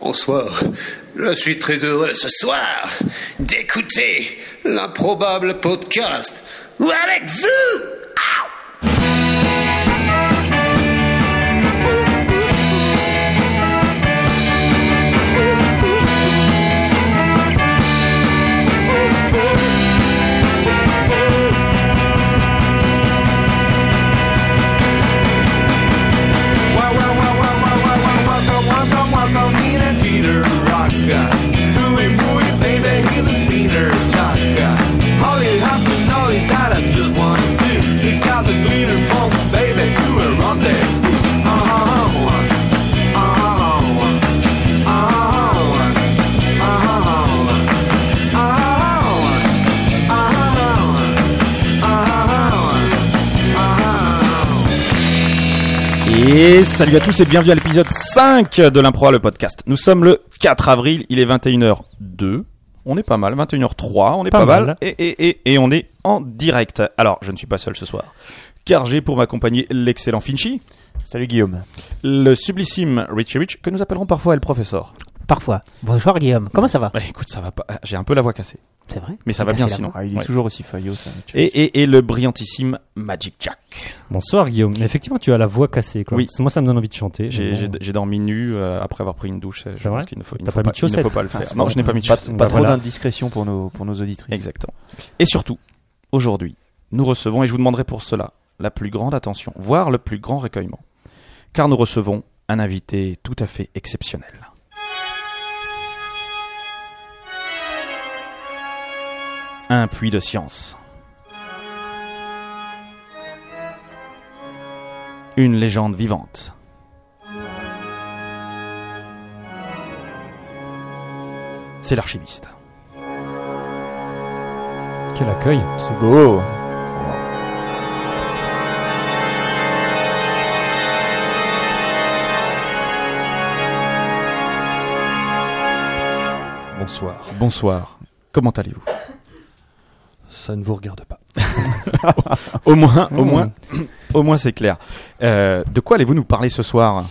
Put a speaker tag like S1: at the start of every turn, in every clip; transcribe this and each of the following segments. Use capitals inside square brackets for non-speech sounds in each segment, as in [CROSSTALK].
S1: Bonsoir. Je suis très heureux ce soir d'écouter l'improbable podcast avec vous.
S2: Welcome, welcome, welcome, welcome, Nina Jeter Rocka. Scooby Booey, baby, he's a senior Chaka. Holly Hopkins, all he's got, I just want to take out the glitter from the baby to a rendezvous. Uh-huh, uh-huh, uh-huh, uh-huh, uh-huh, uh-huh, uh-huh, uh-huh.
S3: Et salut à tous et bienvenue à l'épisode 5 de l'Impro le podcast. Nous sommes le 4 avril, il est 21h02. On est pas mal, 21h03, on est pas,
S4: Pas
S3: mal.
S4: mal.
S3: Et, et, et, et on est en direct. Alors, je ne suis pas seul ce soir. Car j'ai pour m'accompagner l'excellent Finchy,
S5: Salut Guillaume.
S3: le sublissime Richie Rich, que nous appellerons parfois El Professeur.
S4: Parfois. Bonjour Guillaume, comment ça va
S3: Bah écoute, ça va pas, j'ai un peu la voix cassée.
S4: C'est vrai
S3: Mais ça va
S4: Cassé
S3: bien
S4: la
S3: sinon.
S5: Ah, il est
S3: Ouais.
S5: toujours aussi faillot ça. Mitch.
S3: Et, et, et le brillantissime Magic Jack.
S6: Bonsoir Guillaume. Mais Effectivement, tu as la voix cassée. Quoi.
S3: Oui.
S6: Moi, ça me donne envie de chanter. mais
S3: J'ai
S6: bon.
S3: j'ai- j'ai dormi nu euh, après avoir pris une douche. Je
S6: C'est
S3: pense
S6: vrai
S3: qu'il ne faut, il ne
S6: T'as
S3: faut
S6: pas
S3: il
S6: mis de
S3: ne faut
S6: chaussettes
S3: pas le
S6: [LAUGHS]
S3: faire.
S5: Ah, c'est
S3: non,
S5: vrai.
S3: je n'ai pas mis de
S5: Pas,
S3: chaussettes.
S5: pas
S6: Bah,
S5: trop
S6: voilà.
S5: d'indiscrétion pour nos, pour nos auditrices.
S3: Exactement. Et surtout, aujourd'hui, nous recevons, et je vous demanderai pour cela, la plus grande attention, voire le plus grand recueillement. Car nous recevons un invité tout à fait exceptionnel. Un puits de science. Une légende vivante. C'est l'archiviste.
S6: Quel accueil.
S5: C'est beau.
S7: Bonsoir.
S3: Bonsoir. Comment allez-vous
S7: Ça ne vous regarde pas.
S3: [LAUGHS] Au moins, au moins, [CLEARS THROAT] au moins c'est clair. Euh, de quoi allez-vous nous parler ce soir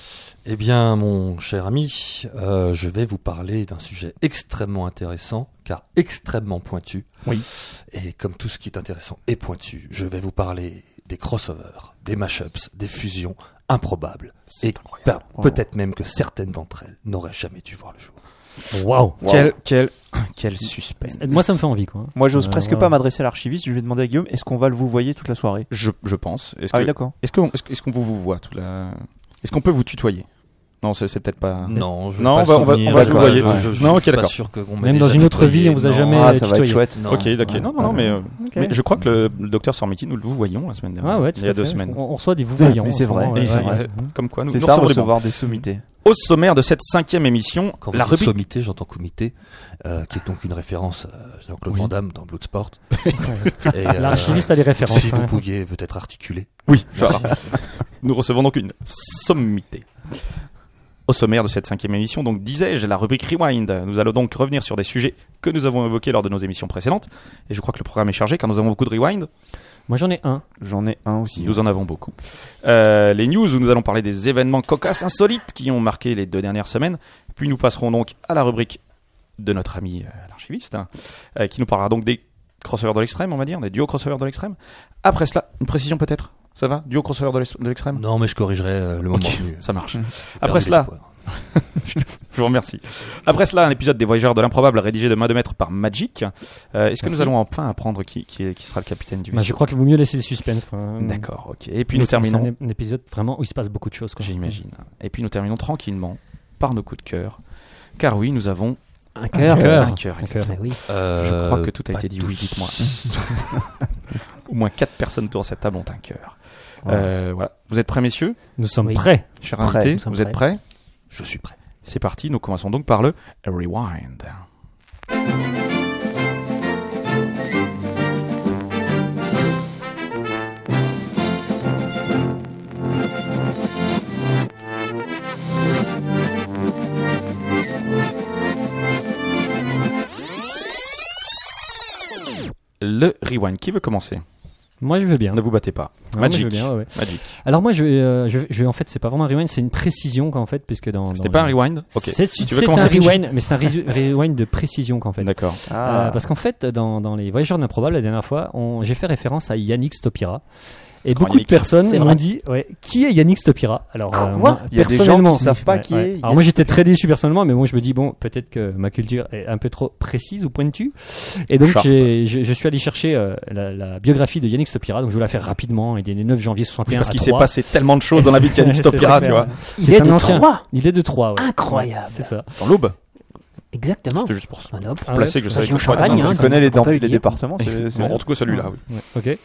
S7: Eh bien, mon cher ami, euh, je vais vous parler d'un sujet extrêmement intéressant, car extrêmement pointu.
S3: Oui.
S7: Et comme tout ce qui est intéressant est pointu, je vais vous parler des crossovers, des mashups, des fusions improbables. Et pe- peut-être même que certaines d'entre elles n'auraient jamais dû voir le jour.
S6: Waouh.
S3: Quel, quel, quel suspense.
S6: Moi, ça me fait envie. Quoi.
S5: Moi j'ose
S6: Euh,
S5: presque
S6: voilà.
S5: pas m'adresser à l'archiviste, je vais demander à Guillaume est-ce qu'on va le vous voyer toute la soirée
S3: Je, je pense. Est-ce
S5: Ah oui
S3: que,
S5: d'accord.
S3: est-ce qu'on, est-ce, que- est-ce qu'on vous, vous voit tout la... Est-ce qu'on peut vous tutoyer Non, c'est, c'est peut-être pas.
S7: Non, je
S3: Ah. Non,
S7: pas
S3: on va- on va-
S7: souvenir,
S3: on va
S7: je-
S3: vous voyer.
S7: je- je- je
S3: Non, ok,
S7: suis pas
S3: d'accord.
S7: sûr que on m'ait
S6: Même dans
S7: déjà
S6: une autre
S7: tutoyé,
S6: vie, on vous a
S7: non.
S6: jamais
S5: Ah
S6: euh,
S5: ça va être
S6: tutoyé.
S5: chouette.
S7: Non.
S3: Ok, ok. non, non, non, mais, euh, mais je crois que le, le docteur Sormiti, nous le vous voyons la semaine dernière.
S6: Ah ouais, tout
S3: il y a
S6: à
S3: deux
S6: fait.
S3: semaines.
S6: On, on reçoit des vous voyants.
S5: Mais c'est
S6: en ce
S5: vrai.
S6: moment,
S3: Et
S6: ouais,
S3: c'est-
S6: ouais, ouais.
S3: c'est- Comme quoi, Ah, nous,
S5: C'est
S3: nous
S5: ça
S3: recevons des
S5: recevoir des sommités.
S3: bandes. Au sommaire de cette cinquième émission,
S7: Quand
S3: la
S7: vous dites
S3: rubrique.
S7: sommité, j'entends comité, euh, qui est donc une référence à Jean-Claude
S3: Oui.
S7: Van Damme dans Bloodsport.
S3: [LAUGHS]
S7: Et, euh,
S6: L'archiviste a des références. hein.
S7: Si vous
S6: ouais.
S7: pouviez peut-être articuler.
S3: Oui, nous recevons donc une sommité. Au sommaire de cette cinquième émission, donc disais-je, la rubrique Rewind. Nous allons donc revenir sur des sujets que nous avons évoqués lors de nos émissions précédentes. Et je crois que le programme est chargé car nous avons beaucoup de Rewind.
S6: Moi, j'en ai un.
S5: J'en ai un aussi.
S3: Nous en avons beaucoup. Euh, les news où nous allons parler des événements cocasses insolites qui ont marqué les deux dernières semaines. Puis nous passerons donc à la rubrique de notre ami euh, l'archiviste, hein, euh, qui nous parlera donc des crossovers de l'extrême, on va dire, des duos crossovers de l'extrême. Après cela, une précision peut-être Ça va Duo crossover de l'ex- de
S6: Mm.
S3: l'extrême
S7: Non, mais je corrigerai euh, le moment
S3: Ok,
S7: venu.
S3: ça
S7: [LAUGHS]
S3: marche.
S5: Mmh.
S3: Après
S7: Gardez
S3: cela,
S7: l'espoir.
S3: je vous remercie. Après cela, un épisode des Voyageurs de l'improbable rédigé de main de maître par Magic. Euh, Est-ce que nous
S6: Merci.
S3: allons enfin apprendre qui, qui, est- qui sera le capitaine du
S6: Bah, je
S3: vaisseau
S6: crois qu'il vaut mieux laisser le suspense. quoi.
S3: D'accord, ok. Et puis
S6: Mais
S3: nous
S6: c'est- c'est
S3: terminons.
S6: un é- Un épisode vraiment où il se passe beaucoup de choses. quoi.
S3: J'imagine. Et puis nous terminons tranquillement par nos coups de cœur. Car oui, nous avons un
S6: cœur.
S3: Un cœur,
S6: D'accord.
S4: Bah
S3: exactement.
S6: Oui.
S7: Euh,
S3: Je crois que tout a
S7: pas
S3: été dit. Oui,
S7: tous.
S3: dites-moi. Au moins quatre personnes autour de cette table ont un cœur.
S5: Voilà.
S3: Euh, voilà. Vous êtes prêts, messieurs
S6: Nous sommes
S4: Oui.
S6: prêts.
S3: Chers
S5: Prêts,
S3: invités,
S5: nous
S3: vous
S5: sommes
S3: êtes prêts
S7: [LAUGHS] Je suis prêt.
S3: C'est parti, nous commençons donc par le Rewind. Le Rewind, qui veut commencer
S6: Moi, je veux bien.
S3: Ne vous battez pas.
S6: Non, Ah, moi, je
S3: Magic.
S6: veux bien, ouais, ouais.
S3: Magic.
S6: Alors moi, je vais, euh, je vais- je vais- en fait, c'est pas vraiment un rewind, c'est une précision qu'en fait, puisque dans.
S3: C'était
S6: dans
S3: pas un
S6: le-
S3: rewind Ok.
S6: C'est
S3: Tu veux
S6: c'est un
S3: commencer, Richie
S6: rewind, mais c'est un resu- [LAUGHS] rewind de précision qu'en fait.
S3: D'accord.
S5: Ah.
S6: Euh, parce qu'en fait, dans, dans les Voyageurs de l'improbable, la dernière fois, on- j'ai fait référence à Yannick Stopira. Et
S3: Grand
S6: beaucoup
S3: Yannick.
S6: de personnes
S4: C'est
S6: m'ont
S4: vrai.
S6: dit ouais, Qui est Yannick Stopira Alors, euh,
S5: Quoi
S6: moi,
S5: Il y a des gens
S6: personnellement,
S5: qui savent pas qui est
S6: Alors, moi, j'étais très déçu personnellement, mais bon, je me dis Bon, peut-être que ma culture est un peu trop précise ou pointue. Et donc,
S3: Sharp.
S6: j'ai- je, je suis allé chercher euh, la, la biographie de Yannick Stopira. Donc, je vais la faire rapidement. Il est né 9 janvier 61.
S3: Parce
S6: à
S3: qu'il s'est
S6: 3.
S3: passé tellement de choses dans la vie de
S6: [LAUGHS]
S3: Yannick
S6: C'est
S3: Stopira, tu
S6: clair.
S3: vois.
S4: Il
S6: C'est
S4: est
S6: un
S4: de
S6: ancien.
S4: Troyes.
S6: Il est de 3.
S4: Incroyable.
S6: C'est ça.
S3: Dans l'aube.
S4: Exactement.
S3: C'était juste pour ça.
S4: Grenoble.
S6: Ah ouais,
S3: Placer que je savais
S4: région
S3: que je crois-
S4: Champagne,
S3: Non,
S4: hein.
S5: Tu
S4: ça,
S5: connais
S4: on
S5: les,
S4: peut pas
S5: les
S4: le dire.
S5: départements c'est- c'est- Ah,
S3: non, En tout cas, celui-là, oui.
S6: Ok.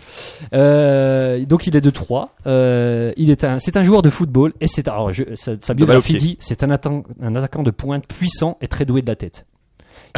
S6: Euh, donc il est de Troyes. Euh, il est un, c'est un joueur de football et c'est alors je, sa, sa
S3: De balle au
S6: biographie
S3: pied.
S6: dit c'est un, atten- un attaquant de pointe puissant et très doué de la tête.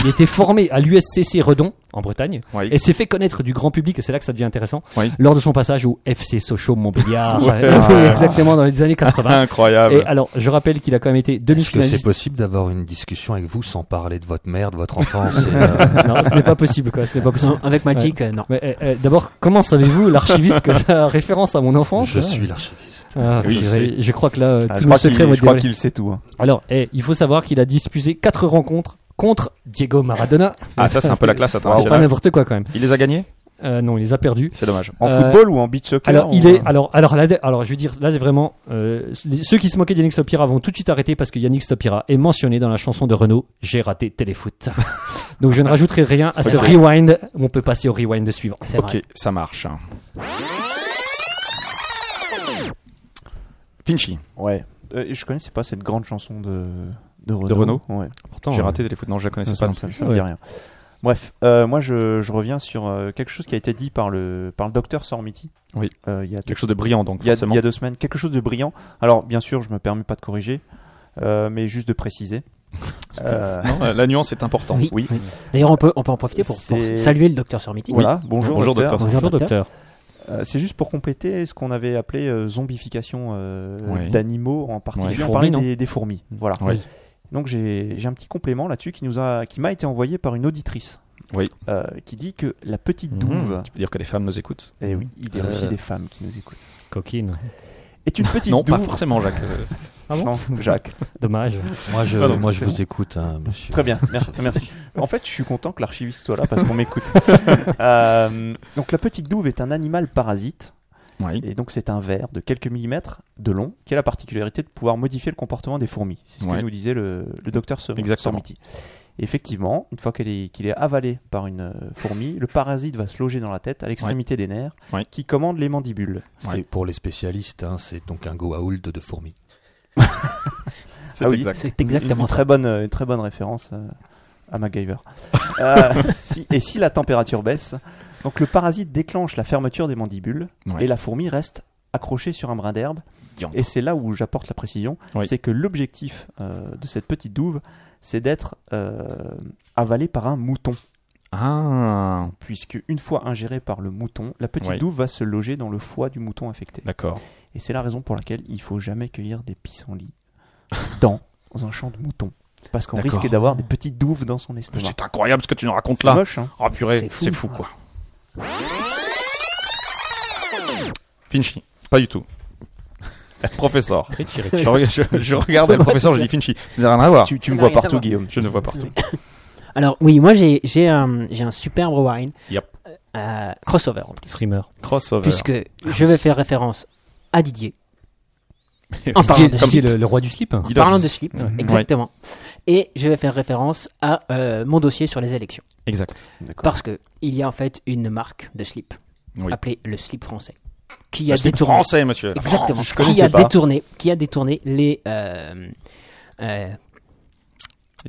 S6: Il était formé à l'USCC Redon en Bretagne
S3: Oui.
S6: et s'est fait connaître du grand public et c'est là que ça devient intéressant
S3: Oui.
S6: lors de son passage au FC Sochaux Montbéliard [LAUGHS]
S3: Ouais. Ah,
S6: Euh, exactement dans les années 80. Et
S3: Incroyable.
S6: alors je rappelle qu'il a quand même été
S7: Est-ce que c'est
S6: demi-finaliste.
S7: possible d'avoir une discussion avec vous sans parler de votre mère,
S3: [LAUGHS]
S7: de votre enfance et, euh,
S6: Non, ce n'est pas possible quoi, ce n'est pas possible.
S4: [LAUGHS] Non, avec Magic, euh, non.
S6: Mais, euh, euh, d'abord, comment savez-vous l'archiviste que ça a référence à mon enfance
S7: Je
S6: hein
S7: suis l'archiviste.
S6: Ah,
S3: Oui,
S6: je,
S3: je
S6: dirais- je crois que là, euh,
S5: Ah, je
S6: tout le
S5: crois qu'il-
S6: secret va
S5: je
S6: être
S5: crois
S6: dévoilé.
S5: qu'il sait tout. hein.
S6: Alors, eh, il faut savoir qu'il a disputé quatre rencontres contre Diego Maradona.
S3: Ah, ça, c'est un peu la classe
S6: C'est pas
S3: internationale.
S6: n'importe quoi quand même.
S3: Il les a gagnés
S6: Euh, non, il les a perdus.
S3: C'est dommage.
S5: En
S6: Euh,
S5: football ou en beach soccer
S6: Alors,
S5: on-
S6: il est, alors, alors, là, alors, je veux dire, là, c'est vraiment, euh, ceux qui se moquaient d'Yannick Stopira vont tout de suite arrêter parce que Yannick Stopira est mentionné dans la chanson de Renault, J'ai raté téléfoot. Donc, je ne rajouterai rien à ce rewind. On peut passer au rewind suivant.
S4: C'est
S3: Ok,
S4: vrai.
S3: ça marche. Finchy,
S5: Ouais. Euh, je connaissais pas cette grande chanson de de Renaud.
S3: Renaud
S5: Ouais.
S6: Pourtant,
S3: j'ai
S6: euh,
S3: raté les foot. Non, je la connaissais
S5: ça,
S3: pas.
S5: me- ça me- ça me dit rien. Bref, euh, moi je, je reviens sur euh, quelque chose qui a été dit par le par le docteur Sormiti.
S3: Oui.
S5: Euh, il y a
S3: Quelque chose de brillant, donc,
S5: il y, a,
S3: forcément.
S5: il y a deux semaines, quelque chose de brillant. Alors, bien sûr, je me permets pas de corriger, euh, mais juste
S3: [LAUGHS]
S5: de préciser. Euh,
S3: Non, euh, la nuance est importante.
S4: Oui.
S5: oui.
S4: D'ailleurs, on peut, on peut en profiter pour, pour
S5: C'est-
S4: saluer le docteur Sormiti.
S5: [LAUGHS] Voilà, bonjour,
S3: Bonjour,
S5: docteur.
S3: docteur.
S6: Bonjour, docteur.
S5: Euh, c'est juste pour compléter ce qu'on avait appelé euh, zombification euh,
S3: Oui.
S5: d'animaux, en particulier
S6: Ouais.
S5: on
S6: Fourmis,
S5: parlait
S6: non
S5: des, des fourmis. Voilà.
S3: Oui.
S5: Donc j'ai j'ai un petit complément là-dessus qui nous a qui m'a été envoyé par une auditrice.
S3: Oui.
S5: Euh, qui dit que la petite
S6: Mhm.
S5: douve,
S3: Tu veux dire que les femmes nous écoutent
S5: et oui, il y a
S3: Euh.
S5: aussi des femmes qui nous écoutent,
S6: Coquine.
S3: [LAUGHS]
S5: est une petite
S3: Non,
S5: douve.
S3: pas forcément, Jacques. Euh,
S5: Non, Jacques.
S6: Dommage.
S7: Moi, je,
S5: Ah non,
S7: moi, je
S5: c'est
S7: vous
S5: bon.
S7: écoute, hein, monsieur.
S5: Très bien, merci. merci. En fait, je suis content que l'archiviste soit là parce
S3: [LAUGHS]
S5: qu'on m'écoute. Euh, donc la petite douve est un animal parasite
S3: Oui.
S5: et donc c'est un ver de quelques millimètres de long qui a la particularité de pouvoir modifier le comportement des fourmis. C'est ce
S3: Ouais.
S5: que nous disait le, le docteur Som-
S3: Exactement.
S5: Sormiti. Effectivement, une fois qu'il est, qu'il est avalé par une euh, fourmi, le parasite va se loger dans la tête à l'extrémité des nerfs
S3: Ouais.
S5: qui commande les mandibules.
S7: C'est
S3: Ouais.
S7: pour les spécialistes, hein, c'est donc un goa'uld de fourmis.
S3: C'est
S5: Ah oui.
S3: exact.
S4: C'est
S5: Une-
S4: exactement
S5: une
S4: ça.
S5: Très bonne, euh, une très bonne référence euh, à MacGyver. [LAUGHS] Euh, si- et si la température baisse, donc le parasite déclenche la fermeture des mandibules
S3: Ouais.
S5: et la fourmi reste accrochée sur un brin d'herbe.
S3: Diantre.
S5: Et c'est là où j'apporte la précision,
S3: Oui.
S5: c'est que l'objectif euh, de cette petite douve, c'est d'être euh, avalée par un mouton,
S3: Ah,
S5: puisque une fois ingérée par le mouton, la petite
S3: Oui.
S5: douve va se loger dans le foie du mouton infecté.
S3: d'accord.
S5: Et c'est la raison pour laquelle il faut jamais cueillir des pissenlits [LAUGHS] dans un champ de moutons. Parce qu'on
S3: D'accord.
S5: risque d'avoir des petites douves dans son estomac.
S3: C'est incroyable ce que tu nous racontes
S5: C'est
S3: là.
S5: moche, hein.
S3: Ah purée,
S4: C'est fou.
S3: c'est fou, quoi. Finchy, pas du tout. [LAUGHS] Professeur. Je, reg- je- je regardais le professeur, je dis Finchy. Ça n'a rien à voir.
S5: Tu, tu me
S4: n'a
S5: vois
S4: rien à
S5: partout,
S4: voir.
S5: Guillaume.
S3: Je ne vois partout.
S4: Alors, oui, moi, j'ai, j'ai un, j'ai un superbe rewind.
S3: Yep.
S4: Euh, crossover, en plus,
S6: Frimeur.
S3: Crossover.
S4: puisque je vais faire référence à Didier. En
S3: Comme
S4: parlant de
S6: Qui est
S4: slip.
S6: le, le roi du slip
S4: En
S3: Didos.
S4: parlant de slip,
S6: Ouais.
S4: exactement. Et je vais faire référence à euh, mon dossier sur les élections.
S3: Exact.
S4: Parce que il y a en fait une marque de slip
S3: Oui.
S4: appelée le slip français qui
S3: Le
S4: a
S3: slip
S4: détourné
S3: français, Ah, monsieur.
S4: exactement
S5: Je
S4: qui
S5: connaissais
S4: a
S5: pas.
S4: détourné qui a détourné les euh, euh,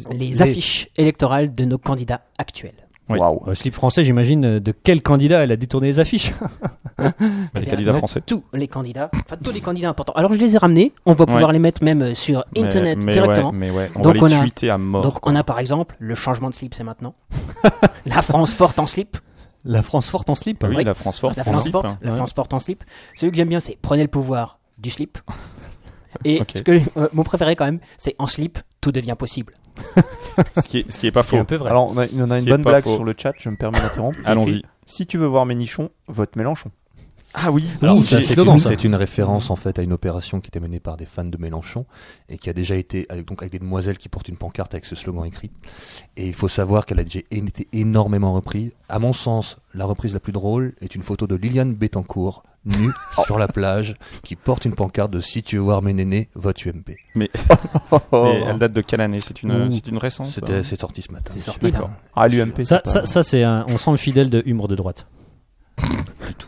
S4: les,
S6: Les-
S4: affiches électorales de nos candidats actuels.
S3: Oui.
S5: Waouh.
S6: Euh, slip français, j'imagine, euh, de quel candidat elle a détourné les affiches [LAUGHS]
S3: Bah,
S4: Eh
S3: Les
S4: bien,
S3: candidats
S4: non,
S3: français.
S4: Tous les candidats, enfin tous les candidats importants. Alors je les ai ramenés, on va pouvoir les mettre même euh, sur
S3: Mais-
S4: internet
S3: mais
S4: directement.
S3: ouais, mais ouais, on
S4: Donc
S3: va les
S4: on a-
S3: tweeter à mort.
S4: Donc
S3: quoi.
S4: on a par exemple le changement de slip, c'est maintenant. [LAUGHS] La France porte en slip.
S6: La France forte en slip
S3: Ah oui,
S4: Oui.
S3: la France forte,
S4: la
S3: France
S4: France,
S3: Zip,
S4: porte,
S3: hein.
S4: la
S6: Ouais.
S4: France porte en slip. Celui que j'aime bien, c'est prenez le pouvoir du slip. Et
S3: Ok.
S4: ce que, euh, mon préféré quand même, c'est en slip, tout devient possible.
S3: ce qui est, ce qui est pas
S6: Ce qui
S3: faux.
S6: est un peu vrai.
S5: Alors, on a, on a
S3: Ce
S5: une
S3: qui est
S5: bonne
S3: pas
S5: blague
S3: faux.
S5: [LAUGHS] sur le chat, je me permets d'interrompre.
S3: Allons-y.
S5: Si tu veux voir mes nichons, vote Mélenchon.
S3: Ah oui,
S7: Alors,
S6: Ouh,
S7: ça,
S6: c'est
S7: c'est
S6: dedans,
S7: une,
S6: ça.
S7: c'est une référence en fait à une opération qui était menée par des fans de Mélenchon et qui a déjà été avec, donc avec des demoiselles qui portent une pancarte avec ce slogan écrit. Et il faut savoir qu'elle a déjà é- été énormément reprise. À mon sens, la reprise la plus drôle est une photo de Liliane Bettencourt [LAUGHS] nue sur la plage qui porte une pancarte de si tu veux voir mes nénés, vote UMP.
S5: Oh.
S3: Et elle date de quelle année C'est une,
S6: Ouh.
S3: c'est une récente
S7: C'était c'est sorti ce matin.
S3: D'accord.
S5: Ah, l'UMP,
S6: Ça,
S5: c'est
S6: ça,
S5: pas-
S6: ça, c'est un. On sent le fidèle de humour de droite.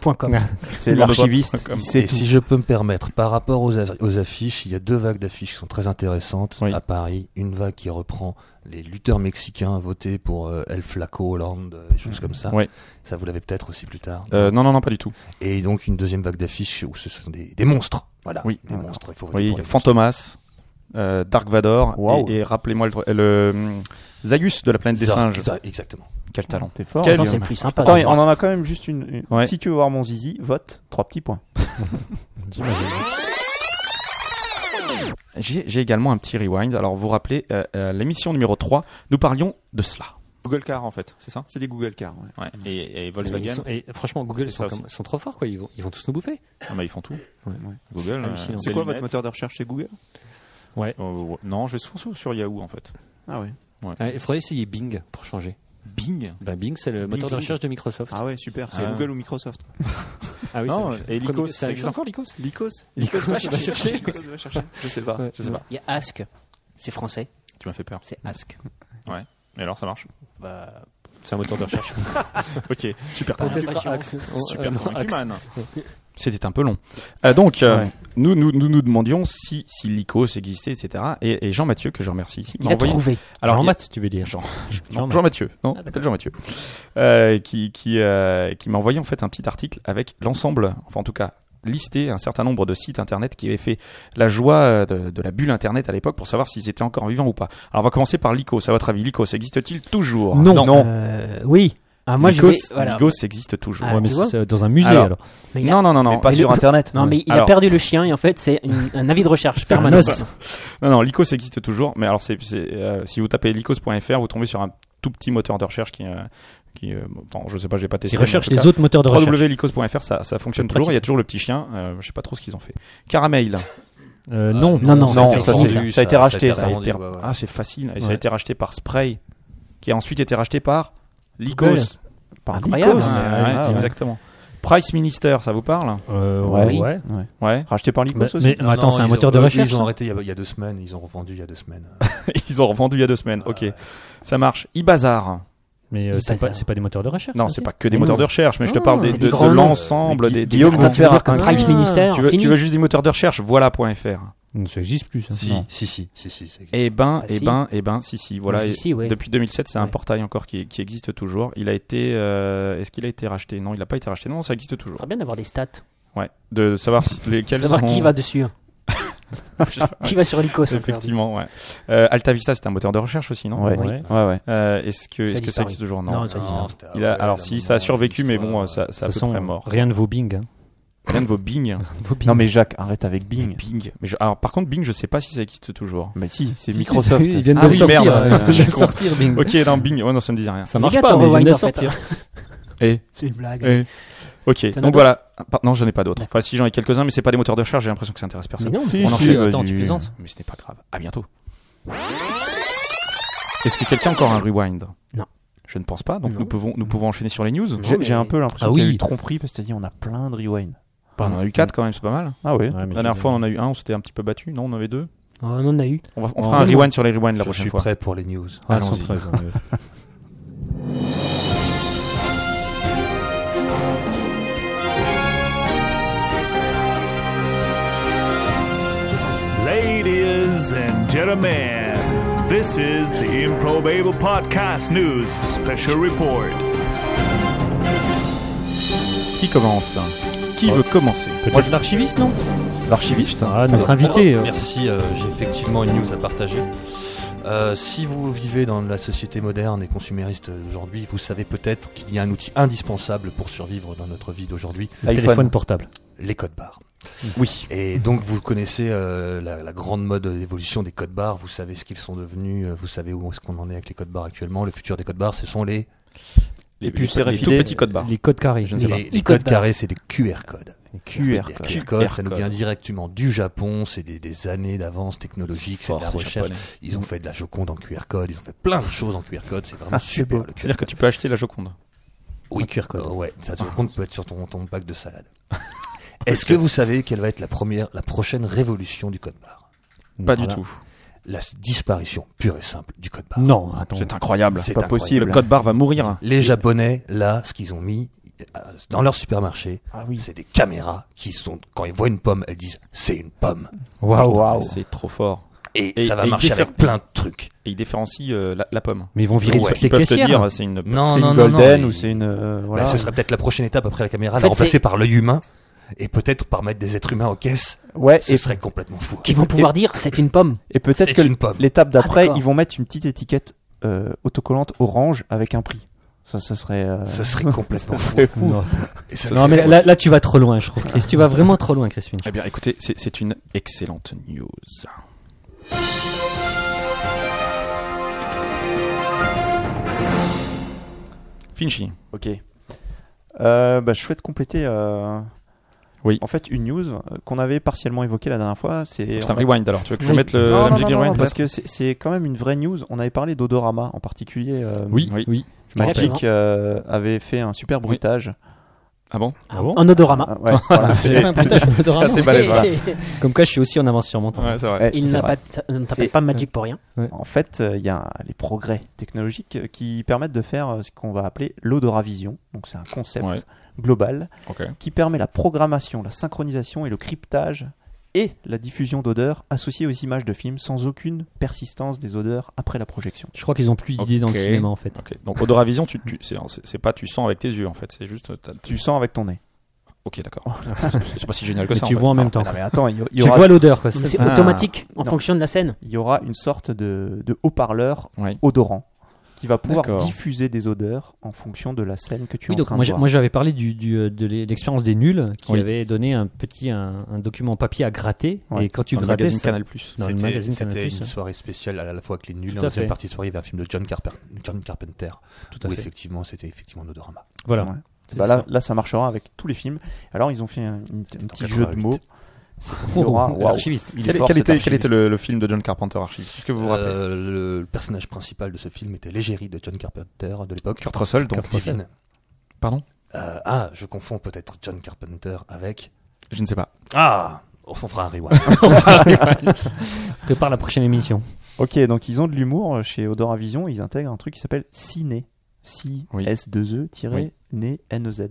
S4: Point com.
S5: c'est l'archiviste.
S3: Comme-
S5: il sait
S7: Et
S5: tout.
S7: si je peux me permettre, par rapport aux, af- aux affiches, il y a deux vagues d'affiches qui sont très intéressantes
S3: Oui.
S7: à Paris. Une vague qui reprend les lutteurs mexicains votés pour euh, El Flaco, Hollande, euh, des choses comme ça.
S3: Mmh. Oui.
S7: Ça, vous l'avez peut-être aussi plus tard.
S3: Euh, non, non, non, pas du tout.
S7: Et donc une deuxième vague d'affiches où ce sont des, des monstres. Voilà,
S3: Oui.
S7: des
S5: Voilà.
S7: monstres. Il faut voter
S3: Oui,
S7: pour les
S3: Fantomas, euh, Dark Vador,
S5: Waouh.
S3: et, et rappelez-moi le, tro- euh, le hum, Zaius de la planète
S7: monstres.
S3: des
S7: Ça,
S3: singes.
S7: ça, exactement.
S3: Quel talent.
S5: T'es fort.
S3: Quel-
S4: Attends, c'est plus sympa.
S5: Attends, mais on en a quand même juste une. une-
S3: Ouais.
S5: Si tu veux voir mon zizi, vote. Trois petits points.
S3: J'ai j'ai également un petit rewind. Alors, vous vous rappelez, euh, euh, l'émission numéro 3, nous parlions de cela. Google Car, en fait, c'est ça
S5: C'est des Google Cars.
S3: ouais. et, et
S6: Ils
S3: Volkswagen,
S6: sont- et franchement, Google, ils
S3: C'est ça
S6: sont, comme- ils sont trop forts, quoi. Ils vont, ils vont tous nous bouffer.
S3: ah, bah, ils font tout.
S6: Ouais.
S3: Google,
S6: Hallucinant.
S3: les
S6: C'est
S3: lunettes.
S5: moteur de recherche chez Google
S3: Oh, oh, oh. Non, je vais souvent sur- sur Yahoo, en fait.
S5: Ah ouais.
S6: Ah, il faudrait essayer Bing pour changer.
S3: Bing
S6: Ben, Bing, c'est le moteur de
S5: Bing.
S6: recherche de Microsoft. Ah,
S5: Ah ouais, super. C'est
S3: Ah.
S5: Google ou Microsoft.
S6: oui,
S3: Non,
S6: c'est-
S3: et
S6: comme-
S3: Lycos,
S6: c'est
S3: ça
S6: la
S3: existe
S6: même chose.
S3: encore Lycos
S5: Lycos.
S6: Lycos va
S5: va
S6: chercher.
S5: Lycos va chercher. Je sais pas. Je sais pas.
S4: Il y a Ask. C'est français,
S3: Tu m'as fait peur.
S4: c'est Ask.
S3: Et alors, ça marche
S6: Bah, C'est un moteur de recherche.
S3: [LAUGHS] Ok, super.
S6: On
S3: talent.
S6: testera Axe. On- euh,
S3: Super
S6: non,
S3: convaincu,
S6: Axe.
S3: man. C'était un peu long. Euh, donc, euh,
S5: Ouais.
S3: nous, nous nous nous demandions si, si l'ICOS existait, etc. Et, et Jean-Mathieu, que je remercie ici,
S4: Il a trouvé.
S3: Alors, il-
S6: Jean-Math, tu veux dire.
S3: Jean-
S6: Jean-Math.
S3: non, Jean-Mathieu, Ah, non, peut-être Jean-Mathieu, euh, qui, qui, euh, qui m'a envoyé en fait un petit article avec l'ensemble, enfin en tout cas listé un certain nombre de sites internet qui avaient fait la joie euh, de, de la bulle internet à l'époque pour savoir s'ils étaient encore vivants ou pas. Alors on va commencer par l'ICOS. À votre avis, l'ICOS existe-t-il toujours
S5: Non.
S4: Euh, oui. Ah, moi, je
S3: Lycos,
S4: vais- voilà.
S3: Lycos existe toujours.
S4: Ah,
S6: Ouais, mais
S4: tu vois
S6: c'est euh, dans un musée
S3: Alors,
S6: alors.
S4: Mais il a-
S3: non, non, non, non.
S5: Mais pas
S4: Et
S5: sur
S4: le-
S5: Internet.
S4: Non, mais il a
S3: Alors-
S4: perdu le chien et en fait, c'est une- un avis de recherche permanent.
S6: Nos.
S3: Non, non, Lycos existe toujours, mais alors c'est, c'est, euh, si vous tapez lycos.fr, vous tombez sur un tout petit moteur de recherche qui, euh, qui euh, bon, enfin, je sais pas, j'ai pas testé.
S6: Qui
S3: mais en
S6: recherche
S3: tout cas,
S6: les autres moteurs de recherche.
S3: www.lycos.fr, ça, ça fonctionne toujours. Il y a toujours le petit chien. euh, je sais pas trop ce qu'ils ont fait. Caramel.
S6: Euh, non,
S7: Ah,
S4: non, non,
S5: non,
S4: c'est
S5: ça,
S4: fini,
S5: c'est-
S4: ça.
S5: ça a été racheté,
S3: Ça a
S7: rendu,
S3: été-
S7: ouais, ouais.
S3: Ah, c'est facile. Et ça a
S6: Ouais.
S3: été racheté par Spray, qui a ensuite été racheté par Lycos.
S4: Google.
S5: Par
S4: Incroyable.
S5: Lycos.
S3: Ouais, ouais,
S5: Ah, ouais.
S3: Exactement. Price Minister, ça vous parle
S6: Euh,
S5: Ouais.
S6: ouais.
S5: Ouais.
S3: Ouais. [LAUGHS]
S5: Racheté par Lycos
S6: Mais,
S5: aussi.
S6: mais- mais attends,
S7: Non,
S6: c'est un
S7: ils
S6: moteur
S7: ont-
S6: de
S7: eux,
S6: recherche.
S7: Ils
S6: ça
S7: ont arrêté il y, a, il y a deux semaines, ils ont revendu il y a deux semaines.
S3: Ils ont revendu il y a deux semaines. Ok. Ça marche. Ibazar.
S6: Mais euh, c'est
S4: Bazar.
S6: pas, c'est pas des moteurs de recherche.
S3: Non,
S6: ça,
S3: c'est
S6: aussi
S3: pas que des
S4: Mais
S3: moteurs
S4: non.
S3: de recherche, mais je te
S4: Non,
S3: parle des-
S4: c'est
S3: de,
S4: des
S3: de
S4: grands noms.
S3: l'ensemble des. des-
S5: Guillaume
S4: Attends,
S5: va
S4: tu veux
S5: faire Ah.
S4: dire comme
S5: un
S4: Price Minister
S3: Tu veux, tu
S4: fini.
S3: veux juste des moteurs de recherche Voilà.fr.
S6: Non, Ça existe plus. ça.
S7: Si,
S6: Non.
S7: si, si, si, si, ça existe.
S3: Eh ben,
S4: Ah,
S3: eh
S4: si.
S3: ben, eh ben, si, si, voilà.
S4: Moi, je
S3: Et
S4: dis si, ouais.
S3: Depuis 2007, c'est un
S4: Ouais.
S3: portail encore qui, qui existe toujours. Il a été, euh, est-ce qu'il a été racheté Non, il n'a pas été racheté. Non, ça existe
S4: Ça
S3: toujours.
S4: serait bien d'avoir des stats.
S3: Ouais. De
S4: [LAUGHS]
S3: savoir [LAUGHS] si- lesquels
S4: savoir
S3: sont- [LAUGHS]
S4: qui va dessus. hein. qui va sur Lycos.
S3: Effectivement, ouais. Euh, AltaVista, c'était un moteur de recherche aussi, non
S5: Ouais.
S6: Ouais.
S5: Ouais, ouais.
S3: Euh, est-ce que,
S4: Ça
S3: est-ce que ça
S4: a disparu.
S3: existe toujours
S4: Non, ça existe.
S7: Non,
S4: pas.
S7: c'était
S3: Ah. Il a,
S7: après,
S3: alors
S7: à un
S3: si
S7: moment,
S3: ça a survécu, mais
S7: l'histoire,
S3: bon,
S7: euh,
S3: euh, ça, ça a
S6: De
S3: à
S6: toute
S3: peu
S6: façon,
S3: près mort.
S6: Rien ne vaut Bing. hein.
S3: Rien de vos Bing.
S5: Non, mais Jacques, arrête avec Bing.
S3: Bing. Mais je- alors, par contre, Bing, je sais pas si ça existe toujours.
S5: Mais si, c'est
S6: Si, si,
S5: Microsoft.
S6: Ils viennent
S3: Ah
S6: de le
S3: oui,
S6: sortir.
S3: merde.
S4: [LAUGHS]
S6: euh,
S5: [LAUGHS]
S6: Ils viennent de
S3: con.
S6: sortir Bing.
S3: ok, non, Bing. Ouais, non, ça me dit rien.
S6: Ça
S4: Les
S6: marche
S4: gars,
S6: pas,
S4: t'en
S6: mais ils
S4: rewind,
S6: viennent de
S4: en fait.
S6: sortir.
S3: Et
S4: C'est une blague.
S3: Eh. Ok,
S4: T'en as
S3: donc
S4: d'autres
S3: voilà. Ah, par- Non, j'en ai pas d'autres. Enfin, si j'en ai quelques-uns, mais c'est pas des moteurs de recherche, j'ai l'impression que ça intéresse
S6: Mais
S3: personne.
S6: non,
S5: Si,
S3: On en
S5: si,
S3: fait, euh,
S5: vas-y.
S6: attends, tu plaisantes.
S3: Mais ce n'est pas grave. À bientôt. Est-ce que quelqu'un a encore un rewind
S4: Non.
S3: Je ne pense pas, donc
S4: Non.
S3: nous pouvons, nous pouvons enchaîner sur les news.
S4: Non,
S5: J'ai
S4: mais-
S5: j'ai un peu l'impression
S6: Ah
S5: qu'il y a
S6: oui.
S5: eu tromperie parce que t'as dit on a plein de rewind.
S3: Bah, on en a eu 4 quand même, c'est pas mal.
S5: Ah ouais.
S6: Ouais, mais
S3: La dernière
S6: je-
S3: fois, on en a eu un, on s'était un petit peu battu. Non, on en avait deux.
S4: Oh, on en a eu.
S3: On, va, on
S6: Oh,
S3: fera un
S6: oui.
S3: rewind sur les rewinds la
S7: Je
S3: prochaine
S7: suis
S3: fois.
S7: prêt pour les news.
S6: Ah, sans
S7: Allons-y.
S6: preuve, hein.
S8: Ladies and gentlemen, this is the Improbable Podcast News Special Report.
S3: Qui commence Qui veut commencer
S6: Peut-être l'archiviste, non
S3: L'archiviste
S6: Ah, notre invité. euh,
S7: Merci, euh, j'ai effectivement une news à partager. Euh, si vous vivez dans la société moderne et consumériste d'aujourd'hui, vous savez peut-être qu'il y a un outil indispensable pour survivre dans notre vie d'aujourd'hui,
S6: Téléphone portable.
S7: les codes barres.
S3: Oui.
S7: Et donc vous connaissez euh, la, la grande mode d'évolution des codes barres, vous savez ce qu'ils sont devenus, euh, vous savez où est-ce qu'on en est avec les codes barres actuellement. Le futur des codes barres, ce sont les
S3: Les,
S5: Et puis,
S3: les-
S5: c'est
S3: les tout
S5: réfilé.
S3: petits codes barres.
S6: Les codes carrés.
S3: Je ne
S7: Les,
S3: sais pas.
S7: les
S4: I-codes
S7: codes
S4: barres.
S7: carrés, c'est des QR codes.
S3: QR
S7: Des
S3: code.
S7: QR codes, ça nous vient directement du Japon, c'est des, des années d'avance technologique, c'est de la
S3: Fort, c'est
S7: recherche.
S3: japonais.
S7: Ils ont fait de la Joconde en QR code, ils ont fait plein de choses en QR code, c'est vraiment super le QR
S3: C'est-à-dire que tu peux acheter la Joconde.
S7: Oui,
S6: Un QR code.
S7: Euh, ouais, ça te compte peut être sur ton, ton bac de salade. Est-ce que vous savez quelle va être la première, la prochaine révolution du code barre
S3: Pas
S6: Voilà.
S3: du tout.
S7: La s- disparition pure et simple du code barre.
S6: Non, attends.
S3: C'est incroyable.
S7: C'est
S5: pas
S7: incroyable.
S5: possible.
S3: Le code barre va mourir.
S7: Les Japonais, là, ce qu'ils ont mis euh, dans leur supermarché,
S5: Ah oui.
S7: c'est des caméras qui sont, quand ils voient une pomme, elles disent c'est une pomme.
S6: Waouh.
S3: C'est trop fort.
S7: Et,
S3: Et-
S7: ça va
S3: et
S7: marcher
S3: diffère-
S7: avec plein de trucs.
S3: Et il différencie euh, la, la pomme.
S6: Mais ils vont virer
S7: Ouais,
S6: toutes
S3: Ils
S6: les
S3: peuvent te
S6: caissières.
S3: dire, c'est une.
S7: Non,
S5: c'est
S7: non,
S5: une
S7: non,
S5: golden
S7: non,
S5: ou
S7: ils-
S5: c'est une euh,
S7: Bah,
S5: voilà.
S7: ce serait peut-être la prochaine étape après la
S4: En
S7: caméra, la
S4: fait,
S7: remplacer
S4: c'est-
S7: par l'œil humain et peut-être par mettre des êtres humains en caisse.
S5: Ouais.
S7: Ce
S5: Et,
S7: serait complètement fou.
S4: Qui vont pouvoir dire c'est une pomme.
S5: et peut-être
S7: C'est
S5: que
S7: une pomme.
S5: l'étape d'après,
S4: d'accord.
S5: ils vont mettre une petite étiquette euh, autocollante orange avec un prix. Ça, ça serait. euh,
S7: Ce serait complètement
S5: ça
S7: fou.
S5: serait fou.
S6: Non,
S7: Et ce
S6: non
S7: serait-
S6: mais là, là, tu vas trop loin, je trouve, Chris. Tu vas vraiment trop loin, Chris Finch.
S3: Eh bien, écoutez, c'est c'est une excellente news. Finchy.
S5: Ok. Euh, bah, je souhaite compléter. euh,
S3: Oui.
S5: En fait, une news euh, qu'on avait partiellement évoquée la dernière fois, c'est.
S3: C'est un rewind alors. Tu veux que je
S5: Oui.
S3: mette le
S5: non, non,
S3: MJ
S5: non, non,
S3: rewind
S5: parce que c'est c'est quand même une vraie news. On avait parlé d'odorama en particulier. euh,
S3: Oui, oui.
S4: Exactement.
S5: Magic euh, avait fait un super
S3: Oui.
S5: bruitage.
S3: Ah bon
S6: Ah bon Ah,
S4: Un odorama. Ah
S3: [LAUGHS]
S5: Ah, ouais,
S3: bah,
S5: voilà.
S6: J'ai [LAUGHS] fait un bruitage odorama.
S5: assez balèze,
S4: [LAUGHS]
S5: voilà.
S4: C'est-
S6: Comme quoi, je suis aussi en avance sur mon temps.
S3: Ouais, c'est vrai.
S5: Ouais,
S4: Il
S5: c'est
S4: n'a
S5: vrai.
S4: pas, on t'appelle
S5: Et-
S4: pas Magic pour rien.
S5: En fait, euh, il y a les progrès technologiques euh, qui permettent de faire euh, ce qu'on va appeler l'odoravision. Donc, c'est un concept
S3: Ouais.
S5: global
S3: Ok.
S5: qui permet la programmation, la synchronisation et le cryptage et la diffusion d'odeurs associées aux images de films sans aucune persistance des odeurs après la projection.
S6: Je crois qu'ils ont plus d'idées dans le
S3: Ok.
S6: cinéma en fait.
S3: Ok. Donc odoravision, tu, tu, c'est- c'est c'est pas tu sens avec tes yeux en fait, c'est juste. t'as-
S5: Tu sens avec ton nez.
S3: Ok, d'accord. c'est c'est pas si génial que
S6: Mais
S3: ça.
S6: tu
S3: en fait.
S6: vois en même temps.
S5: Non, mais attends, il y, il y
S6: Tu
S5: aura,
S6: vois l'odeur quoi.
S4: Donc, C'est
S6: C'est-
S3: Ah.
S4: automatique en
S5: Non.
S4: fonction de la scène.
S5: il y aura une sorte de, de haut-parleur
S3: Ouais.
S5: odorant qui va pouvoir
S3: D'accord.
S5: diffuser des odeurs en fonction de la scène que tu es
S6: Oui,
S5: en
S6: donc
S5: train
S6: moi,
S5: de
S6: j'a-
S5: voir.
S6: moi j'avais parlé du, du, euh, de l'e- l'expérience des nuls qui
S3: Oui.
S6: avait donné un petit un, un document papier à gratter
S5: Ouais.
S6: et quand tu
S3: Dans le
S6: grattais
S3: magazine
S6: ça-
S3: Canal Plus.
S6: dans le
S7: C'était-
S6: magazine Canal+,
S7: C'était une
S6: ouais.
S7: soirée spéciale à la fois avec les nuls.
S6: Tout
S7: et En
S6: à
S7: deuxième
S6: fait.
S7: partie de soirée, il y avait un film de John, Carper- John Carpenter.
S6: tout à
S7: Où
S6: fait.
S7: effectivement, c'était effectivement Odorama.
S6: Voilà.
S5: Ouais.
S6: C'est
S5: Bah
S6: ça.
S5: là, là, ça marchera avec tous les films. Alors, ils ont fait un, une- un
S7: en
S5: petit jeu de
S7: 88.
S5: mots.
S6: Oh,
S5: Il aura-
S6: oh,
S5: waouh.
S6: l'archiviste.
S5: Il est
S3: Quel,
S5: fort,
S3: quel
S5: cet
S3: était, quel
S5: archiviste.
S3: était le, le film de John Carpenter archiviste Est-ce que vous vous rappelez
S7: Euh, le personnage principal de ce film était l'égérie de John Carpenter de l'époque.
S3: Kurt Russell, donc.
S7: Kurt Steven.
S3: Pardon
S7: Euh, ah, je confonds peut-être John Carpenter avec.
S3: Je ne sais pas.
S7: Ah On s'en fera un rewind.
S6: Prépare la prochaine émission.
S5: Ok, donc ils ont de l'humour euh, chez Odoravision. Ils intègrent un truc qui s'appelle Ciné. C
S3: Oui.
S5: S 2 E
S3: Oui.
S5: né N Z.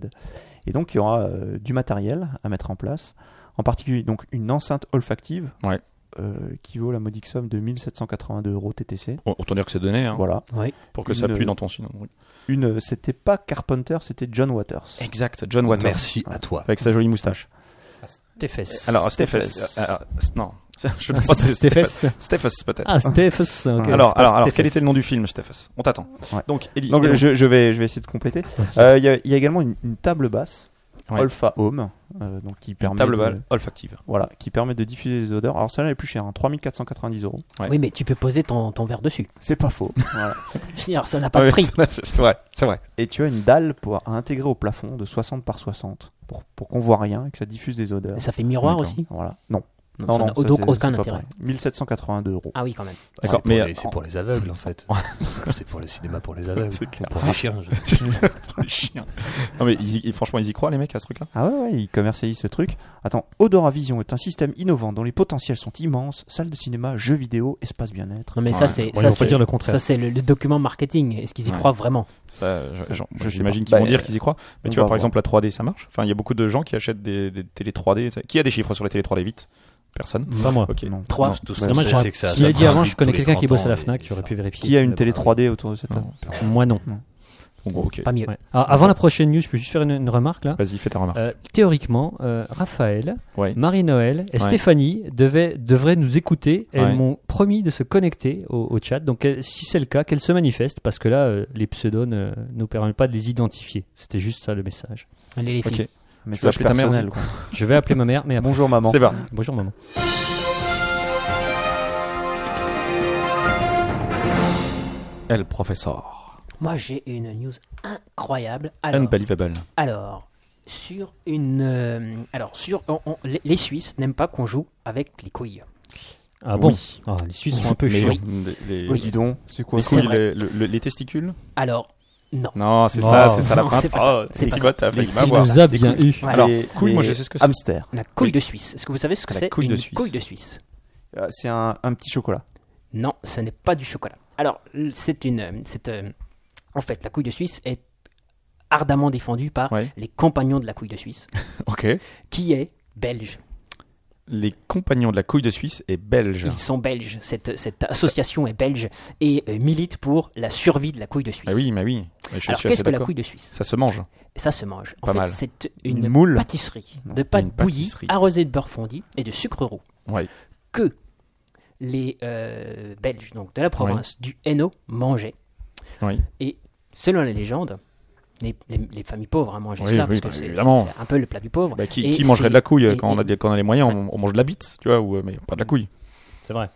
S5: Et donc il y aura euh, du matériel à mettre en place, en particulier donc une enceinte olfactive
S3: Ouais.
S5: euh, qui vaut la modique somme de 1782 euros TTC.
S3: Bon, Autant dire que c'est donné, hein,
S5: Voilà.
S3: pour que ça
S5: Une-
S3: pue dans ton sinon. oui.
S5: Une, euh, c'était pas Carpenter, c'était John Waters.
S3: Exact, John Waters.
S7: Merci à toi.
S3: Avec sa jolie moustache.
S6: Tes fesses.
S3: Alors, Stephes.
S5: Stéphane.
S3: non, [LAUGHS] je ne
S6: Ah,
S3: sais pas si
S6: c'est
S3: c'est
S6: tes
S3: Stephes.
S6: fesses.
S3: Stephes, peut-être.
S6: Ah, Stephes. ok.
S3: alors,
S6: C'est pas
S3: alors, alors,
S6: Stephes.
S3: quel était le nom du film, Stephes On t'attend.
S5: Ouais.
S3: Donc, Eddie.
S5: Donc
S3: Eddie-
S5: je, je vais, je vais essayer de compléter. Euh, Il y, a- il y a également une, une table basse,
S3: Ah, Ouais.
S5: Olfa Home, euh, donc qui permet
S3: table
S5: de-
S3: balle olfactive.
S5: Voilà, qui permet de diffuser les odeurs. Alors celle-là elle est plus chère, hein, 3490 euros.
S3: Ouais.
S4: Oui, mais tu peux poser ton, ton verre dessus. [LAUGHS]
S5: C'est pas
S3: [LAUGHS]
S5: faux. Voilà.
S4: Je veux dire, ça n'a pas de
S3: Ouais,
S4: prix.
S3: [LAUGHS] c'est c'est vrai, c'est vrai.
S5: Et tu as une dalle pour, à intégrer au plafond de 60 par 60 pour, pour qu'on voit rien et que ça diffuse des odeurs.
S4: Ça fait miroir
S3: D'accord.
S4: aussi.
S5: Voilà. Non,
S4: Non,
S5: non,
S4: ça
S5: non,
S4: n'a
S5: ça,
S4: donc
S5: c'est-
S4: aucun
S5: c'est pas
S4: intérêt.
S5: pareil. 1782 euros.
S4: Ah oui, quand même.
S3: D'accord,
S7: C'est pour
S3: mais euh,
S7: les- c'est pour les aveugles en fait. c'est pour le cinéma pour les aveugles.
S3: C'est clair.
S7: Pour les chiens. je-
S3: Les chiens. euh, [LAUGHS] Non mais ils y- ils- franchement, ils y croient les mecs à ce truc-là.
S5: Ah ouais, ouais, ils commercialisent ce truc. Attends, Odoravision est un système innovant dont les potentiels sont immenses. Salle de cinéma, jeux vidéo, espace bien-être.
S4: Non, mais
S3: Ouais.
S4: ça, c'est.
S6: Bon, ils
S4: ça,
S6: vont pas
S4: c'est-
S6: dire le contraire.
S4: ça, c'est le, le document marketing. Est-ce qu'ils y
S3: Ouais.
S4: croient vraiment
S3: Ça, euh, je-
S5: Ça,
S3: genre,
S5: je sais
S3: j'imagine
S5: pas.
S3: qu'ils vont
S5: Bah,
S3: dire qu'ils y croient. Mais
S5: on
S3: tu vois, par
S5: va voir.
S3: exemple, la 3D, ça marche. Enfin, il y a beaucoup de gens qui achètent des, des télé 3D. Qui a des chiffres sur les télé 3D vite Personne.
S6: Pas moi.
S3: Ok.
S5: Non.
S4: Trois.
S5: Non.
S7: Tout ce
S5: Ouais,
S7: qu'on
S6: Dommage,
S7: sait,
S6: j'aurais-
S7: c'est que ça-
S6: s'il
S7: ça
S6: avait dit
S7: fait un
S6: avant, je
S7: bip
S6: connais
S7: tous les
S6: quelqu'un qui
S7: 30
S6: bosse à
S7: ans
S6: la
S7: et-
S6: Fnac,
S7: et
S6: j'aurais
S7: ça.
S6: pu vérifier.
S5: Qui a une télé 3D autour de cette table
S3: Non.
S6: Moi non.
S5: Non.
S3: Bon, bon, ok.
S4: Pas mieux.
S6: Ouais. Ah, avant la prochaine news, je peux juste faire une, une remarque là.
S3: Vas-y, fais ta remarque.
S6: Euh, théoriquement, euh, Raphaël,
S3: Ouais.
S6: Marie-Noël et
S3: Ouais.
S6: Stéphanie devaient, devraient nous écouter. Elles
S3: Ouais.
S6: m'ont promis de se connecter au, au chat. Donc, elles- si c'est le cas, qu'elles se manifestent parce que là, euh, les pseudos ne nous permettent pas de les identifier. C'était juste ça le message.
S4: Allez, les filles.
S3: Ok.
S5: Mais
S3: Tu vas
S5: ça,
S3: appeler ta mère
S5: personnel. quoi.
S6: Je vais appeler ma mère, mais après.
S5: Bonjour maman.
S3: C'est parti.
S6: Bonjour maman.
S3: El professeur.
S4: Moi, j'ai une news incroyable. Alors,
S3: Unbelievable.
S4: alors, sur une. euh, alors, sur. on- on- les, les Suisses n'aiment pas qu'on joue avec les couilles.
S6: Ah bon
S3: Oui.
S6: Ah, Les Suisses sont un peu
S3: Mais
S6: chiants.
S3: Les, les-
S5: Oh, dis donc, c'est quoi
S3: les
S5: ça
S4: C'est
S3: couilles,
S4: vrai.
S3: le- le- le- les testicules
S4: Alors, non.
S3: Non, c'est
S6: Non.
S3: ça, c'est ça la
S4: Non,
S3: fin.
S4: c'est pas ça,
S3: Oh,
S4: c'est
S3: les
S4: pas
S3: petits
S4: ça.
S3: bottes, avec
S6: Il
S3: ma voix.
S6: nous a bien eu.
S4: Ouais.
S3: Alors,
S5: Les-
S3: couille, moi
S5: les
S3: je sais ce que c'est.
S5: Hamster.
S4: La couille de Suisse. Est-ce que vous savez ce que
S3: La
S4: c'est
S3: couille
S4: une
S3: de Suisse.
S4: couille de Suisse
S5: Euh, C'est un, un petit chocolat.
S4: Non, ce n'est pas du chocolat. Alors, l- c'est une. euh, c'est, euh, en fait, la couille de Suisse est ardemment défendue par
S3: Ouais.
S4: les compagnons de la couille de Suisse,
S3: Ok.
S4: qui est belge.
S3: Les compagnons de la couille de Suisse est belge.
S4: Ils sont belges. Cette, cette association est belge et euh, milite pour la survie de la couille de Suisse.
S3: Ah oui, mais oui. Je
S4: Alors,
S3: suis
S4: qu'est-ce
S3: assez
S4: que la
S3: d'accord.
S4: couille de Suisse
S3: Ça se mange.
S4: Ça se mange. En
S3: Pas
S4: fait,
S3: mal.
S4: c'est une,
S5: Une moule
S4: pâtisserie de pâte
S3: Une
S4: bouillie
S3: pâtisserie.
S4: arrosée de beurre fondu et de sucre roux
S3: Ouais.
S4: que les euh, Belges, donc de la province du Hainaut, mangeaient.
S3: Oui.
S4: Et selon la légende, les, les- les familles pauvres hein, mangeaient
S3: Oui,
S4: cela
S3: oui,
S4: parce
S3: bah,
S4: que c'est-
S3: évidemment.
S4: c'est un peu le plat du pauvre.
S3: Bah, qui
S4: Et
S3: qui mangerait
S4: c'est-
S3: de la couille euh,
S4: et-
S3: quand, on a,
S4: et-
S3: des- quand on a les moyens on, on mange de la bite, tu vois, ou, euh, mais pas de la couille.
S6: C'est vrai.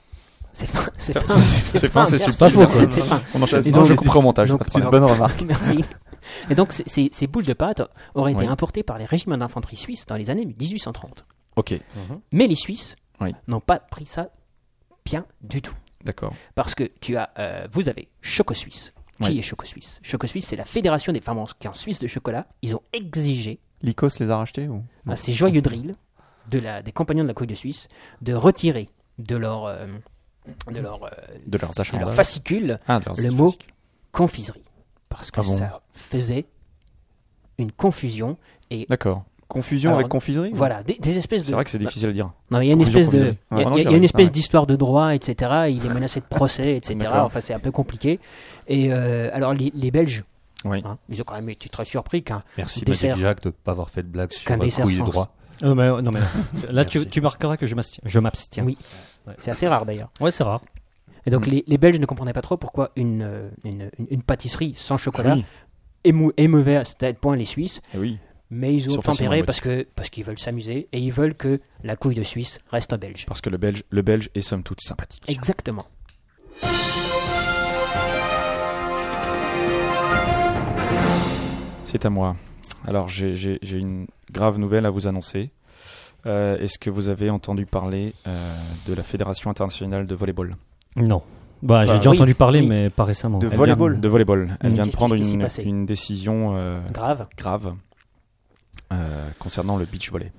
S4: C'est fin, c'est
S3: C'est
S4: fin,
S3: c'est fin, c'est
S4: merci.
S3: subtil.
S6: Pas faux, quoi.
S4: C'est fin.
S3: On enchaîne.
S5: Ça,
S3: Non,
S5: c'est-
S3: je couperai au montage.
S5: donc,
S3: pas de
S5: c'est une
S3: problème.
S5: bonne remarque.
S4: Merci. Et donc, ces- ces, ces boules de pâte auraient été
S3: Oui.
S4: importées par les régiments d'infanterie suisse dans les années 1830.
S3: Ok,
S4: Mais les Suisses
S3: Oui.
S4: n'ont pas pris ça bien du tout.
S3: d'accord.
S4: Parce que tu as, euh, vous avez Choco Suisse. Qui
S3: Oui.
S4: est Choco Suisse Choco Suisse, c'est la fédération des femmes en, qui est en Suisse de chocolat. Ils ont exigé
S5: Lycos les a rachetés ou
S4: à ces joyeux drills de la, des compagnons de la Couille de Suisse de retirer de leur, euh, de leur, euh,
S3: De leurs achats.
S4: de leur fascicule
S3: Ah, de leurs
S4: le mot
S3: fascicules.
S4: confiserie. Parce que
S3: Ah bon
S4: ça faisait une confusion.
S3: D'accord.
S5: Confusion
S4: Alors,
S5: avec confiserie ou
S4: Voilà, des, des espèces de.
S3: C'est vrai que c'est difficile à dire.
S4: Non, mais il y a une
S3: Confusion
S4: espèce de,
S3: provisoire.
S4: il y a-
S3: Ouais, non,
S4: il y a- il y
S3: j'y
S4: a une
S3: arrive.
S4: espèce d'histoire de droit, etc. Il est menacé de procès, etc.
S3: D'accord.
S4: Enfin, c'est un peu compliqué. Et euh, alors, les, les Belges,
S3: Oui.
S4: hein, ils ont quand même été très surpris qu'un
S7: Merci
S4: Dessert.
S7: Magic Jack de ne pas avoir fait de blague sur
S4: Qu'un
S7: euh,
S4: dessert
S7: couille et
S4: sans-
S7: droit.
S6: Euh, mais, euh, non, mais non. là, tu,
S7: Merci.
S6: tu marqueras que je m'abstiens. Je m'abstiens.
S4: Oui. C'est assez rare d'ailleurs.
S6: Ouais, c'est rare.
S4: Et donc
S3: Mm.
S4: les, les Belges ne comprenaient pas trop pourquoi une, euh, une, une- une pâtisserie sans chocolat
S3: Oui.
S4: émou- émeuvait à tel point les Suisses,
S3: Eh oui.
S4: mais ils
S3: Ils
S4: ont
S3: sont facilement
S4: tempéré parce que parce qu'ils veulent s'amuser et ils veulent que la couille de Suisse reste belge.
S3: Parce que le belge, le belge est somme toute sympathique.
S4: Exactement.
S3: C'est à moi. Alors, j'ai- j'ai j'ai une grave nouvelle à vous annoncer. Euh, Est-ce que vous avez entendu parler euh, de la Fédération internationale de volleyball
S6: Non. Bah, j'ai
S3: Bah,
S6: déjà
S4: oui,
S6: entendu parler,
S4: oui.
S6: mais pas récemment.
S5: De
S3: Elle
S5: volleyball.
S3: vient- De volleyball. Elle
S6: Mm.
S3: vient de
S4: Qu'est-ce
S3: prendre
S4: qui s'est
S3: une,
S4: passé
S3: une décision euh,
S4: Grave.
S3: grave euh, concernant le beach volley.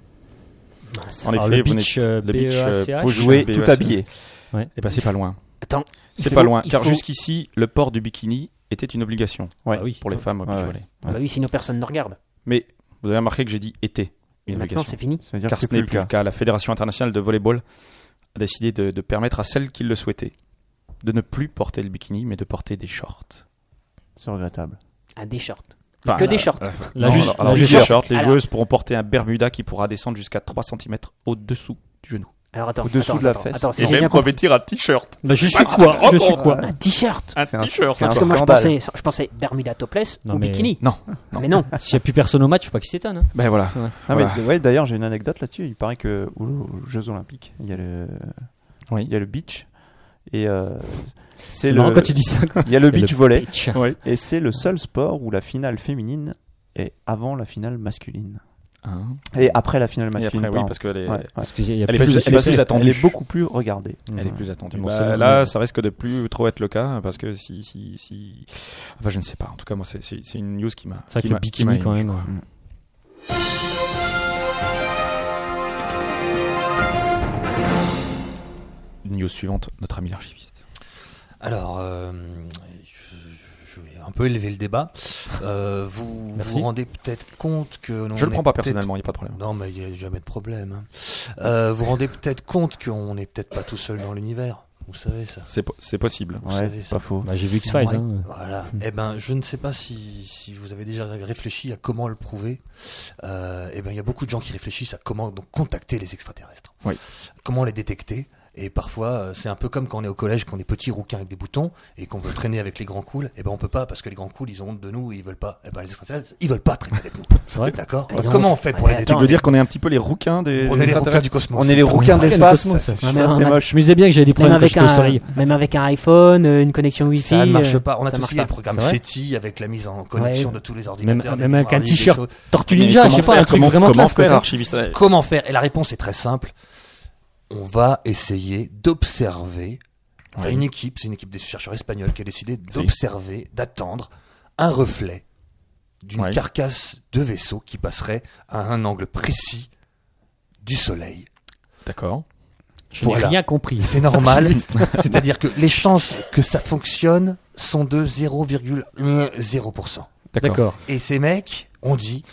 S4: Mince.
S3: En
S6: Ah,
S3: effet,
S6: le
S3: vous
S6: beach,
S3: n'êtes-
S6: euh,
S3: le beach, euh,
S6: BEACH.
S3: faut
S5: Jouer E
S3: BEACH.
S5: tout habillé.
S3: Eh
S6: Bah,
S3: ben, c'est pas loin.
S4: Attends, il
S3: C'est
S4: faut-
S3: pas loin,
S4: il
S3: car
S4: faut-
S3: jusqu'ici, le port du bikini était une obligation
S5: Ouais.
S6: Ah oui.
S3: pour les femmes au beach
S5: ouais.
S3: volley.
S4: Ah bah oui, sinon personne ne regarde.
S3: Mais vous avez remarqué que j'ai dit était une
S4: Maintenant,
S3: obligation.
S4: c'est fini.
S5: Ça veut dire
S3: Car ce
S5: que c'est plus
S3: n'est
S5: le
S3: plus le
S5: cas.
S3: cas. La Fédération internationale de volleyball a décidé de, de permettre à celles qui le souhaitaient de ne plus porter le bikini, mais de porter des shorts.
S5: C'est regrettable.
S4: Ah, des shorts.
S3: Enfin,
S4: que
S3: euh,
S4: des shorts.
S3: euh,
S6: La
S3: non,
S6: juste-
S3: alors, alors,
S6: la
S3: les
S6: juste-
S3: shorts, les
S4: Alors-
S3: joueuses pourront porter un Bermuda qui pourra descendre jusqu'à 3 cm au-dessous du genou.
S4: Alors attends,
S5: Au-dessous
S4: attends,
S5: de la
S4: attends,
S5: fesse.
S4: Attends, si
S3: Et
S4: j'ai bien
S3: même
S4: compris.
S3: revêtir un t-shirt.
S6: Bah, je suis quoi Je suis quoi
S4: Un t-shirt.
S3: Un
S5: C'est un-
S3: t-shirt.
S5: c'est un-
S4: Parce que moi je
S5: scandale.
S4: pensais, je pensais Bermuda topless
S6: Non,
S4: ou
S6: mais-
S4: bikini.
S3: Non.
S4: Mais non.
S6: S'il n'y a plus personne au match, faut pas qu'il s'étonne. hein.
S3: Ben voilà.
S5: Non,
S3: Voilà.
S5: Ah, mais, ouais, d'ailleurs, j'ai une anecdote là-dessus. Il paraît que aux, aux Jeux Olympiques, il y a le,
S3: Oui.
S5: il y a le beach et euh,
S6: C'est
S5: c'est
S6: marrant
S5: le,
S6: quand tu dis ça. quoi.
S5: il y a le beach volley
S6: Pitch.
S5: et c'est le seul sport où la finale féminine est avant la finale masculine
S3: Hein.
S5: et après la finale
S3: Et
S5: masculine.
S3: après, oui,
S5: pardon.
S3: parce qu'elle est,
S5: Ouais, ouais.
S6: Parce qu'il y a
S3: Elle est
S6: plus-
S3: plus- elle est plus
S6: elle
S3: attendue.
S5: Elle est beaucoup plus regardée.
S3: elle est plus attendue.
S6: Bon,
S3: Bah,
S6: c'est-
S3: là, ça risque de plus trop être le cas, hein, parce que si... si, si... Enfin, je ne sais pas. En tout cas, moi, c'est- c'est c'est une news qui m'a...
S6: C'est vrai
S3: qui
S6: que le
S3: m'a- qui m'a
S6: bikini, quand
S3: ému,
S6: même.
S3: quoi. News suivante, notre ami l'archiviste.
S7: Alors, euh, je, je vais un peu élever le débat. Euh, vous
S6: Merci.
S7: vous rendez peut-être compte que... l'on
S3: Je le
S7: est
S3: prends pas
S7: peut-être-
S3: personnellement, il n'y a pas de problème.
S7: Non, mais il n'y a jamais de problème. hein. Euh, vous vous rendez peut-être compte qu'on n'est peut-être pas tout seul dans l'univers. Vous savez ça.
S3: C'est po- c'est possible.
S7: Vous savez
S5: Ouais, c'est
S7: ça.
S5: pas faux.
S6: Bah, j'ai vu X-Files.
S4: Ouais.
S6: hein.
S7: Voilà. Eh ben, je ne sais pas si, si vous avez déjà ré- réfléchi à comment le prouver. Euh, eh ben, il y a beaucoup de gens qui réfléchissent à comment donc, contacter les extraterrestres.
S3: Oui.
S7: Comment les détecter. Et parfois, euh, c'est un peu comme quand on est au collège, qu'on est petit rouquin avec des boutons et qu'on veut traîner avec les grands cools. Et ben on peut pas parce que les grands cools, ils ont honte de nous, et ils veulent pas. Et ben les extraterrestres, ils veulent pas traîner avec nous.
S6: C'est vrai.
S7: D'accord.
S6: Ils ont
S7: Comment on fait pour
S4: Ouais,
S7: les
S4: attends,
S3: Tu
S7: détruire
S3: veux dire qu'on est un petit peu les rouquins des.
S7: On
S3: des
S7: est les rouquins
S3: extraterrestres
S7: du cosmos.
S5: On est les rouquins d'espace.
S7: cosmos, Ah,
S5: Ça,
S4: ça.
S5: c'est
S4: Ouais,
S5: moche.
S6: Je me disais bien que j'avais des
S4: Même
S6: problèmes quand
S4: avec,
S6: j'étais au soleil.
S4: un, même avec un iPhone, euh, une connexion Wi-Fi.
S7: Ça ne marche
S4: euh,
S7: pas. On a
S4: ça
S7: tous
S4: marche
S7: les
S4: pas.
S7: programmes
S4: C'est vrai
S7: SETI avec la mise en connexion
S4: Ouais.
S7: de tous les
S6: Même,
S7: ordinateurs. des
S6: même avec un
S7: mémoires vives, des
S6: t-shirt
S7: choses.
S6: Tortue
S3: Mais
S6: Ninja, je
S3: comment
S6: sais pas,
S3: faire
S6: un truc
S3: Comment-
S6: vraiment
S3: Comment
S6: classe. quoi,
S3: faire,
S6: tu
S3: archiviste
S7: Comment faire Et la réponse est très simple. On va essayer d'observer. Enfin,
S3: Oui.
S7: Une équipe, c'est une équipe des chercheurs espagnols qui a décidé d'observer, d'attendre un reflet d'une
S3: Oui.
S7: carcasse de vaisseau qui passerait à un angle précis du soleil.
S3: D'accord.
S6: vois. Je n'ai
S7: Voilà.
S6: rien compris.
S3: [LAUGHS]
S7: C'est normal. C'est-à-dire que les chances que ça fonctionne sont de 0,0%.
S6: D'accord.
S7: Et ces mecs ont dit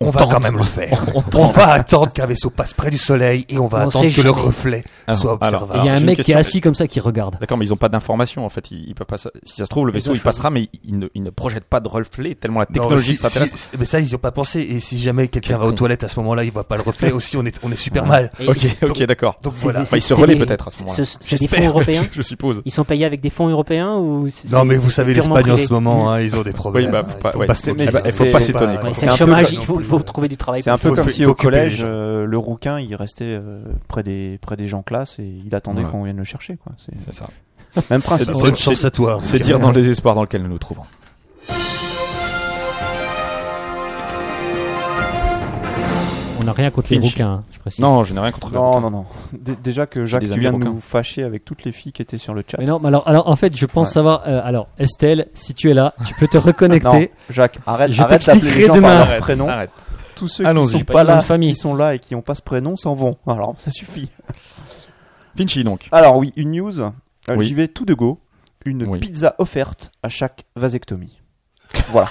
S7: on,
S3: On
S7: va
S3: tente.
S7: quand même le faire.
S3: [LAUGHS] On
S7: On, va attendre qu'un vaisseau passe près du soleil et on va
S4: On
S7: attendre que
S4: sait
S7: le
S4: jamais.
S7: reflet
S3: Alors,
S7: soit
S3: Ah, alors,
S7: observable.
S6: Et Il y a un
S3: j'ai une
S6: mec qui est
S3: question.
S6: assis comme ça qui regarde.
S3: D'accord, mais ils n'ont pas d'informations en fait. Ils, ils peuvent pas. sa- Si ça se trouve, le vaisseau
S6: doivent
S3: il passera, mais il ne, il ne projette pas de reflet tellement la
S7: Non,
S3: technologie
S7: si-
S3: extraterrestre.
S7: si- mais ça, ils n'y ont pas pensé. Et si jamais quelqu'un va aux
S3: Quelqu'un.
S7: toilettes à ce moment-là, il voit pas le
S3: [LAUGHS]
S7: reflet aussi, on est, on est super mal.
S4: Et-
S3: Ok,
S4: et c'est-
S3: ok, d'accord.
S7: Donc
S4: c'est
S7: voilà.
S4: des-
S3: Bah, ils se
S4: c'est
S3: relaient
S4: des-
S3: peut-être à ce moment-là.
S4: ce- C'est des
S7: J'espère.
S4: fonds
S3: [LAUGHS]
S4: européens
S3: Je suppose.
S4: Ils sont payés avec des fonds européens ou c'est-
S7: Non, mais
S4: c'est-
S7: vous
S4: c'est
S7: savez,
S4: purement
S7: l'Espagne en
S4: privé
S7: ce moment, hein, ils ont des problèmes.
S3: bah,
S7: hein,
S3: faut
S7: il
S3: pas- ouais.
S7: se
S5: C'est-
S7: moquer,
S5: mais
S7: hein,
S5: c'est- faut pas
S3: s'étonner,
S4: Ouais,
S3: quoi.
S4: c'est le
S5: C'est un peu
S4: chômage,
S7: comme-
S4: il faut, il faut trouver du travail.
S5: C'est un peu
S7: Faut-
S5: comme
S7: faut-
S5: si
S7: faut
S5: au
S7: occuper les
S5: collège,
S7: gens.
S5: euh, le rouquin, il restait euh, près, des, près des gens classe et il attendait
S3: Ouais.
S5: qu'on vienne le chercher. Quoi. C'est
S3: C'est ça.
S5: même principe.
S3: C'est-
S7: Bonne
S3: c'est-
S7: chance à toi.
S3: C'est
S7: Ricard.
S3: dire dans le désespoir dans lequel nous nous trouvons.
S6: On n'a rien contre les
S3: Finch.
S6: rouquins, hein, je précise.
S3: Non, je n'ai rien contre.
S5: Non, non, non. Dé- déjà que Jacques,
S3: des
S5: tu
S3: amis
S5: viens de
S3: rouquins.
S5: nous fâcher avec toutes les filles qui étaient sur le chat.
S6: Mais non, mais alors, alors en fait, je pense
S5: Ouais.
S6: savoir. euh, alors, Estelle, si tu es là, tu peux te reconnecter.
S5: Non, Jacques, arrête,
S6: Je
S5: arrête d'appeler les
S6: t'expliquerai
S5: gens
S6: demain.
S5: par leur
S3: Arrête,
S5: prénom.
S3: arrête.
S5: Tous ceux qui
S3: Allons-y.
S5: sont
S6: Pas
S5: pas
S6: une bonne
S5: là,
S6: famille.
S5: qui sont là et qui n'ont pas ce prénom s'en vont. Alors, ça suffit.
S3: Finchy donc.
S5: Alors oui, une news. Euh,
S3: Oui.
S5: J'y vais tout de go. Une
S3: Oui.
S5: pizza offerte à chaque vasectomie. Voilà.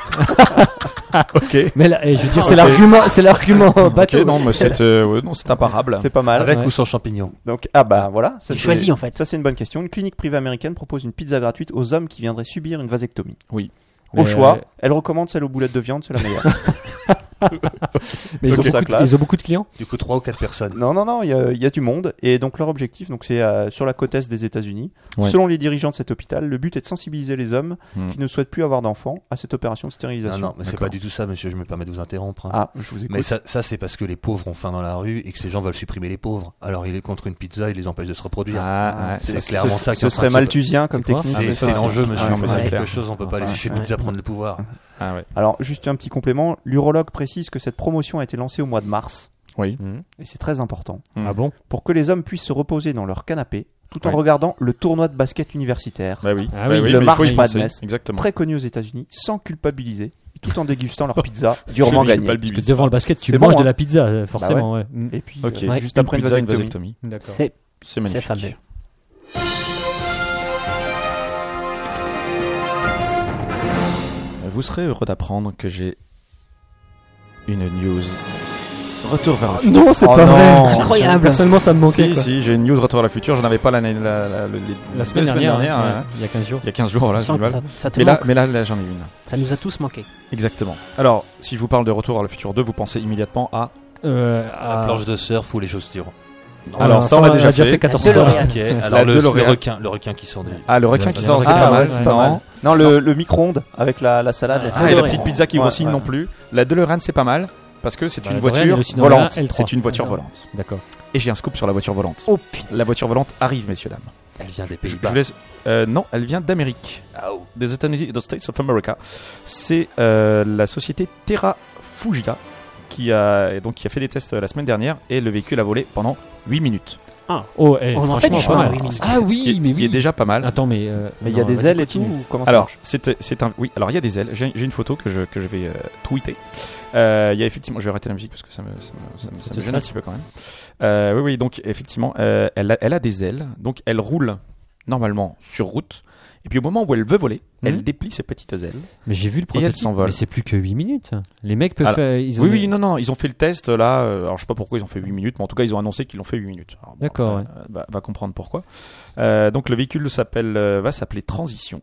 S3: Ok.
S6: Mais là, eh, je veux dire, c'est l'argument, c'est l'argument
S3: Ok,
S6: bateau.
S3: non, mais c'est euh, ouais, non, c'est imparable.
S5: C'est pas mal.
S7: Avec
S6: Ouais.
S7: ou sans champignons.
S5: Donc ah bah voilà. Ça,
S4: Tu
S5: c'est-
S4: choisis en fait.
S5: Ça c'est une bonne question. Une clinique privée américaine propose une pizza gratuite aux hommes qui viendraient subir une vasectomie.
S3: Oui.
S5: Au
S6: Mais,
S5: choix,
S6: euh,
S5: elle recommande celle aux boulettes de viande, c'est la meilleure.
S3: [LAUGHS]
S6: Mais ils,
S5: Ok.
S6: ont
S5: Ça
S6: beaucoup, de-
S5: classe.
S6: ils ont beaucoup de clients.
S7: Du coup, trois ou quatre personnes.
S5: non non non, il y, a- il y a du monde et donc leur objectif, donc c'est euh, sur la côte est des États-Unis.
S3: Ouais.
S5: Selon les dirigeants de cet hôpital, le but est de sensibiliser les hommes
S3: Hmm.
S5: qui ne souhaitent plus avoir d'enfants à cette opération de
S7: Non,
S5: stérilisation.
S7: non, mais c'est
S3: D'accord.
S7: pas du tout ça, monsieur. Je me permets de vous interrompre. hein.
S5: Ah, je vous écoute.
S7: Mais ça, ça c'est parce que les pauvres ont faim dans la rue et que ces gens veulent supprimer les pauvres. Alors il est contre une pizza, il les empêche de se reproduire.
S3: Ah, ouais.
S7: c'est
S5: ce-
S7: clairement
S5: ce,
S7: ça qui est
S5: Ce
S7: en train
S5: serait
S7: de se-
S5: malthusien comme
S6: C'est quoi
S5: technique.
S7: c'est
S3: ça,
S7: c'est
S3: c'est-
S7: l'enjeu,
S3: Ah,
S7: monsieur.
S3: mais
S7: on fait
S3: c'est
S7: quelque
S3: clair.
S7: chose, on peut pas
S3: Ah,
S7: laisser ces
S4: ouais.
S7: pizzas prendre le pouvoir.
S3: Ah ouais.
S5: Alors, juste un petit complément. L'urologue précise que cette promotion a été lancée au mois de mars.
S3: Oui.
S5: Et c'est très important.
S3: Hmm.
S6: Ah bon
S5: Pour que les hommes puissent se reposer dans leur canapé tout en
S3: Ouais.
S5: regardant le tournoi de basket universitaire.
S3: Bah oui.
S6: Ah
S3: Bah
S6: oui,
S3: oui,
S5: le
S3: mais il faut
S5: March
S3: y
S5: Madness.
S3: penser. Exactement.
S5: Très connu aux États-Unis, sans culpabiliser, tout en dégustant
S3: [LAUGHS]
S5: leur pizza durement
S3: Je suis pas
S5: gagnée.
S3: le
S6: Parce que
S3: bibi.
S6: devant le basket, tu
S5: C'est
S6: manges
S5: bon,
S6: de
S5: hein.
S6: la pizza, euh, forcément. ouais. Mm.
S5: Et puis,
S3: Ok.
S5: euh,
S4: Ouais.
S5: juste après une
S3: Pizza, une
S5: vasectomie.
S3: vasectomie.
S6: D'accord.
S4: C'est
S3: C'est
S4: c'est
S3: magnifique.
S4: fameux.
S3: Vous serez heureux d'apprendre que j'ai une news. Retour vers le futur.
S6: Non, c'est
S5: Oh
S6: pas
S5: non.
S6: vrai.
S4: Incroyable.
S6: Personnellement, ça me manquait.
S3: Si,
S6: quoi.
S3: si, j'ai une news Retour à la future. Je n'avais pas l'année, la, la- le- les-
S6: La semaine
S3: deux semaines
S6: dernière,
S3: dernière,
S6: hein,
S3: ouais.
S6: ouais, il y a 15 jours.
S3: il y a 15 jours, là, j'ai
S4: Ça,
S3: du mal.
S4: ça- ça te
S3: Mais là,
S4: manque.
S3: mais là, là, j'en ai une.
S4: Ça nous a tous manqué.
S3: Exactement. Alors, si je vous parle de Retour à la future 2, vous pensez immédiatement à.
S6: Euh,
S7: La
S6: ah.
S7: planche de surf ou les choses tirantes. Ah,
S3: Alors, ça, on l'a déjà fait.
S6: 14
S4: La
S6: fois.
S4: DeLorean.
S7: Ok, alors le,
S3: DeLorean.
S7: le requin, le requin qui sort du.
S3: Ah, le requin qui sort, c'est
S5: Ah,
S3: pas
S5: ouais,
S3: mal.
S5: c'est pas
S3: non.
S5: mal. Non, le, le micro-ondes avec la, la salade.
S3: Ah, et la
S4: Delorean.
S3: petite pizza qui
S5: Ouais,
S3: vacille
S5: ouais.
S3: non plus. La DeLorean, c'est pas mal. Parce que c'est
S6: Bah,
S3: une
S6: la DeLorean,
S3: voiture
S6: elle est aussi dans la
S3: volante.
S6: L3.
S3: C'est une voiture
S6: Ah,
S3: volante.
S6: D'accord.
S3: Et j'ai un scoop sur la voiture volante.
S4: Oh putain.
S3: La voiture volante arrive, messieurs, dames.
S7: Elle vient des
S3: Je, je
S7: Pays-Bas.
S3: vous laisse. euh, non, elle vient d'Amérique. Des États-Unis, des States of America. C'est euh, la société Terra Fujita qui a, et donc, qui a fait des tests euh, la semaine dernière et le véhicule a volé pendant 8 minutes.
S6: Oh, eh,
S4: On en fait
S6: franchement,
S4: du chemin.
S6: pas mal.
S4: oui, mais-
S6: Ah
S3: Ce qui est,
S6: oui,
S3: ce
S6: mais
S3: qui est
S6: oui.
S3: déjà pas mal.
S6: Attends, mais. euh,
S5: Mais il y a
S6: non,
S5: des
S6: vas-y,
S5: ailes et tout
S6: continue.
S5: ou comment ça
S3: Alors,
S5: marche
S3: c'est c'est un. Oui, alors il y a des ailes. J'ai j'ai une photo que je, que je vais euh, tweeter. Euh, Il y a effectivement. Je vais arrêter la musique parce que ça me, ça me, ça me- ça
S6: Ça te
S3: me gêne un
S6: stresse
S3: petit peu quand même. Euh, oui, oui, donc effectivement, euh, elle, a, elle a des ailes. Donc elle roule normalement sur route. Et puis au moment où elle veut voler,
S6: Mhm.
S3: elle déplie ses petites ailes.
S6: Mais j'ai vu le
S3: Et elle
S6: prototype.
S3: s'envole.
S6: Mais c'est plus que 8 minutes. Les mecs peuvent
S3: Alors,
S6: faire. ils ont
S3: Oui,
S6: des-
S3: oui, non, non, ils ont fait le test là. euh, alors je sais pas pourquoi ils ont fait 8 minutes, mais en tout cas ils ont annoncé qu'ils l'ont fait 8 minutes. Alors, bon,
S6: D'accord,
S3: euh, bah, va comprendre pourquoi. Euh, donc le véhicule s'appelle, euh, va s'appeler Transition.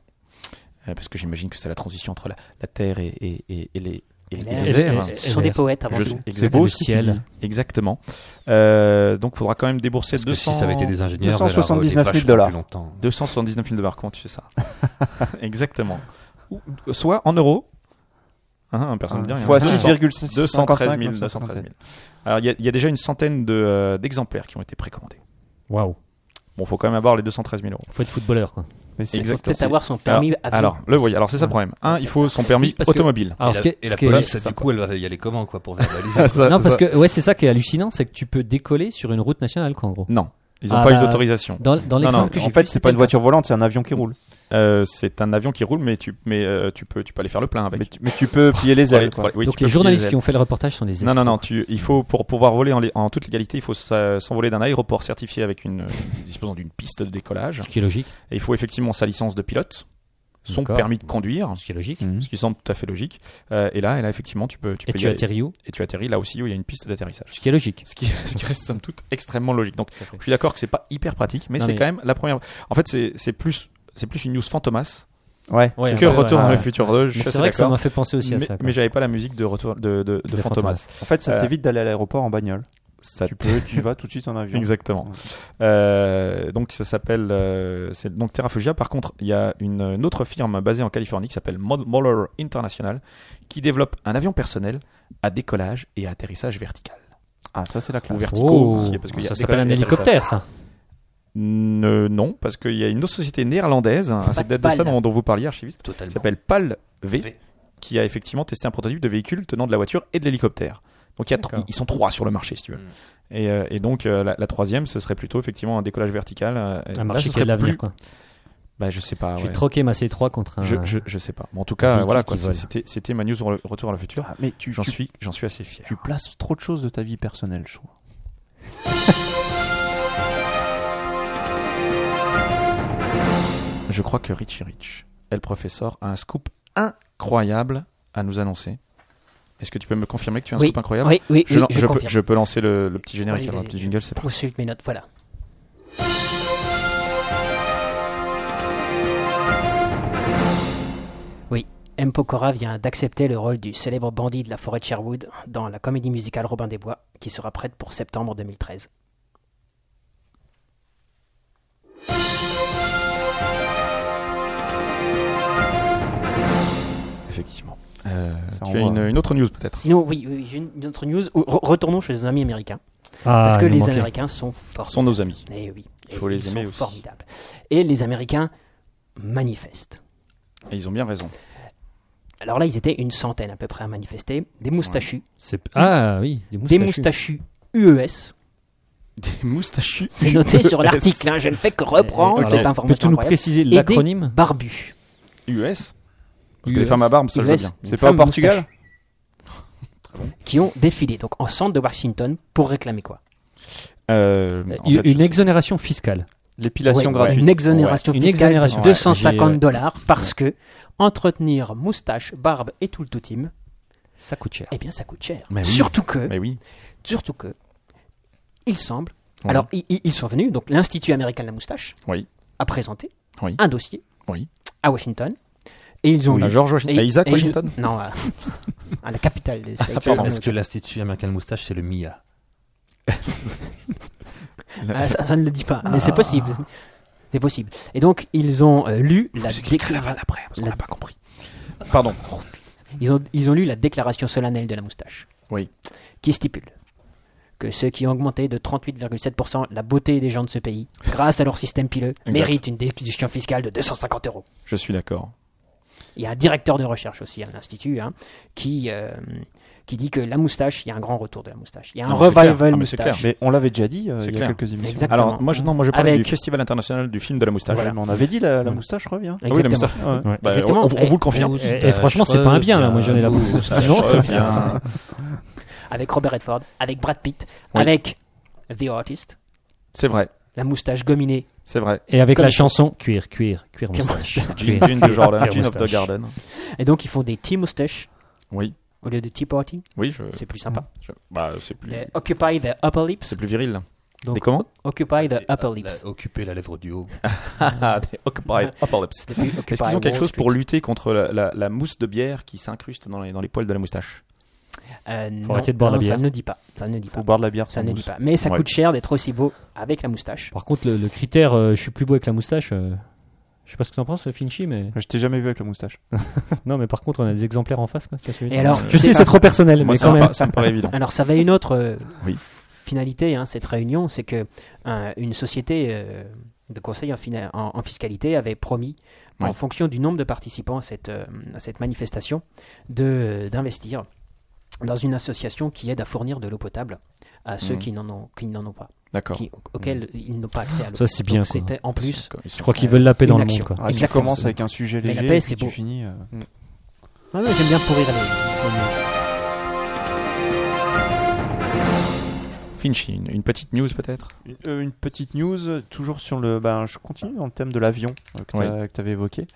S3: Euh, parce que j'imagine que c'est la transition entre la, la Terre et, et- et- et les, et les
S4: Hébert.
S3: Hézères.
S6: Hébert.
S4: Ce sont des poètes avant
S3: Je-
S4: tout.
S3: exact-
S6: C'est beau,
S3: le
S6: ce
S3: ciel.
S6: qu'il dit.
S3: Exactement. Euh, donc, faudra quand même débourser
S7: Parce que
S3: 200...
S7: si ça avait été des ingénieurs, on verra,
S5: 279 000
S7: vachement
S5: dollars.
S7: plus longtemps.
S3: 279 000 dollars. Comment tu fais ça [LAUGHS] Exactement. Ou- Soit en euros. Hein, personne
S6: Ah.
S3: ne dit rien.
S5: Fois
S3: 200.
S5: 6,655,
S3: 213 000,
S5: 955.
S3: 213 000. Alors, il y, a- il y a déjà une centaine de, euh, d'exemplaires qui ont été précommandés.
S6: Waouh.
S3: Bon, faut quand même avoir les 213 000 euros.
S6: Faut être footballeur, quoi.
S5: Mais c'est-
S3: Exact.
S4: Peut-être avoir son permis
S3: alors,
S4: avion.
S3: alors, le voyage. Alors, c'est ça le problème. Un,
S4: Ouais,
S3: il
S4: c'est
S3: faut son permis
S6: Oui, parce que-
S3: automobile.
S6: Alors,
S7: et
S6: ce
S7: la,
S6: qui est-
S7: et
S6: ce
S7: la
S6: qui est-
S7: police,
S3: ça,
S7: du coup, elle va y aller comment
S3: [LAUGHS]
S7: quoi, pour
S3: Ah,
S7: verbaliser
S3: ça-
S6: Non, parce
S3: ça-
S6: que ouais, c'est ça qui est hallucinant, c'est que tu peux décoller sur une route nationale, quoi, en gros.
S3: Non, ils n'ont
S6: Ah,
S3: pas eu
S6: là-
S3: d'autorisation.
S6: Dans, dans
S3: Non,
S6: l'exemple
S3: non,
S6: que j'ai
S5: En fait,
S6: vu,
S5: c'est pas une
S6: quelqu'un-
S5: voiture volante, c'est un avion qui roule.
S3: Euh, c'est un avion qui roule, mais tu, mais, euh, tu, peux, tu peux aller faire le plein avec.
S5: Mais tu, mais tu peux plier les
S3: Pour aller-
S5: ailes. quoi.
S3: pour aller- oui,
S6: Donc
S3: tu
S6: les
S3: peux plier
S6: journalistes
S3: ailes.
S6: qui ont fait le reportage sont des
S3: Non,
S6: escrocs.
S3: non, non, tu, il faut, pour pouvoir voler en, les- en toute légalité, il faut s'a- s'envoler d'un aéroport certifié avec une, euh, disposant d'une piste de décollage.
S6: Ce qui est logique.
S3: Et il faut effectivement sa licence de pilote, son
S6: D'accord.
S3: permis de conduire,
S6: Ce qui est logique.
S5: Mhm.
S3: ce qui semble tout à fait logique. Euh, et là, et là, effectivement, tu peux, tu
S6: Mmh. Et
S3: peux y
S6: tu
S3: aller.
S6: atterris où
S3: et tu atterris là aussi où il y a une piste d'atterrissage.
S6: Ce qui est logique.
S3: Ce qui, [LAUGHS] ce qui reste somme toute extrêmement logique. Donc, je suis d'accord que c'est pas hyper pratique, mais
S6: Non,
S3: c'est
S6: mais-
S3: quand même la première. En fait, c'est c'est plus, c'est plus une news fantomas
S5: Ouais.
S6: Ouais,
S3: que
S6: ouais,
S3: Retour
S6: ouais,
S3: dans
S5: ouais.
S3: le futur 2. Je
S6: Mais
S3: suis
S6: c'est
S3: assez
S6: vrai que ça
S3: d'accord.
S6: m'a fait penser aussi à
S3: Mais,
S6: ça. quoi.
S3: mais j'avais pas la musique de Retour de, de, de
S6: De
S3: fantomas.
S5: En fait, ça
S3: Euh, bah
S5: t'évite d'aller à l'aéroport en bagnole.
S3: Ça
S5: Tu peux, tu vas tout de suite
S3: [LAUGHS]
S5: en avion.
S3: Exactement.
S5: Ouais.
S3: Euh, donc ça s'appelle euh, c'est donc Terrafugia. Par contre, il y a une, une autre firme basée en Californie qui s'appelle Mod- Moller International qui développe un avion personnel à décollage et à atterrissage vertical.
S5: Ah, ça, c'est la
S3: Ou
S5: classe.
S3: verticaux,
S6: Oh,
S3: parce qu'il y a- parce qu'il y a
S6: ça
S3: des
S6: s'appelle un
S3: collèges, il y a des
S6: hélicoptère, ça.
S3: Ne- non, parce qu'il y a une autre société néerlandaise, hein, ça
S4: de
S3: date de ça
S4: pal.
S3: dont, dont vous parliez, archiviste, qui
S7: Totalement.
S3: s'appelle PAL V,
S7: V.
S3: qui a effectivement testé un prototype de véhicule tenant de la voiture et de l'hélicoptère. Donc il y a trois-
S6: D'accord.
S3: ils sont trois sur le marché, si tu veux.
S5: Hmm.
S7: Mm.
S3: Et, euh, et donc euh, la, la troisième, ce serait plutôt effectivement un décollage vertical. euh, et là,
S6: Un marché
S3: ce
S6: qui a de
S3: serait
S6: l'avenir,
S3: plus-
S6: quoi.
S3: Bah je sais pas.
S6: Je
S3: ouais.
S6: vais troquer ma C3 contre un.
S3: Je, je, je sais pas. Mais en tout cas,
S6: Véhicule
S3: voilà quoi.
S6: qui
S3: c'est-
S6: vole.
S3: C'était c'était ma news sur le retour à le futur.
S5: Ah, mais tu,
S3: J'en
S5: tu,
S3: suis j'en suis assez fier.
S5: tu places trop de choses de ta vie personnelle, je trouve.
S3: Je crois que Richie Rich, El Professeur, a un scoop incroyable à nous annoncer. Est-ce que tu peux me confirmer que tu as un
S4: Oui.
S3: scoop incroyable
S4: Oui, oui,
S3: je,
S4: oui,
S3: lan-
S4: je,
S3: je peux,
S4: confirme.
S3: je peux lancer le, le petit générique,
S4: Oui,
S3: alors, le
S4: vas-y.
S3: petit jingle, c'est pas.
S4: Poursuite mes notes, voilà. Oui, M. Pokora vient d'accepter le rôle du célèbre bandit de la forêt de Sherwood dans la comédie musicale Robin des Bois, qui sera prête pour septembre 2013.
S3: Effectivement. Euh,
S5: Ça
S3: tu as
S5: envoie.
S3: une, une autre news peut-être
S4: Sinon, oui, oui, oui, j'ai une, une autre news. Ou- re- retournons chez nos amis américains,
S3: Ah,
S4: parce que les Américains sont forts.
S3: Sont nos amis.
S4: Eh oui,
S3: Il faut
S4: et
S3: les
S4: ils
S3: aimer
S4: sont
S3: aussi.
S4: formidables. Et les Américains manifestent.
S3: Et ils ont bien raison.
S4: Alors là, ils étaient une centaine à peu près à manifester. Des moustachus,
S6: Ah oui,
S4: des moustachus E UES.
S3: Des moustachus. [LAUGHS]
S4: C'est noté sur l'article, hein, je ne fais que reprendre
S3: Ok.
S4: cette
S6: Peux-tu
S4: information.
S6: nous
S4: incroyable.
S6: préciser
S4: Et des
S6: l'acronyme
S4: barbus.
S3: US. Parce que
S6: US.
S3: les femmes à barbe, ça je veux
S4: US.
S3: bien.
S5: C'est pas au
S4: femme
S5: Portugal
S4: Qui ont défilé donc en centre de Washington pour réclamer quoi
S3: Euh, en fait, je
S6: Une
S3: sais-
S6: exonération fiscale.
S5: L'épilation
S4: Ouais,
S5: gratuite.
S4: Une exonération
S6: Ouais, une
S4: fiscale
S6: exonération.
S4: de 250
S6: Ouais,
S3: euh,
S6: j'ai-
S4: dollars parce que entretenir moustache, barbe et tout le toutim,
S6: Ça coûte cher.
S4: eh bien ça coûte cher.
S3: Mais oui.
S4: Surtout que,
S3: Mais oui.
S4: surtout que, il semble.
S3: Oui.
S4: Alors i- i- ils sont venus, donc l'Institut américain de la moustache
S3: Oui.
S4: a présenté
S3: Oui.
S4: un dossier
S3: Oui.
S4: à Washington et ils ont eu
S3: À George Washington.
S4: Et-
S3: À Isaac
S4: et-
S3: Washington.
S4: Non, à, à la capitale. des-
S3: Ah, ça, pardon.
S7: Est-ce que l'Institut américain de moustache, c'est le MIA
S4: Ah, ça, ça ne le dit pas, mais c'est
S3: Ah.
S4: possible. C'est possible. Et donc, ils ont euh, lu la déclaration.
S3: après, parce
S4: qu'on la- n'a
S3: pas compris. Pardon.
S4: Ils ont, ils ont lu la déclaration solennelle de la moustache.
S3: Oui.
S4: Qui stipule que ceux qui ont augmenté de 38,7% la beauté des gens de ce pays, grâce à leur système pileux,
S3: Exact.
S4: méritent une déduction fiscale de 250 euros.
S3: Je suis d'accord.
S4: Il y a un directeur de recherche aussi à l'Institut hein, qui, euh, qui dit que la moustache, il y a un grand retour de la moustache. Il y a un
S3: Non, c'est clair.
S4: revival
S3: Ah, mais c'est
S4: moustache.
S5: Mais on l'avait déjà dit euh,
S3: C'est
S5: il y a
S3: clair.
S5: quelques émissions.
S4: Exact. Exactement.
S3: Alors, moi je, non, moi, je parlais
S4: Avec-
S3: du Festival international du film de la
S5: Ouais,
S3: moustache.
S5: mais on avait dit la, la moustache revient.
S3: Ah oui, la moustache.
S5: Ouais.
S6: Ouais.
S3: Bah, on-
S4: Exactement.
S3: on- on vous le confirme.
S6: Et, et franchement, c'est pas un bien là. Moi, j'en ai la [LAUGHS] Non, c'est-
S4: avec Robert Redford, avec Brad Pitt,
S3: Oui.
S4: avec The Artist,
S3: C'est vrai.
S4: la moustache gominée.
S3: C'est vrai.
S6: Et avec
S4: Comme-
S6: la chanson cuir, cuir, cuir
S4: Cuir
S6: moustache. [LAUGHS]
S3: Jean,
S6: Cuir,
S3: Jean
S6: cuir,
S3: de Jordan,
S6: cuir
S3: Jean of the
S6: moustache.
S3: Garden.
S4: Et donc ils font des tea moustaches
S3: Oui,
S4: au lieu de tea party,
S3: oui, je,
S4: c'est plus sympa.
S3: je- bah, c'est plus,
S4: Les Occupy the upper lips,
S3: c'est plus viril. Des
S4: [LAUGHS]
S3: comment
S4: Occupy the upper
S7: euh, [LAUGHS] La-
S4: lips.
S7: Occuper la lèvre du haut.
S3: Ah, des [LAUGHS] Occupied Upper Lips.
S4: Depuis
S3: Est-ce
S4: Occupy
S3: qu'ils ont quelque
S4: Wall
S3: chose pour
S4: Street.
S3: lutter contre la, la- la mousse de bière qui s'incruste dans les, dans les poils de la moustache
S4: Euh, non,
S6: arrêter de boire de la
S4: non,
S6: bière.
S4: Ça ne dit pas. Ça ne dit pas.
S5: Faut boire de la bière
S4: Ça
S5: sans
S4: ne dit
S5: mousse.
S4: pas. Mais ça
S3: Ouais.
S4: coûte cher d'être aussi beau avec la moustache.
S6: Par contre, le, le critère euh, je suis plus beau avec la moustache, euh, je sais pas ce que t'en penses, Finchy, [LAUGHS] mais.
S5: Je t'ai jamais vu avec la moustache.
S6: Non, mais par contre, on a des exemplaires en face. Quoi, c'est celui-
S4: Et alors,
S6: je sais, c'est trop personnel,
S3: Moi,
S6: mais
S3: ça
S6: quand
S3: me,
S6: même.
S3: paraît- ça me
S4: [LAUGHS]
S3: paraît évident.
S4: Alors ça avait une autre euh,
S3: Oui.
S4: f- finalité, hein, cette réunion, c'est que euh, une société euh, de conseil en, fina- en- en fiscalité avait promis,
S3: Ouais.
S4: en fonction du nombre de participants à cette, euh, à cette manifestation, de- d'investir dans une association qui aide à fournir de l'eau potable à ceux
S3: Mhm.
S4: qui n'en ont, qui n'en ont pas,
S3: D'accord.
S4: qui- auxquels ils n'ont pas accès à l'eau.
S6: Ça, c'est bien,
S4: Donc,
S6: quoi.
S4: C'était en plus.
S3: Ils sont-
S6: Je crois qu'ils veulent la paix
S4: Une
S6: dans le monde.
S4: action.
S6: Quoi.
S5: Ah, tu
S4: Exactement.
S5: commences avec un sujet
S4: Mais la
S5: léger
S4: paix,
S5: et
S4: c'est
S5: puis tu
S4: beau.
S5: finis. euh,
S4: Ah ouais, J'aime bien pourrir les-
S3: Finch, une, une petite news peut-être
S5: Une- euh, une petite news, euh, toujours sur le. Ben, je continue dans le thème de l'avion euh, que
S3: Oui.
S5: tu avais évoqué.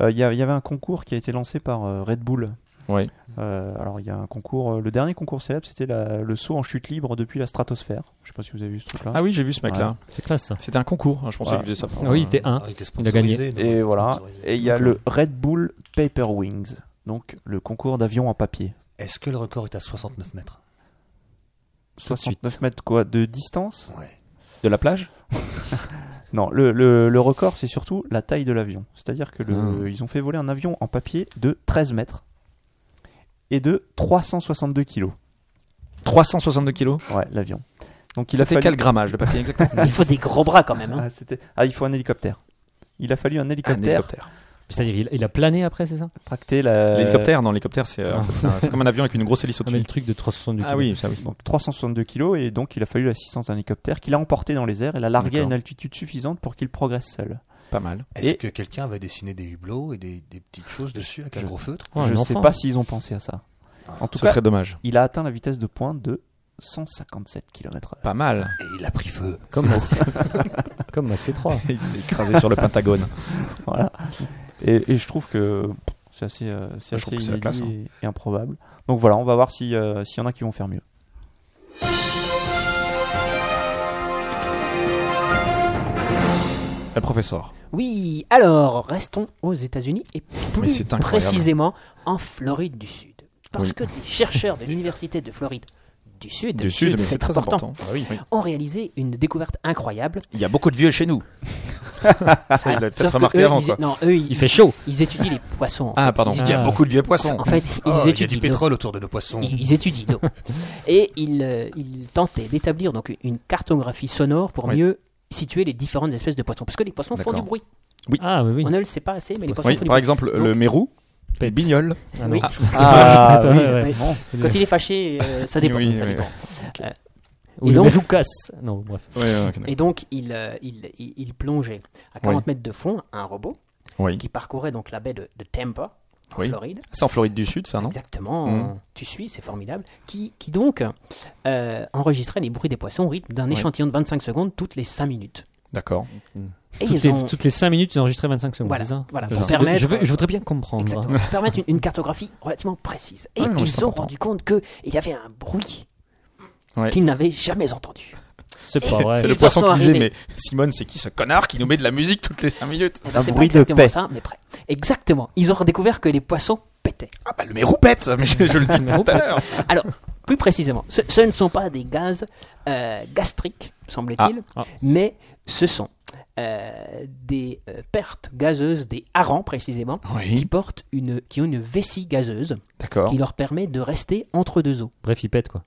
S5: Euh, Il y, a- il y avait un concours qui a été lancé par euh, Red Bull.
S3: Oui.
S5: Euh, alors, il y a un concours. euh, le dernier concours célèbre, c'était la- le saut en chute libre depuis la stratosphère. Je sais pas si vous avez vu ce truc-là.
S3: Ah oui, j'ai vu ce mec-là.
S6: C'est classe ça.
S3: C'était un concours, hein, je pensais
S5: Voilà.
S3: qu'il faisait ça. pour-
S6: Ah oui, il était
S3: Hein
S6: un.
S7: Ah, il était
S6: Il a gagné.
S7: sponsorisé, non, il
S5: Et
S7: était
S5: voilà.
S7: sponsorisé.
S5: Et il y a le Red Bull Paper Wings. Donc, le concours d'avion en papier.
S7: Est-ce que le record est à 69 mètres
S5: 69 mètres quoi de distance
S7: Ouais.
S3: De la plage
S5: Non, le, le- le record, c'est surtout la taille de l'avion. C'est-à-dire que le,
S3: Ah.
S5: ils ont fait voler un avion en papier de 13 mètres et de 362 kilos.
S3: 362 kilos
S5: Ouais, l'avion. Donc il a
S3: C'était
S5: fallu.
S3: quel grammage de papier exactement
S4: Il faut des gros bras quand même. hein.
S5: ah, c'était- ah, il faut un hélicoptère. Il a fallu un hélicoptère,
S6: C'est-à-dire, il, il a plané après, c'est ça
S5: tracter la.
S3: Euh, L'hélicoptère, dans l'hélicoptère, c'est euh, en fait, c'est un- c'est comme un avion avec une grosse hélice
S6: Ah, mais
S3: au-dessus.
S6: le truc de 362
S3: Ah oui, ça oui.
S5: Donc 362 kilos et donc il a fallu l'assistance d'un hélicoptère qui l'a emporté dans les airs et l'a largué à
S3: D'accord.
S5: une altitude suffisante pour qu'il progresse seul.
S3: Pas mal.
S7: Est-ce
S5: Et-
S7: que quelqu'un va dessiner des hublots et des, des petites choses dessus avec un
S5: Je-
S7: gros feutre
S6: Oh, un
S5: Je sais
S6: enfant.
S5: pas s'ils ont pensé à ça. En tout
S3: Ce
S5: cas,
S3: serait dommage.
S5: il a atteint la vitesse de pointe de 157 km/h.
S3: Pas mal.
S7: Et il a pris feu.
S6: Comme ma, Comme ma C3.
S3: [LAUGHS] Il s'est écrasé sur le Pentagone.
S5: voilà. Et, et je trouve que pff, c'est assez, euh, c'est
S3: Je trouve
S5: assez
S3: que c'est la
S5: inédit
S3: classe, hein.
S5: et, et improbable. Donc voilà, on va voir si, euh, s'il y en a qui vont faire mieux.
S3: Le professeur.
S4: Oui, alors restons aux États-Unis et
S3: Mais
S4: plus
S3: c'est incroyable.
S4: précisément en Floride du Sud. Parce
S3: Oui.
S4: que des chercheurs de l'Université de Floride du Sud,
S3: Du Sud, mais c'est très important. Ah Oui.
S4: ont réalisé une découverte incroyable.
S3: Il y a beaucoup de vieux chez nous. Ça, Ah, il l'a
S4: Sauf
S3: peut-être
S4: que
S3: remarqué
S4: eux,
S3: avant,
S4: ils-
S3: quoi.
S4: Non, eux, ils,
S6: Il fait chaud.
S4: ils étudient les poissons. en
S3: Ah,
S4: fait.
S3: pardon.
S4: Ils
S3: Il y a
S6: Ah.
S3: beaucoup de vieux poissons.
S4: En fait, ils
S7: Oh, il y a
S4: étudient
S7: du
S4: l'eau.
S7: pétrole autour de nos poissons.
S4: Ils, ils étudient
S3: [LAUGHS]
S4: l'eau. Et ils, euh, ils tentaient d'établir donc une cartographie sonore pour
S3: Oui.
S4: mieux situer les différentes espèces de poissons. Parce que les poissons font
S3: D'accord.
S4: du bruit.
S6: Ah oui, oui.
S4: On ne le sait pas assez, mais les poissons
S3: Oui,
S4: font du
S3: par
S4: bruit.
S3: exemple, le mérou, le
S6: Pète.
S3: bignol.
S6: Ah,
S4: Oui.
S6: non.
S4: [LAUGHS]
S5: Ah,
S6: Ouais, ouais, ouais.
S5: bon.
S4: Quand il est fâché, euh, ça dépend.
S3: Oui,
S4: ça
S3: oui,
S4: dépend.
S6: Ou
S4: Et
S6: le
S4: donc-
S6: Meroucas. Non, bref.
S3: Ouais, ouais, ouais,
S4: Et donc, il, euh, il, il, il plongeait à 40 mètres de fond un robot
S3: Oui.
S4: qui parcourait donc la baie de, de Tampa, en
S3: Oui.
S4: Floride.
S3: C'est en Floride du Sud, ça, non
S4: Exactement,
S3: Mm.
S4: tu suis, c'est formidable. Qui, qui donc euh, enregistrait les bruits des poissons au rythme d'un
S3: Oui.
S4: échantillon de 25 secondes toutes les 5 minutes.
S3: D'accord.
S4: Et
S6: Toutes
S4: ils ont.
S6: les, toutes les 5 minutes, ils enregistraient 25 secondes,
S4: Voilà,
S6: c'est ça
S4: voilà,
S6: Je-
S4: pour
S6: je-
S4: permettre-
S6: je, veux- je voudrais bien comprendre.
S4: Exactement. Pour permettre une, une cartographie relativement précise. Et
S3: Ouais, non, mais c'est
S4: ils ont
S3: important.
S4: rendu compte qu'il y avait un bruit
S3: Ouais.
S4: qu'ils n'avaient jamais entendu.
S6: C'est pas vrai.
S3: C'est
S4: les
S3: le poisson
S4: poissons
S3: qui disait, mais
S4: arrivés.
S3: Simone, c'est qui ce connard qui nous met de la musique toutes les 5 minutes
S4: Eh ben,
S5: Un
S4: c'est pas
S5: bruit de
S4: exactement
S5: paix.
S4: ça, mais près. Exactement. Ils ont redécouvert que les poissons pétaient.
S3: Ah bah le mérou pète Mais je, je le dis tout à l'heure
S4: Alors, plus précisément, ce, ce ne sont pas des gaz euh, gastriques, semble-t-il,
S3: Ah, ah.
S4: mais ce sont euh, des euh, pertes gazeuses des harengs, précisément, qui,
S3: Oui,
S4: portent une, qui ont une vessie gazeuse
S3: d'accord.
S4: qui leur permet de rester entre deux eaux.
S6: Bref, il pète quoi.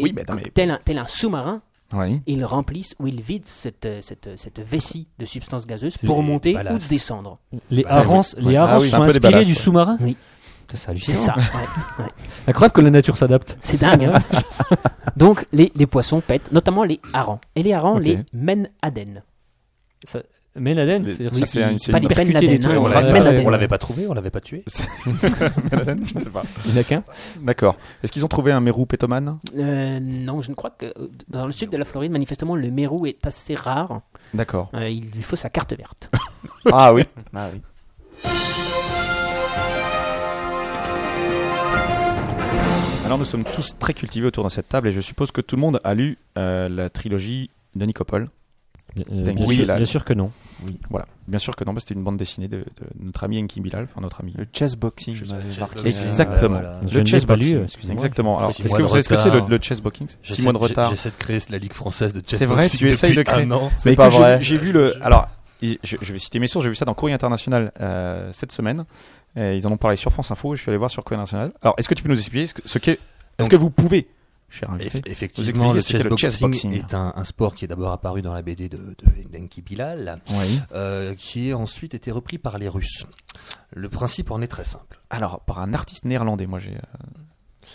S3: Oui, mais attends, mais-
S4: tel un, tel un sous-marin,
S3: Oui.
S4: ils remplissent ou ils vident cette, euh, cette, cette vessie de substances gazeuses
S7: C'est
S4: pour
S7: les
S4: monter ou
S7: ballasts.
S4: descendre.
S6: Les
S7: Bah,
S6: harengs,
S3: oui.
S6: les
S3: Ah
S6: harengs
S3: oui, c'est
S6: sont
S3: un peu des
S6: inspirés
S3: ballasts,
S6: du
S3: ouais.
S6: sous-marin
S4: Oui.
S6: Putain, C'est
S4: C'est
S6: hallucinant.
S4: ça, ouais, ouais.
S6: Incroyable que la nature s'adapte.
S4: c'est dingue. hein. Donc les, les poissons pètent, notamment les harengs. Et les harengs,
S3: Ok.
S4: les menhaden.
S6: Mais l'Aden,
S3: Les-
S6: c'est-à-dire
S3: ça,
S6: que
S3: c'est un- c'est
S4: pas
S3: une-
S4: les Ben
S6: percuter des
S4: Laden,
S6: trucs.
S4: hein,
S7: on
S6: Ouais,
S7: l'avait
S4: Ben
S7: pas-
S4: Laden.
S7: on l'avait pas trouvé, on l'avait pas tué.
S3: Je sais pas.
S6: il n'y en a qu'un.
S3: D'accord. Est-ce qu'ils ont trouvé un mérou pétomane
S4: Euh, non, je ne crois que euh, dans le sud de la Floride, manifestement, le mérou est assez rare.
S3: D'accord.
S4: Euh, il lui faut sa carte verte.
S5: Ah oui. Ah oui.
S3: Alors nous sommes tous très cultivés autour de cette table et je suppose que tout le monde a lu euh, la trilogie de Nicopole.
S6: Euh, bien,
S3: Oui,
S6: sûr,
S3: là.
S6: bien sûr que non.
S3: Voilà. Bien sûr que non, parce que c'était une bande dessinée de, de notre ami Enki Bilal, enfin notre ami.
S5: Le euh, chessboxing.
S7: Chess-
S5: m'avait
S7: chess
S5: marqué.
S7: boxing.
S3: Exactement.
S7: Voilà.
S6: Euh, Je ne l'ai pas lu,
S3: boxing.
S6: excusez-moi.
S3: Exactement. Alors,
S7: Six
S3: est-ce
S7: mois
S3: que
S7: de
S3: vous savez ce que c'est le,
S7: retard.
S3: le chessboxing
S7: J'essaie-
S3: Six mois de
S7: j'ai-
S3: retard.
S7: J'essaie de créer la Ligue française de chess
S3: C'est vrai,
S7: boxing
S3: tu essayes
S7: depuis
S3: de créer.
S7: un an.
S5: C'est
S3: Mais
S5: pas
S3: écoute, j'ai-
S5: vrai.
S3: J'ai vu le. Alors, il- je, je vais citer mes sources. J'ai vu ça dans Courrier International euh, cette semaine. Et ils en ont parlé sur France Info. Je suis allé voir sur Courrier International. Alors, est-ce que tu peux nous expliquer ce que- ce qu'est. Est-ce
S7: Donc-
S3: que vous pouvez, cher invité,
S7: Eff-
S3: Vous
S7: Effectivement, le
S3: expliquez ce qu'est le
S7: chessboxing
S3: chessboxing.
S7: est un, un sport qui est d'abord apparu dans la BD de, de Enki Bilal,
S3: Oui.
S7: euh, qui a ensuite été repris par les Russes. Le principe en est très simple.
S3: Alors, par un artiste néerlandais, moi j'ai. euh,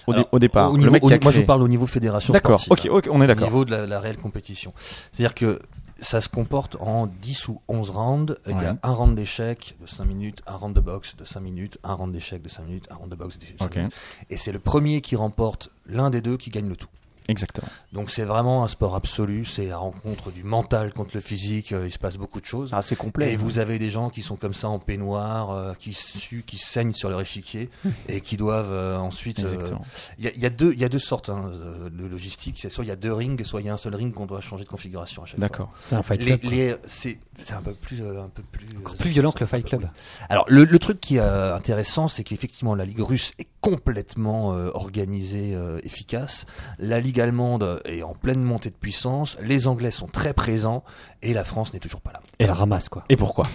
S3: Au, dé-
S7: Alors,
S3: au départ,
S7: au niveau-
S3: le mec
S7: au-
S3: qui a
S7: moi, je
S3: créé.
S7: vous parle au niveau fédération
S3: D'accord,
S7: sportive. hein.
S3: ok, ok, on est
S7: au
S3: d'accord.
S7: niveau de la, la réelle compétition. C'est-à-dire que ça se comporte en 10 ou 11 rounds. Il y
S3: Ouais.
S7: a un round d'échecs de 5 minutes, un round de boxe de 5 minutes, un round d'échecs de 5 minutes, un round de boxe de 5
S3: Ok,
S7: minutes. Et c'est le premier qui remporte l'un des deux qui gagne le tout.
S3: exactement.
S7: Donc c'est vraiment un sport absolu, c'est la rencontre du mental contre le physique, euh, il se passe beaucoup de choses.
S5: Ah, c'est complet.
S7: Et vous avez des gens qui sont comme ça en peignoir, euh, qui suent, qui saignent sur leur échiquier
S3: Hum.
S7: et qui doivent euh, ensuite euh,
S3: Exactement.
S7: il y, a- il y a deux, il y a deux sortes hein, euh, de logistique. C'est soit il y a deux rings, soit il y a un seul ring qu'on doit changer de configuration à chaque fois.
S3: D'accord.
S6: C'est un fight
S7: Les-
S6: club. quoi.
S7: les- C'est c'est un peu plus, euh, un peu plus,
S6: Encore
S7: euh,
S6: plus violent que le
S7: un peu-
S6: Fight Club.
S7: oui. Alors le, le truc qui est euh, intéressant, c'est qu'effectivement la ligue russe est complètement euh, organisée, euh, efficace. La ligue allemande est en pleine montée de puissance. Les Anglais sont très présents et la France n'est toujours pas là.
S6: Et la ramasse, quoi.
S3: Et pourquoi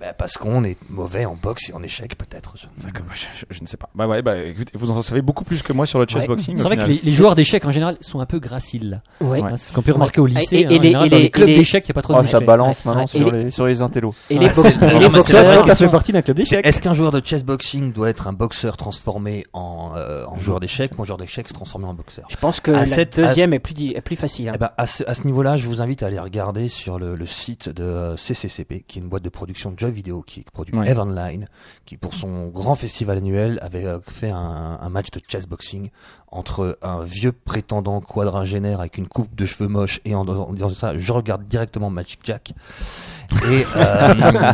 S7: Bah, parce qu'on est mauvais en boxe et en échec peut-être. je ne sais pas.
S3: D'accord, bah, je, je- je ne sais pas. Bah ouais, bah écoutez, vous en savez beaucoup plus que moi sur le chessboxing.
S6: C'est
S3: au
S6: vrai que
S3: final.
S6: les, les joueurs d'échecs en général sont un peu graciles.
S4: Ouais.
S3: Ouais.
S6: Hein, C'est ce qu'on peut remarquer au lycée.
S4: Et- et
S6: hein,
S4: les-
S6: en général,
S4: et
S6: dans
S4: les-
S6: les clubs
S4: et les-
S6: d'échecs, il n'y a pas trop de
S5: Oh, ça
S6: respect.
S5: balance maintenant
S4: Ouais.
S5: sur,
S4: Et-
S5: les, sur les intellos.
S4: Et les
S7: Ouais, [LAUGHS]
S4: boxe-
S7: c'est-
S4: et
S7: non,
S4: les
S7: mais c'est vrai
S4: boxeurs,
S6: Ça
S4: qui
S6: fait
S4: sont-
S6: partie d'un club d'échecs.
S7: Est-ce qu'un joueur de chessboxing doit être un boxeur transformé en, euh, en joueur d'échecs ou un joueur d'échecs se transformer en boxeur
S4: je pense que
S7: À
S4: la
S7: cette-
S4: deuxième est plus, di- est plus facile. hein.
S7: Eh ben, à ce, à ce niveau-là, je vous invite à aller regarder sur le, le site de euh, CCCP, qui est une boîte de production de jeux vidéo qui produit
S3: Ouais.
S7: Eve Online, qui pour son grand festival annuel avait euh, fait un, un match de chessboxing entre un vieux prétendant quadragénaire avec une coupe de cheveux moche et en, en disant ça, je regarde directement Magic Jack. Et euh,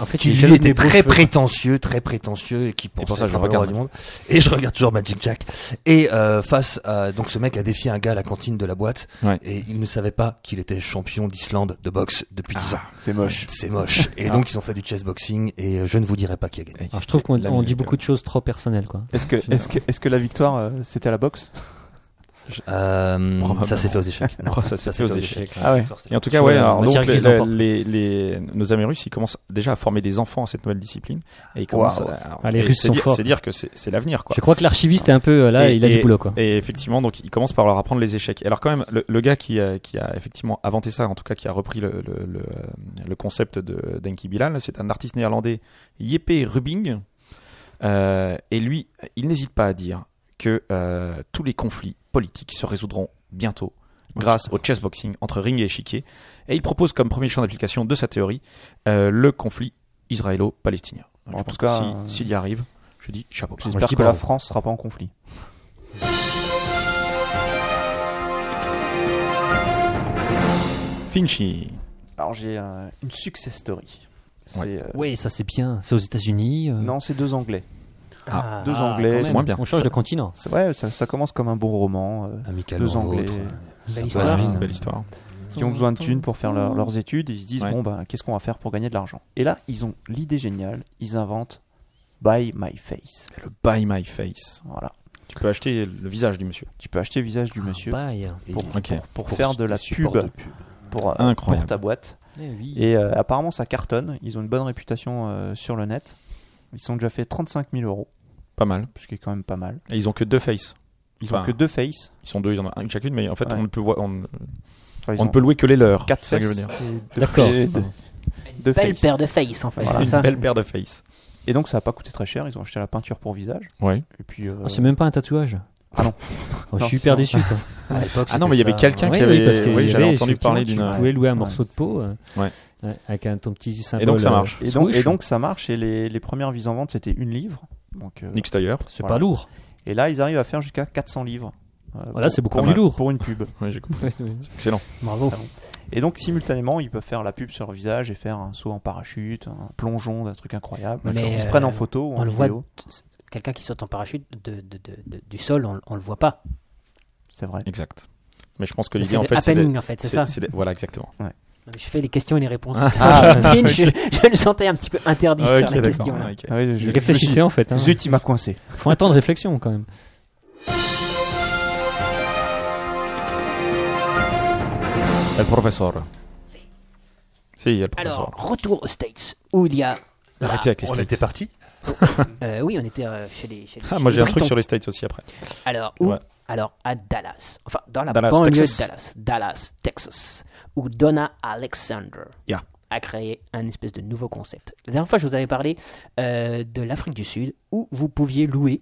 S6: En fait,
S7: qui
S6: il est
S7: lui
S6: jaloux de
S7: était
S6: mes beaux
S7: très
S6: cheveux.
S7: prétentieux, très prétentieux et qui pensait
S3: pour ça, je
S7: être
S3: le
S7: un roi
S3: regarde.
S7: du monde. Et je regarde toujours Magic Jack. Et euh, face à donc ce mec a défié un gars à la cantine de la boîte
S3: Ouais.
S7: et il ne savait pas qu'il était champion d'Islande de boxe depuis
S3: Ah,
S7: 10 ans.
S5: C'est moche.
S7: C'est moche. Et donc ils ont fait du chessboxing et je ne vous dirai pas qui a gagné.
S6: Alors, je trouve qu'on
S3: La
S6: on dit
S3: minute,
S6: beaucoup de choses trop personnelles, quoi.
S5: Est-ce que, est que, est que la victoire, euh, c'était à la boxe
S7: Euh,
S3: Probablement.
S7: ça s'est fait aux échecs. Non,
S3: Oh, ça, c'est aux échecs.
S5: Ah ouais.
S3: Et en tout cas,
S6: Sur
S3: ouais,
S6: la
S3: alors, donc,
S6: matière
S3: les,
S6: grise l'emporte.
S3: les- les- nos amis russes, ils commencent déjà à former des enfants à cette nouvelle discipline. Et ils commencent à- alors,
S6: Ah, les
S3: et
S6: Russes
S3: c'est
S6: sont
S3: dire-
S6: forts.
S3: C'est dire que c'est c'est l'avenir, quoi.
S6: Je crois que l'archiviste est un peu euh, là,
S3: Et-
S6: il a
S3: et-
S6: du boulot, quoi.
S3: Et effectivement, donc, ils commencent par leur apprendre les échecs. Et alors, quand même, le, le gars qui, euh, qui a effectivement inventé ça, en tout cas, qui a repris le, le, le, euh, le concept de d'Enki Bilal, c'est un artiste néerlandais, Jeppe Rubing. Euh, et lui, il n'hésite pas à dire que euh, tous les conflits politiques se résoudront bientôt grâce au chessboxing entre ring et échiquier. Et il propose comme premier champ d'application de sa théorie euh, le conflit israélo-palestinien.
S5: En
S3: je
S5: tout
S3: pense
S5: cas,
S3: que si-
S5: euh,
S3: s'il y arrive, je dis chapeau.
S5: J'espère que la France sera pas en conflit.
S3: Finchy.
S5: Alors j'ai euh, une success story. C'est,
S3: Ouais.
S5: euh,
S6: Oui, ça c'est bien. C'est aux États-Unis. euh,
S5: Non, c'est deux Anglais.
S3: Ah,
S5: deux
S6: ah,
S5: Anglais.
S6: quand
S3: c'est
S6: même.
S3: moins bien.
S6: On change de continent.
S5: C'est- Ouais, ça, ça commence comme un bon roman. euh,
S7: Amicalement
S5: deux Anglais
S7: vôtre.
S4: Belle
S7: peu
S4: histoire.
S7: has-been.
S3: Belle histoire.
S5: qui ont besoin de thunes pour faire leur- leurs études. et Ils se disent
S3: Ouais.
S5: bon ben qu'est-ce qu'on va faire pour gagner de l'argent. Et là ils ont l'idée géniale. Ils inventent Buy My Face.
S3: Le Buy My Face.
S5: Voilà.
S3: Tu peux acheter le visage du monsieur.
S5: Tu peux acheter le visage
S3: Ah,
S5: du monsieur
S6: Bye.
S7: Et
S5: Pour-
S3: Ok.
S5: pour faire de la
S7: des supports
S5: pub.
S7: de pub.
S5: pour, euh,
S3: Incroyable.
S5: pour ta boîte.
S6: Eh oui.
S5: Et euh, apparemment ça cartonne. Ils ont une bonne réputation euh, sur le net. Ils se sont déjà fait 35 000 euros,
S3: Pas mal.
S5: ce qui est quand même pas mal.
S3: Et ils ont que deux faces.
S5: Ils ont
S3: Enfin,
S5: que deux faces.
S3: Ils sont deux, Bah, ils en ont une chacune, mais en fait,
S5: Ouais.
S3: on ne peut voir, on,
S5: Enfin, ils
S3: on ne
S5: ont
S3: peut louer que les leurs.
S5: quatre
S3: C'est ça
S5: faces.
S3: que je veux dire.
S5: et deux-
S6: D'accord.
S5: et deux- deux
S4: Belle
S5: faces.
S4: paire de face en fait.
S5: Voilà,
S4: c'est
S3: c'est
S4: ça.
S3: une belle paire de faces.
S5: Et donc ça a pas coûté très cher. Ils ont acheté la peinture pour visage.
S3: Ouais.
S5: Et puis euh,
S6: Oh, c'est même pas un tatouage.
S5: Ah non.
S6: Oh, je
S5: Non,
S6: suis hyper
S5: c'est-
S6: déçu. Quoi.
S7: À l'époque,
S3: Ah non, mais il y
S7: c'était
S3: avait
S7: ça.
S3: quelqu'un
S6: Ouais,
S3: qui
S6: oui,
S3: avait.
S6: parce que
S3: oui,
S6: y
S3: j'avais
S6: avait,
S3: entendu parler
S6: effectivement,
S3: d'une.
S6: Tu pouvais louer un
S5: Ouais.
S6: morceau de peau euh,
S3: Ouais.
S6: ouais, avec un ton petit symbole.
S3: Et donc, ça
S6: euh,
S3: marche.
S5: Et donc,
S6: swoosh.
S5: et donc ça marche et les, les premières mises en vente c'était une livre. Donc, euh,
S3: Nick Steyer.
S6: c'est
S5: voilà.
S6: pas lourd.
S5: Et là ils arrivent à faire jusqu'à 400 livres. euh,
S6: Voilà,
S5: pour-
S6: c'est beaucoup
S5: pour
S6: plus
S5: une- [LAUGHS]
S6: lourd.
S5: Pour une pub.
S3: Ouais, j'ai compris. Excellent.
S6: Bravo.
S5: Et donc simultanément ils peuvent faire la pub sur le visage et faire un saut en parachute, un plongeon, un truc incroyable.
S4: Mais,
S5: Ils se
S4: euh,
S5: prennent en photo ou
S4: on
S5: en
S4: le
S5: vidéo.
S4: quelqu'un qui saute en parachute de- de- de- de- du sol, on, on le voit pas.
S5: C'est vrai.
S3: Exact. Mais je pense que
S4: C'est
S3: l'idée, en
S4: le
S3: fait, c'est
S4: happening,
S3: d'être-
S4: en fait, c'est ça.
S3: d'être- Voilà, exactement.
S4: Je fais les questions et les réponses.
S5: Ah,
S4: [LAUGHS] je, devine, je- je le sentais un petit peu interdit sur la question. là.
S3: ok.
S5: Ah oui, je- je-
S6: Réfléchissez en fait.
S5: je me
S6: hein.
S5: suis- Zut, il m'a coincé.
S6: Faut un temps de réflexion quand même.
S3: Le professeur. Si, il y a le
S4: Alors,
S3: professeur.
S4: retour aux States, où il y a.
S3: Arrêtez avec les
S7: On
S3: States.
S7: était parti
S4: Euh, oui, on était euh, chez les. Chez les-
S3: Ah,
S4: chez
S3: moi
S4: les
S3: j'ai un truc
S4: Britons.
S3: sur les States aussi après.
S4: Alors, où
S3: Ouais.
S4: Alors, à Dallas. Enfin, dans la
S3: Dallas,
S4: banlieue
S3: Texas.
S4: de Dallas. Dallas, Texas. Où Donna Alexander
S3: Yeah.
S4: a créé un espèce de nouveau concept. La dernière fois, je vous avais parlé euh, de l'Afrique du Sud, où vous pouviez louer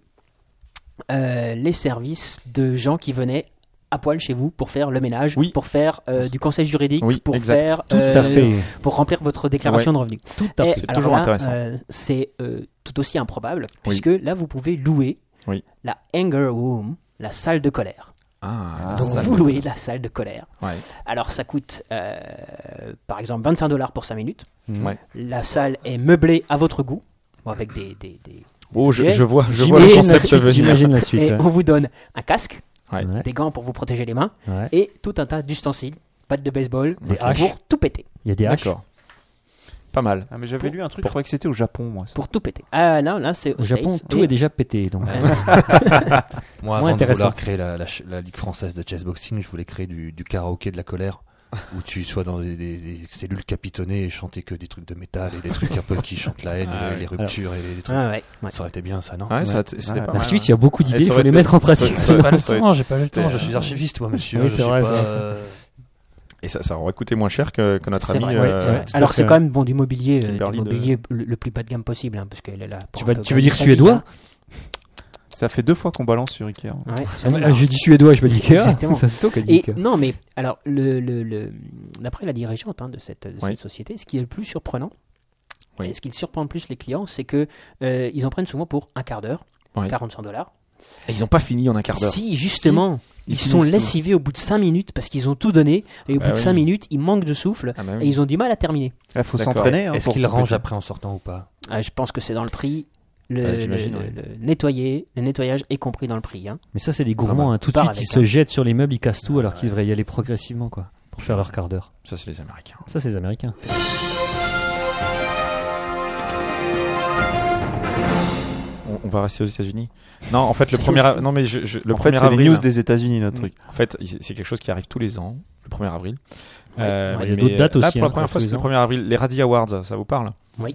S4: euh, les services de gens qui venaient à poil chez vous pour faire le ménage,
S3: Oui.
S4: pour faire euh, du conseil juridique,
S3: Oui,
S4: pour
S3: exact.
S4: faire
S6: Tout à
S4: euh,
S6: fait.
S4: pour remplir votre déclaration de revenus.
S3: Tout
S4: Et
S3: C'est
S4: Eh, alors
S3: toujours
S4: là,
S3: intéressant.
S4: euh, c'est euh, tout aussi improbable,
S3: Oui.
S4: puisque là, vous pouvez louer
S3: Oui.
S4: la anger room, la salle de colère.
S3: Ah,
S4: Donc,
S3: ça-
S4: vous louez la salle de colère.
S3: Ouais.
S4: Alors, ça coûte, euh, par exemple, 25 dollars pour 5 minutes.
S3: Mm. Ouais.
S4: La salle est meublée à votre goût, bon, avec des... des- des-
S3: Oh, je,
S4: Et-
S3: je vois, je vois le
S6: J'imagine la
S3: concept
S6: suite.
S3: venir.
S6: J'imagine la suite.
S4: Et on vous donne un casque,
S3: Ouais.
S6: Ouais.
S4: des gants pour vous protéger les mains,
S6: Ouais.
S4: et tout un tas d'ustensiles, pattes de baseball,
S6: Des
S4: pour
S6: haches.
S4: tout péter.
S6: Il y a des haches.
S3: D'accord. Pas mal.
S5: Ah, mais j'avais lu un truc, je croyais que c'était au Japon, moi. ça.
S4: Pour tout péter. Ah non, là, c'est
S6: Au Japon,
S4: States, Ah,
S6: tout
S4: et-
S6: est déjà pété. Donc.
S7: Moi,
S6: Moins
S7: avant de
S6: intéressant.
S7: vouloir créer la, la ch- la Ligue française de chessboxing, je voulais créer du, du karaoké de
S3: [LAUGHS]
S7: la colère. où tu sois dans des, des- des cellules capitonnées et chanter que des trucs de métal et des trucs un peu qui chantent la haine,
S3: Ah
S7: et
S3: oui. Ah,
S7: les ruptures et les trucs.
S4: Ah, ouais, ouais.
S7: Ça aurait été bien, ça, non
S3: Ouais, ça, c'était
S5: Ouais.
S3: pas
S6: La
S3: mal.
S6: suite, il y a beaucoup
S3: Et
S6: d'idées, il
S3: ça
S6: faut
S3: aurait
S6: les
S3: été-
S6: mettre en
S3: ça aurait-
S6: pratique.
S3: ça aurait-
S7: J'ai pas le
S3: ça aurait-
S7: temps, euh, j'ai pas le temps, je
S3: C'était-
S7: suis archiviste, moi, monsieur.
S6: Oui,
S7: je
S6: c'est
S7: suis
S6: vrai,
S7: pas,
S6: c'est-
S7: euh,
S3: Et ça, ça aurait coûté moins cher que, que notre
S4: C'est
S3: ami.
S4: vrai,
S3: euh,
S6: ouais, c'est vrai. Tout à
S4: Alors
S6: fait,
S4: c'est
S6: ouais.
S4: quand même bon du mobilier, euh,
S3: Kimberly
S4: du
S3: de-
S4: mobilier le, le plus bas de gamme possible, hein, parce qu'elle est là. pour
S6: Tu,
S4: un
S6: vas,
S4: peu
S6: tu
S4: gagner
S6: veux dire
S4: sa vie,
S6: suédois
S5: Ça, fait deux fois qu'on balance sur Ikea.
S4: hein. Ouais, c'est
S6: Ah,
S4: normal.
S6: J'ai dit suédois, je veux dire Ikea.
S4: Exactement.
S6: [LAUGHS] Ça, c'est toi qui as dit
S4: Et
S6: Ikea.
S4: non, mais alors, le, le- le- d'après la dirigeante hein, de cette, de cette
S3: Oui.
S4: société, ce qui est le plus surprenant,
S3: Oui.
S4: et ce qui surprend le plus les clients, c'est que euh, ils en prennent souvent pour un quart d'heure,
S3: Oui.
S4: 45 dollars.
S3: Et ils ont pas fini en un quart d'heure.
S4: Si justement, ils,
S5: finissent
S4: sont
S5: tout.
S4: lessivés au bout de 5 minutes parce qu'ils ont tout donné, et au
S3: Bah
S4: bout de
S3: oui.
S4: 5 minutes, ils manquent de souffle,
S3: Ah bah
S4: et
S3: oui.
S4: ils ont du mal à terminer.
S5: Il faut
S3: D'accord.
S5: s'entraîner. hein,
S7: Est-ce
S5: pour
S7: qu'il range
S5: compléter.
S7: après en sortant ou pas
S4: Ah, je pense que c'est dans le prix. Le,
S3: Ouais, j'imagine,
S4: le-
S3: ouais.
S4: le nettoyer, le nettoyage est compris dans le prix. hein.
S6: Mais ça, c'est des gourmands. hein. Tout de
S4: Part
S6: suite, ils
S4: avec,
S6: se
S4: hein.
S6: jettent sur les meubles, ils cassent tout, alors qu'ils devraient y aller progressivement, quoi, pour faire leur quart d'heure.
S3: Ça, c'est les Américains.
S6: Ça, c'est les Américains.
S3: On, on va rester aux États-Unis. Non, en fait, le
S4: C'est
S3: premier.
S4: ouf.
S3: av- Non, mais je, je- le
S5: En fait,
S3: premier
S5: c'est les
S3: avril- hein. Hmm. Mm.
S5: news des États-Unis, notre truc.
S3: En fait, il- c'est quelque chose qui arrive tous les ans, le 1er avril. Euh,
S6: ouais, il y a
S3: mais
S6: d'autres dates
S3: Là,
S6: aussi,
S3: pour la
S6: hein,
S3: première
S6: tous
S3: fois,
S6: les
S3: c'est le
S6: ans.
S3: 1er avril. Les Radis Awards, ça vous parle
S6: Moi,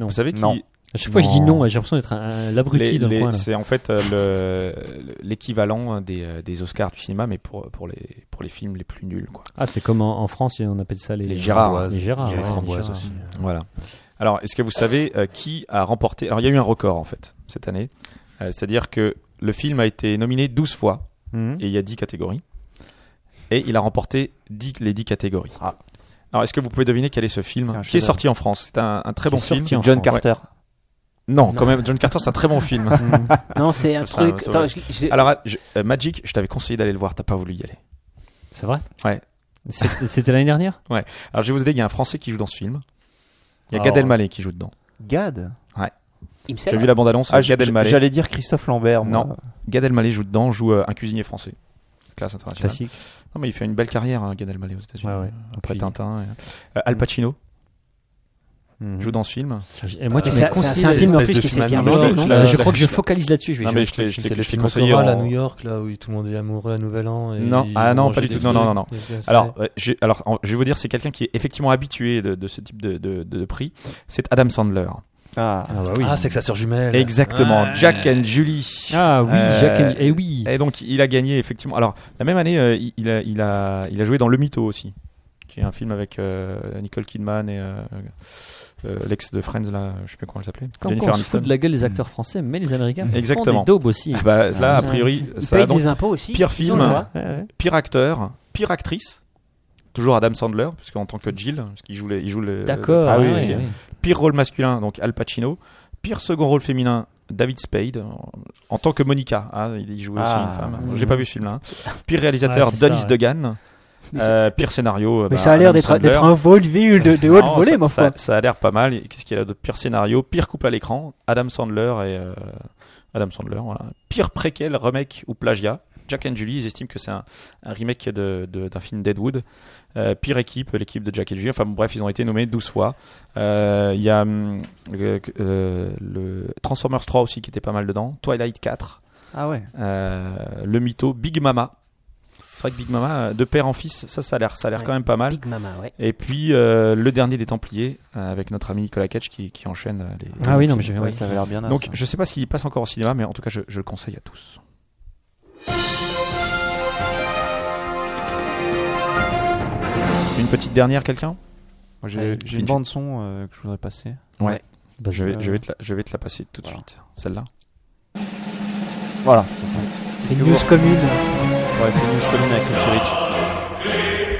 S6: non.
S3: Vous savez qui
S5: Non.
S6: À chaque fois, je dis
S5: Non.
S6: non. J'ai l'impression d'être un, un abruti
S3: les-
S6: dans le
S3: les-
S6: coin. là.
S3: C'est en fait euh, le- l'équivalent des, euh, des Oscars du cinéma, mais pour, pour, les, pour les films les plus nuls. Quoi.
S6: Ah, c'est comme en, en France, on appelle ça les,
S3: Les Gérards.
S7: Framboises.
S6: Les Gérards,
S7: Il y avait
S6: ouais, les
S7: framboises
S6: Gérards.
S7: aussi.
S3: Voilà. Alors, est-ce que vous savez euh, qui a remporté Alors, il y a eu un record en fait cette année. Euh, C'est-à-dire que le film a été nominé 12 fois
S5: Mhm.
S3: et il y a 10 catégories. Et il a remporté 10, les 10 catégories.
S5: Ah.
S3: Alors, est-ce que vous pouvez deviner quel est ce film
S5: C'est un
S3: qui est
S5: chef-d'œuvre.
S3: sorti en France C'est un, un très bon
S6: Qui est
S3: film.
S6: sorti en
S5: John
S6: France.
S5: Carter.
S3: Non, quand même, John Carter, c'est un très bon film.
S4: Non, c'est un
S3: Ah, Ça sera-
S4: truc.
S3: ça
S4: Attends,
S3: va.
S4: je- je-
S3: Alors, je- euh, Magic, je t'avais conseillé d'aller le voir, t'as pas voulu y aller.
S6: C'est vrai
S3: Ouais.
S6: C'est- C'était l'année dernière
S3: Alors, [LAUGHS] je vais vous aider, il y a un Français qui joue dans ce film. Il y a
S5: Alors,
S3: Gad Elmaleh qui joue dedans.
S5: Gad.
S4: himself.
S3: J'ai vu la bande-annonce,
S5: Ah, j-
S3: Gad Elmaleh.
S5: j'allais dire Christophe Lambert. moi.
S3: Non. Gad Elmaleh joue dedans, joue euh, un cuisinier français. Classe internationale.
S6: Classique.
S3: Non, mais il fait une belle carrière, hein, Gad Elmaleh aux États-Unis.
S6: Ouais, ouais.
S3: Après
S6: Puis-
S3: Tintin. et- Euh, Al Pacino
S6: Mhm.
S3: joue dans ce film.
S6: Et
S3: Ah,
S6: moi, tu
S7: Euh,
S4: C'est
S6: m'as
S4: un- c'est un- c'est
S6: conseillé.
S4: un
S7: C'est
S4: film en plus
S7: l'espèce de
S4: qui
S7: film
S4: s'est bien
S7: américain.
S4: mangé,
S7: Je
S4: non
S7: l'ai-
S6: Euh,
S7: je
S6: je crois
S7: l'ai-
S6: que je focalise là-dessus. je vais
S3: Non,
S6: gérer
S3: mais
S6: le
S3: je l'ai-
S6: truc.
S3: je
S7: C'est
S3: l'ai
S7: le
S3: je l'ai
S7: film
S3: conseillé.
S7: Coral
S3: en-
S7: à New York, là, où tout le monde est amoureux à Nouvel An. et
S3: Non.
S7: ils
S3: Ah,
S7: vont
S3: non,
S7: manger
S3: pas du
S7: des
S3: tout. Non,
S7: trucs.
S3: non, non, non.
S7: C'est-
S3: Alors, euh, j'ai- alors, en- je vais vous dire, c'est quelqu'un qui est effectivement habitué de, de ce type de, de- de prix. C'est Adam Sandler.
S5: Ah.
S6: Ah, bah oui.
S7: Ah, c'est que sa sœur jumelle.
S3: Exactement.
S7: Ouais.
S3: Jack and Julie.
S6: Ah oui,
S3: Euh,
S6: Jack and... Eh oui.
S3: Et donc, il a gagné effectivement. Alors, la même année, euh, il, il a, il, a, il a joué dans Le Mytho aussi, qui est un film avec euh, Nicole Kidman et euh, euh, l'ex de Friends, là, je sais plus comment elle s'appelait.
S6: Quand on se fout de la gueule des acteurs français, mais les Américains font
S3: Exactement.
S6: des daubes aussi.
S3: Ah bah, là, a
S6: Ouais.
S3: priori,
S4: Ils
S3: ça a
S4: payent
S3: donc
S4: des impôts aussi. hein.
S3: pire
S4: ils ont
S3: film,
S4: le droit.
S6: Ouais, ouais.
S3: pire acteur, pire actrice. Toujours Adam Sandler, parce qu'en tant que Jill, parce qu'il joue les, il joue le.
S6: D'accord.
S3: Ah oui,
S6: ouais,
S3: ok.
S6: ouais.
S3: Pire rôle masculin, donc Al Pacino. Pire second rôle féminin, David Spade, en, en tant que Monica. Ah, il y jouait aussi
S5: Ah.
S3: une femme.
S6: Mhm.
S3: J'ai pas vu ce film-là. hein. Pire réalisateur,
S6: Ouais, c'est ça,
S3: Denis
S6: ouais.
S3: Degan.
S4: Mais
S3: Euh, pire scénario. euh,
S4: Mais
S3: bah,
S4: ça a l'air
S3: Adam
S4: d'être
S3: Sandler.
S4: d'être un vaudeville de, de haute
S3: Non,
S4: volée,
S3: ça,
S4: ma
S3: ça-
S4: foi.
S3: ça a l'air pas mal. Et Qu'est-ce qu'il a de pire scénario Pire couple à l'écran, Adam Sandler et euh, Adam Sandler. Voilà. Pire préquel, remake ou plagiat. Jack and Julie, ils estiment que c'est un, un remake de- de- d'un film Deadwood. Euh, pire équipe, l'équipe de Jack et Julie. Enfin bon, bref, ils ont été nommés 12 fois. Euh, Il y a hum, le, euh, le Transformers 3 aussi qui était pas mal dedans. Twilight 4.
S5: Ah ouais.
S3: Euh, le mytho Big Mama. C'est vrai que Big Mama, euh, de père en fils, ça, ça a l'air, ça a l'air
S4: Ouais.
S3: quand même pas mal.
S4: Big Mama, ouais.
S3: Et puis euh, le dernier des Templiers euh, avec notre ami Nicolas Cage qui, qui enchaîne euh, les.
S6: Ah oui, non, mais ah, j'ai
S5: Ouais, ça avait l'air bien. naze,
S3: Donc
S5: ça.
S3: je sais pas s'il passe encore au cinéma, mais en tout cas je, je le conseille à tous. Une petite dernière, quelqu'un
S5: Moi,
S3: Allez,
S5: j'ai j'ai
S3: Finch.
S5: une bande son euh, que je voudrais passer.
S6: Bah,
S3: je vais,
S5: euh,
S3: je, vais te la, je vais te la passer tout de
S5: voilà.
S3: suite, celle-là.
S5: Voilà, c'est ça.
S4: C'est une news commune.
S5: Ouais, c'est une commune avec le Chirich.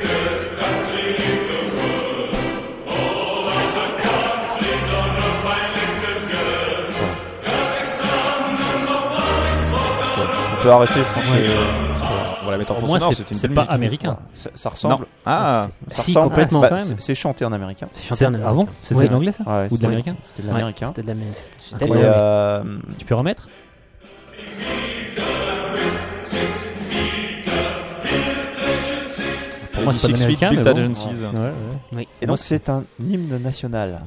S5: Ouais, On peut arrêter, je pense que
S3: On va la mettre en
S6: Pour
S3: fond
S6: moi,
S3: sonore,
S6: c'est-
S3: une
S6: c'est
S3: bonne
S6: pas
S3: musique.
S6: américain.
S5: ça, ça
S3: Non.
S5: ressemble.
S3: Ah,
S5: ça
S4: Si,
S5: ressemble-
S4: complètement.
S5: bah,
S6: quand même.
S5: c'est- c'est chanté en américain.
S6: C'est- Ah bon C'était
S4: Ouais.
S6: de l'anglais ça
S5: Ouais,
S6: Ou de
S5: c'est-
S6: l'américain
S5: C'était de l'américain.
S4: C'était de la merde.
S5: Et,
S4: C'était de la merde.
S5: euh,
S6: Tu peux remettre Pour moi, c'est pas de
S3: Six Feet,
S6: l'américain.
S3: Built
S6: mais bon.
S3: Agencies.
S6: Ouais, ouais.
S5: et donc c'est un hymne national.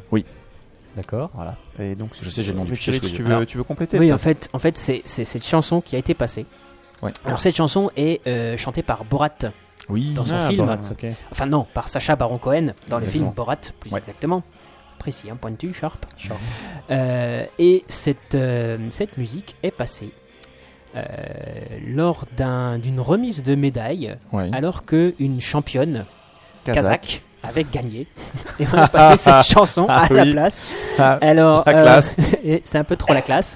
S6: D'accord.
S5: Voilà. Et donc
S3: Je sais, j'ai le nom du
S5: Mais
S3: fichier,
S5: Chirich,
S3: je peux
S5: Tu
S3: dire.
S5: veux, tu veux compléter
S4: Oui, euh, en
S5: peut-être
S4: fait, en fait c'est c'est cette chanson qui a été passée.
S3: Ouais.
S4: Alors, cette chanson est euh, chantée par Borat
S3: Ah. Oui.
S4: dans son
S6: Ah,
S4: film.
S6: Borat, ok.
S4: Enfin, non, par Sacha Baron Cohen dans le film
S3: Exactement.
S4: Borat, plus
S3: Ouais.
S4: exactement. Précis, hein, pointu, sharp. Euh, et cette, euh, cette musique est passée euh, lors d'un- d'une remise de médaille
S3: Ouais.
S6: Ah,
S4: alors qu'une championne
S5: Kazakh.
S4: kazakh avait gagné. Et on a passé cette chanson à la
S3: Oui.
S4: place.
S3: Ah,
S4: Alors,
S3: la
S4: euh, [LAUGHS]
S3: classe.
S4: et c'est un peu trop la classe.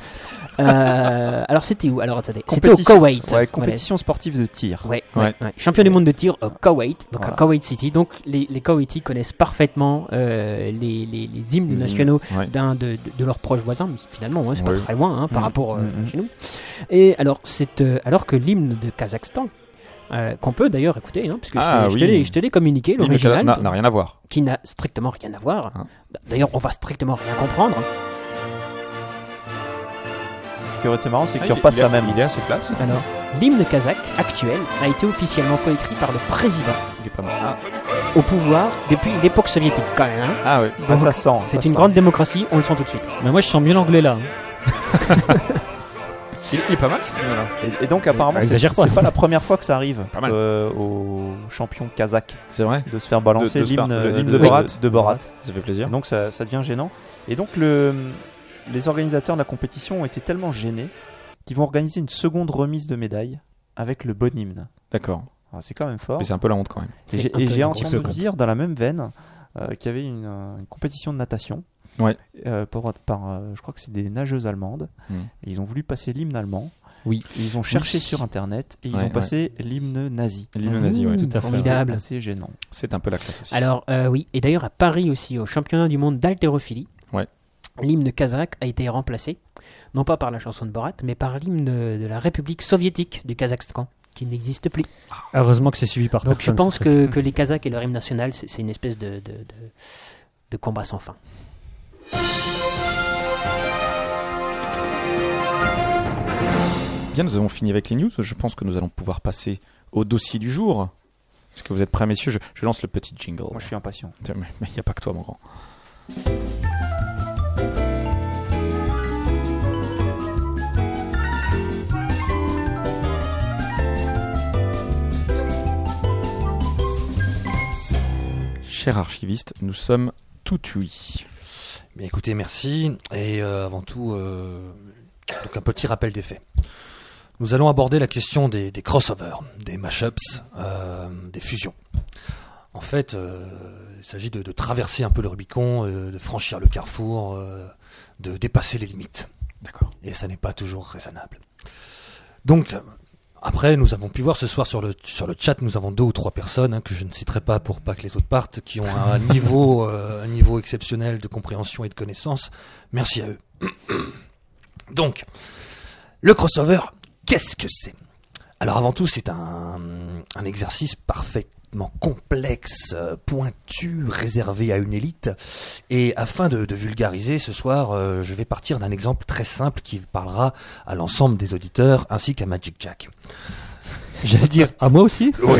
S4: Euh, alors, c'était où Alors, attendez. C'était au
S5: Compétition.
S4: Koweït.
S5: Ouais,
S4: Voilà.
S5: compétition sportive de tir.
S4: Ouais,
S3: Ouais.
S4: ouais, ouais. Champion du monde de tir au Koweït, donc à
S5: Voilà.
S4: Koweït City. Donc les, les Koweïtis connaissent parfaitement euh, les, les, les hymnes nationaux
S3: Ouais.
S4: d'un de, de, de leurs proches voisins, mais finalement hein, c'est pas
S3: Ouais.
S4: très loin hein,
S3: Mmh.
S4: par
S5: Mhm.
S4: rapport euh,
S5: Mhm.
S4: chez nous. Et alors c'est euh, alors que l'hymne de Kazakhstan. euh, qu'on peut d'ailleurs écouter, hein, parce que je te-
S3: Ah,
S4: je te
S3: oui.
S4: l'ai- je te l'ai communiqué,
S3: L'hymne
S4: l'original,
S3: n'a n'a rien à voir.
S4: qui n'a strictement rien à voir.
S3: Ah.
S4: D'ailleurs, on va strictement rien comprendre.
S5: Ce qui aurait été marrant, c'est que
S3: Ah,
S5: tu
S3: il-
S5: repasses
S3: il est- Ah.
S5: la même.
S3: Il est assez place.
S4: Alors, l'hymne kazakh actuel a été officiellement coécrit par le président
S3: Il est pas mal.
S4: au pouvoir depuis l'époque soviétique, quand même. hein.
S3: Ah, oui.
S5: Ah, ça sent. ça
S4: C'est une
S5: sent.
S4: grande démocratie, on le sent tout de suite.
S6: Mais moi, je sens mieux l'anglais là. hein.
S3: Il, il est pas mal ce film-là.
S5: Et, et donc apparemment,
S6: Bah,
S5: c'est
S6: exagère pas.
S5: c'est pas la première fois que ça arrive
S3: Pas mal.
S5: euh, aux champions kazakhs
S3: C'est vrai.
S5: de se faire balancer
S3: De- de se faire-
S5: l'hymne
S3: le-
S5: euh,
S3: l'hymne de Borat.
S5: de Borat.
S3: Ça fait
S5: Et
S3: plaisir.
S5: donc ça, ça devient gênant. Et donc le, les organisateurs de la compétition ont été tellement gênés qu'ils vont organiser une seconde remise de médaille avec le bon hymne.
S3: D'accord.
S5: Alors, C'est quand même fort.
S3: Mais c'est un peu la honte quand même.
S5: Et
S4: C'est
S5: j'ai-
S4: un
S5: et
S4: peu
S5: j'ai
S4: une
S6: grosse
S5: entendu
S6: honte.
S5: dire dans la même veine euh, qu'il y avait une, euh, une compétition de natation.
S3: Ouais.
S5: Euh, pour- par, euh, je crois que c'est des nageuses allemandes.
S3: Hmm.
S5: Et ils ont voulu passer l'hymne allemand.
S6: Oui.
S5: Et ils ont cherché
S3: Oui.
S5: sur internet et ils
S3: Ouais,
S5: ont passé l'hymne nazi.
S3: L'hymne nazi, ouais.
S6: Tout à fait.
S4: Formidable.
S5: Mmh, C'est gênant.
S3: C'est un peu la classe aussi.
S4: Alors euh, oui, et d'ailleurs à Paris aussi, au championnat du monde d'haltérophilie,
S3: Ouais.
S4: l'hymne kazakh a été remplacé, non pas par la chanson de Borat, mais par l'hymne de la République soviétique du Kazakhstan, qui n'existe plus.
S6: Heureusement que c'est suivi par
S4: Donc je
S6: personne.
S4: pense
S6: ce truc.
S4: que, que les Kazakhs et leur hymne national, c'est c'est une espèce de, de, de- de combat sans fin.
S3: Bien, nous avons fini avec les news. Je pense que nous allons pouvoir passer au dossier du jour. Est-ce que vous êtes prêts, messieurs je, je lance le petit jingle.
S5: Moi je suis impatient.
S3: Tiens, Mais il n'y a pas que toi, mon grand. Cher archiviste, nous sommes tout ouïes.
S7: Mais écoutez, merci. Et euh, avant tout, euh, donc un petit rappel des faits. Nous allons aborder la question des, des crossovers, des mashups, euh, des fusions. En fait, euh, il s'agit de, de traverser un peu le Rubicon, euh, de franchir le carrefour, euh, de dépasser les limites.
S3: D'accord.
S7: Et ça n'est pas toujours raisonnable. Donc, euh, après, nous avons pu voir ce soir sur le, sur le chat, nous avons deux ou trois personnes, hein, que je ne citerai pas pour pas que les autres partent, qui ont un niveau, euh, un niveau exceptionnel de compréhension et de connaissance. Merci à eux. [CLEARS THROAT] Donc, le crossover, qu'est-ce que c'est Alors avant tout, c'est un, un exercice parfait, extrêmement complexe, euh, pointu, réservé à une élite. Et afin de, de vulgariser ce soir, euh, je vais partir d'un exemple très simple qui parlera à l'ensemble des auditeurs ainsi qu'à Magic Jack.
S6: [LAUGHS] J'allais dire, à moi aussi
S7: Oui.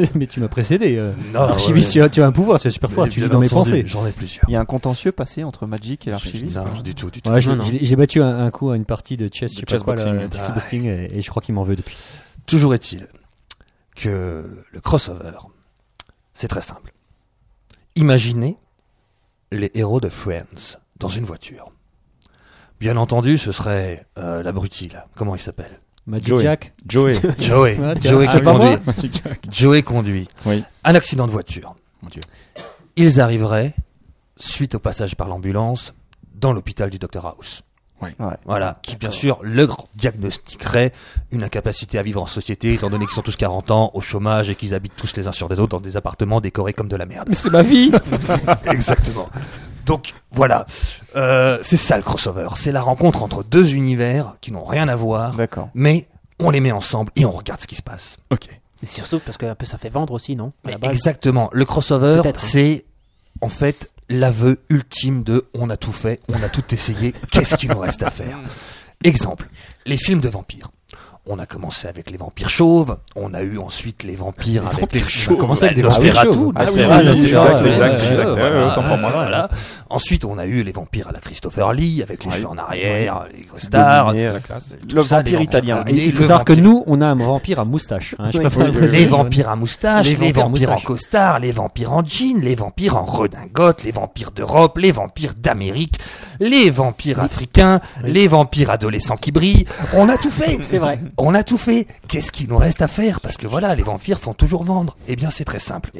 S6: [LAUGHS] Mais tu m'as précédé. euh,
S7: Non,
S6: archiviste,
S7: Ah,
S6: tu,
S7: ouais,
S6: as, tu as un pouvoir, c'est super
S7: mais
S6: fort, tu lis
S7: bien
S6: dans mes
S7: entendu,
S6: pensées.
S7: J'en ai plusieurs.
S5: Il y a un contentieux passé entre Magic et l'archiviste.
S7: Non, du tout, du tout.
S6: Ouais, je-
S4: Non, non.
S6: je- J'ai battu un, un coup à une partie de chess, je sais pas
S3: chess
S6: quoi,
S3: boxing.
S6: là, chess
S7: Ah.
S6: boxing, et, et je crois qu'il m'en veut depuis.
S7: Toujours est-il que le crossover, c'est très simple. Imaginez les héros de Friends dans une voiture. Bien entendu, ce serait euh, l'abruti, là. Comment il [LAUGHS] s'appelle
S6: Magic
S3: Joey.
S6: Jack,
S3: Joey.
S7: Joey.
S6: Ah, tiens,
S7: Joey
S6: ah,
S7: qui
S6: pas moi
S7: conduit. Joey conduit.
S3: Oui.
S7: Un accident de voiture.
S3: Mon Dieu.
S7: Ils arriveraient, suite au passage par l'ambulance, dans l'hôpital du Dr House.
S5: Ouais.
S7: Voilà, qui bien sûr le grand diagnostiquerait une incapacité à vivre en société, étant donné qu'ils sont tous 40 ans, au chômage et qu'ils habitent tous les uns sur les autres dans des appartements décorés comme de la merde.
S6: c'est ma vie
S7: [LAUGHS] Exactement. Donc voilà, Euh, c'est ça le crossover, c'est la rencontre entre deux univers qui n'ont rien à voir,
S5: D'accord.
S7: mais on les met ensemble et on regarde ce qui se passe.
S3: [LAUGHS] Ok.
S4: Et surtout parce que un peu ça fait vendre aussi, non à
S7: Mais
S4: la base.
S7: exactement, le crossover,
S4: Peut-être, hein.
S7: c'est en fait l'aveu ultime de on a tout fait, on a tout essayé, qu'est-ce qu'il nous reste à faire
S4: [LAUGHS]
S7: Exemple, les films de vampires. On a commencé avec les vampires chauves, on a eu ensuite les vampires avec les
S6: On a commencé avec des vampires
S7: Nosferatu,
S6: chauves. Ah oui,
S7: Nosferatu,
S6: oui, oui, exact,
S7: Nosferatu,
S6: exact,
S7: voilà,
S6: exact.
S7: voilà,
S3: Ouais, autant pour moi.
S7: voilà. Ensuite, on a eu les vampires à la Christopher Lee avec les cheveux en arrière, les costards,
S5: Dominé, euh,
S3: classe.
S7: tout
S5: le
S7: ça, les
S5: vampire
S7: vampires-
S5: italien.
S7: les-
S6: Il il
S7: le
S6: faut savoir que
S7: vampire-
S6: nous, on a un vampire à moustache. hein, je
S5: Oui,
S6: préfère
S5: oui,
S6: le
S5: oui.
S6: préciser.
S7: les vampires à moustache, les,
S6: Les vampires à
S7: vampires, en
S6: moustache.
S7: costard, les vampires en jean, les vampires en redingote, les vampires d'Europe, les vampires d'Amérique, les vampires africains, les vampires adolescents qui brillent. On a tout fait.
S4: C'est vrai.
S7: On a tout fait. Qu'est-ce qu'il nous reste à faire Parce que voilà, les vampires font toujours vendre. Eh bien, c'est très simple.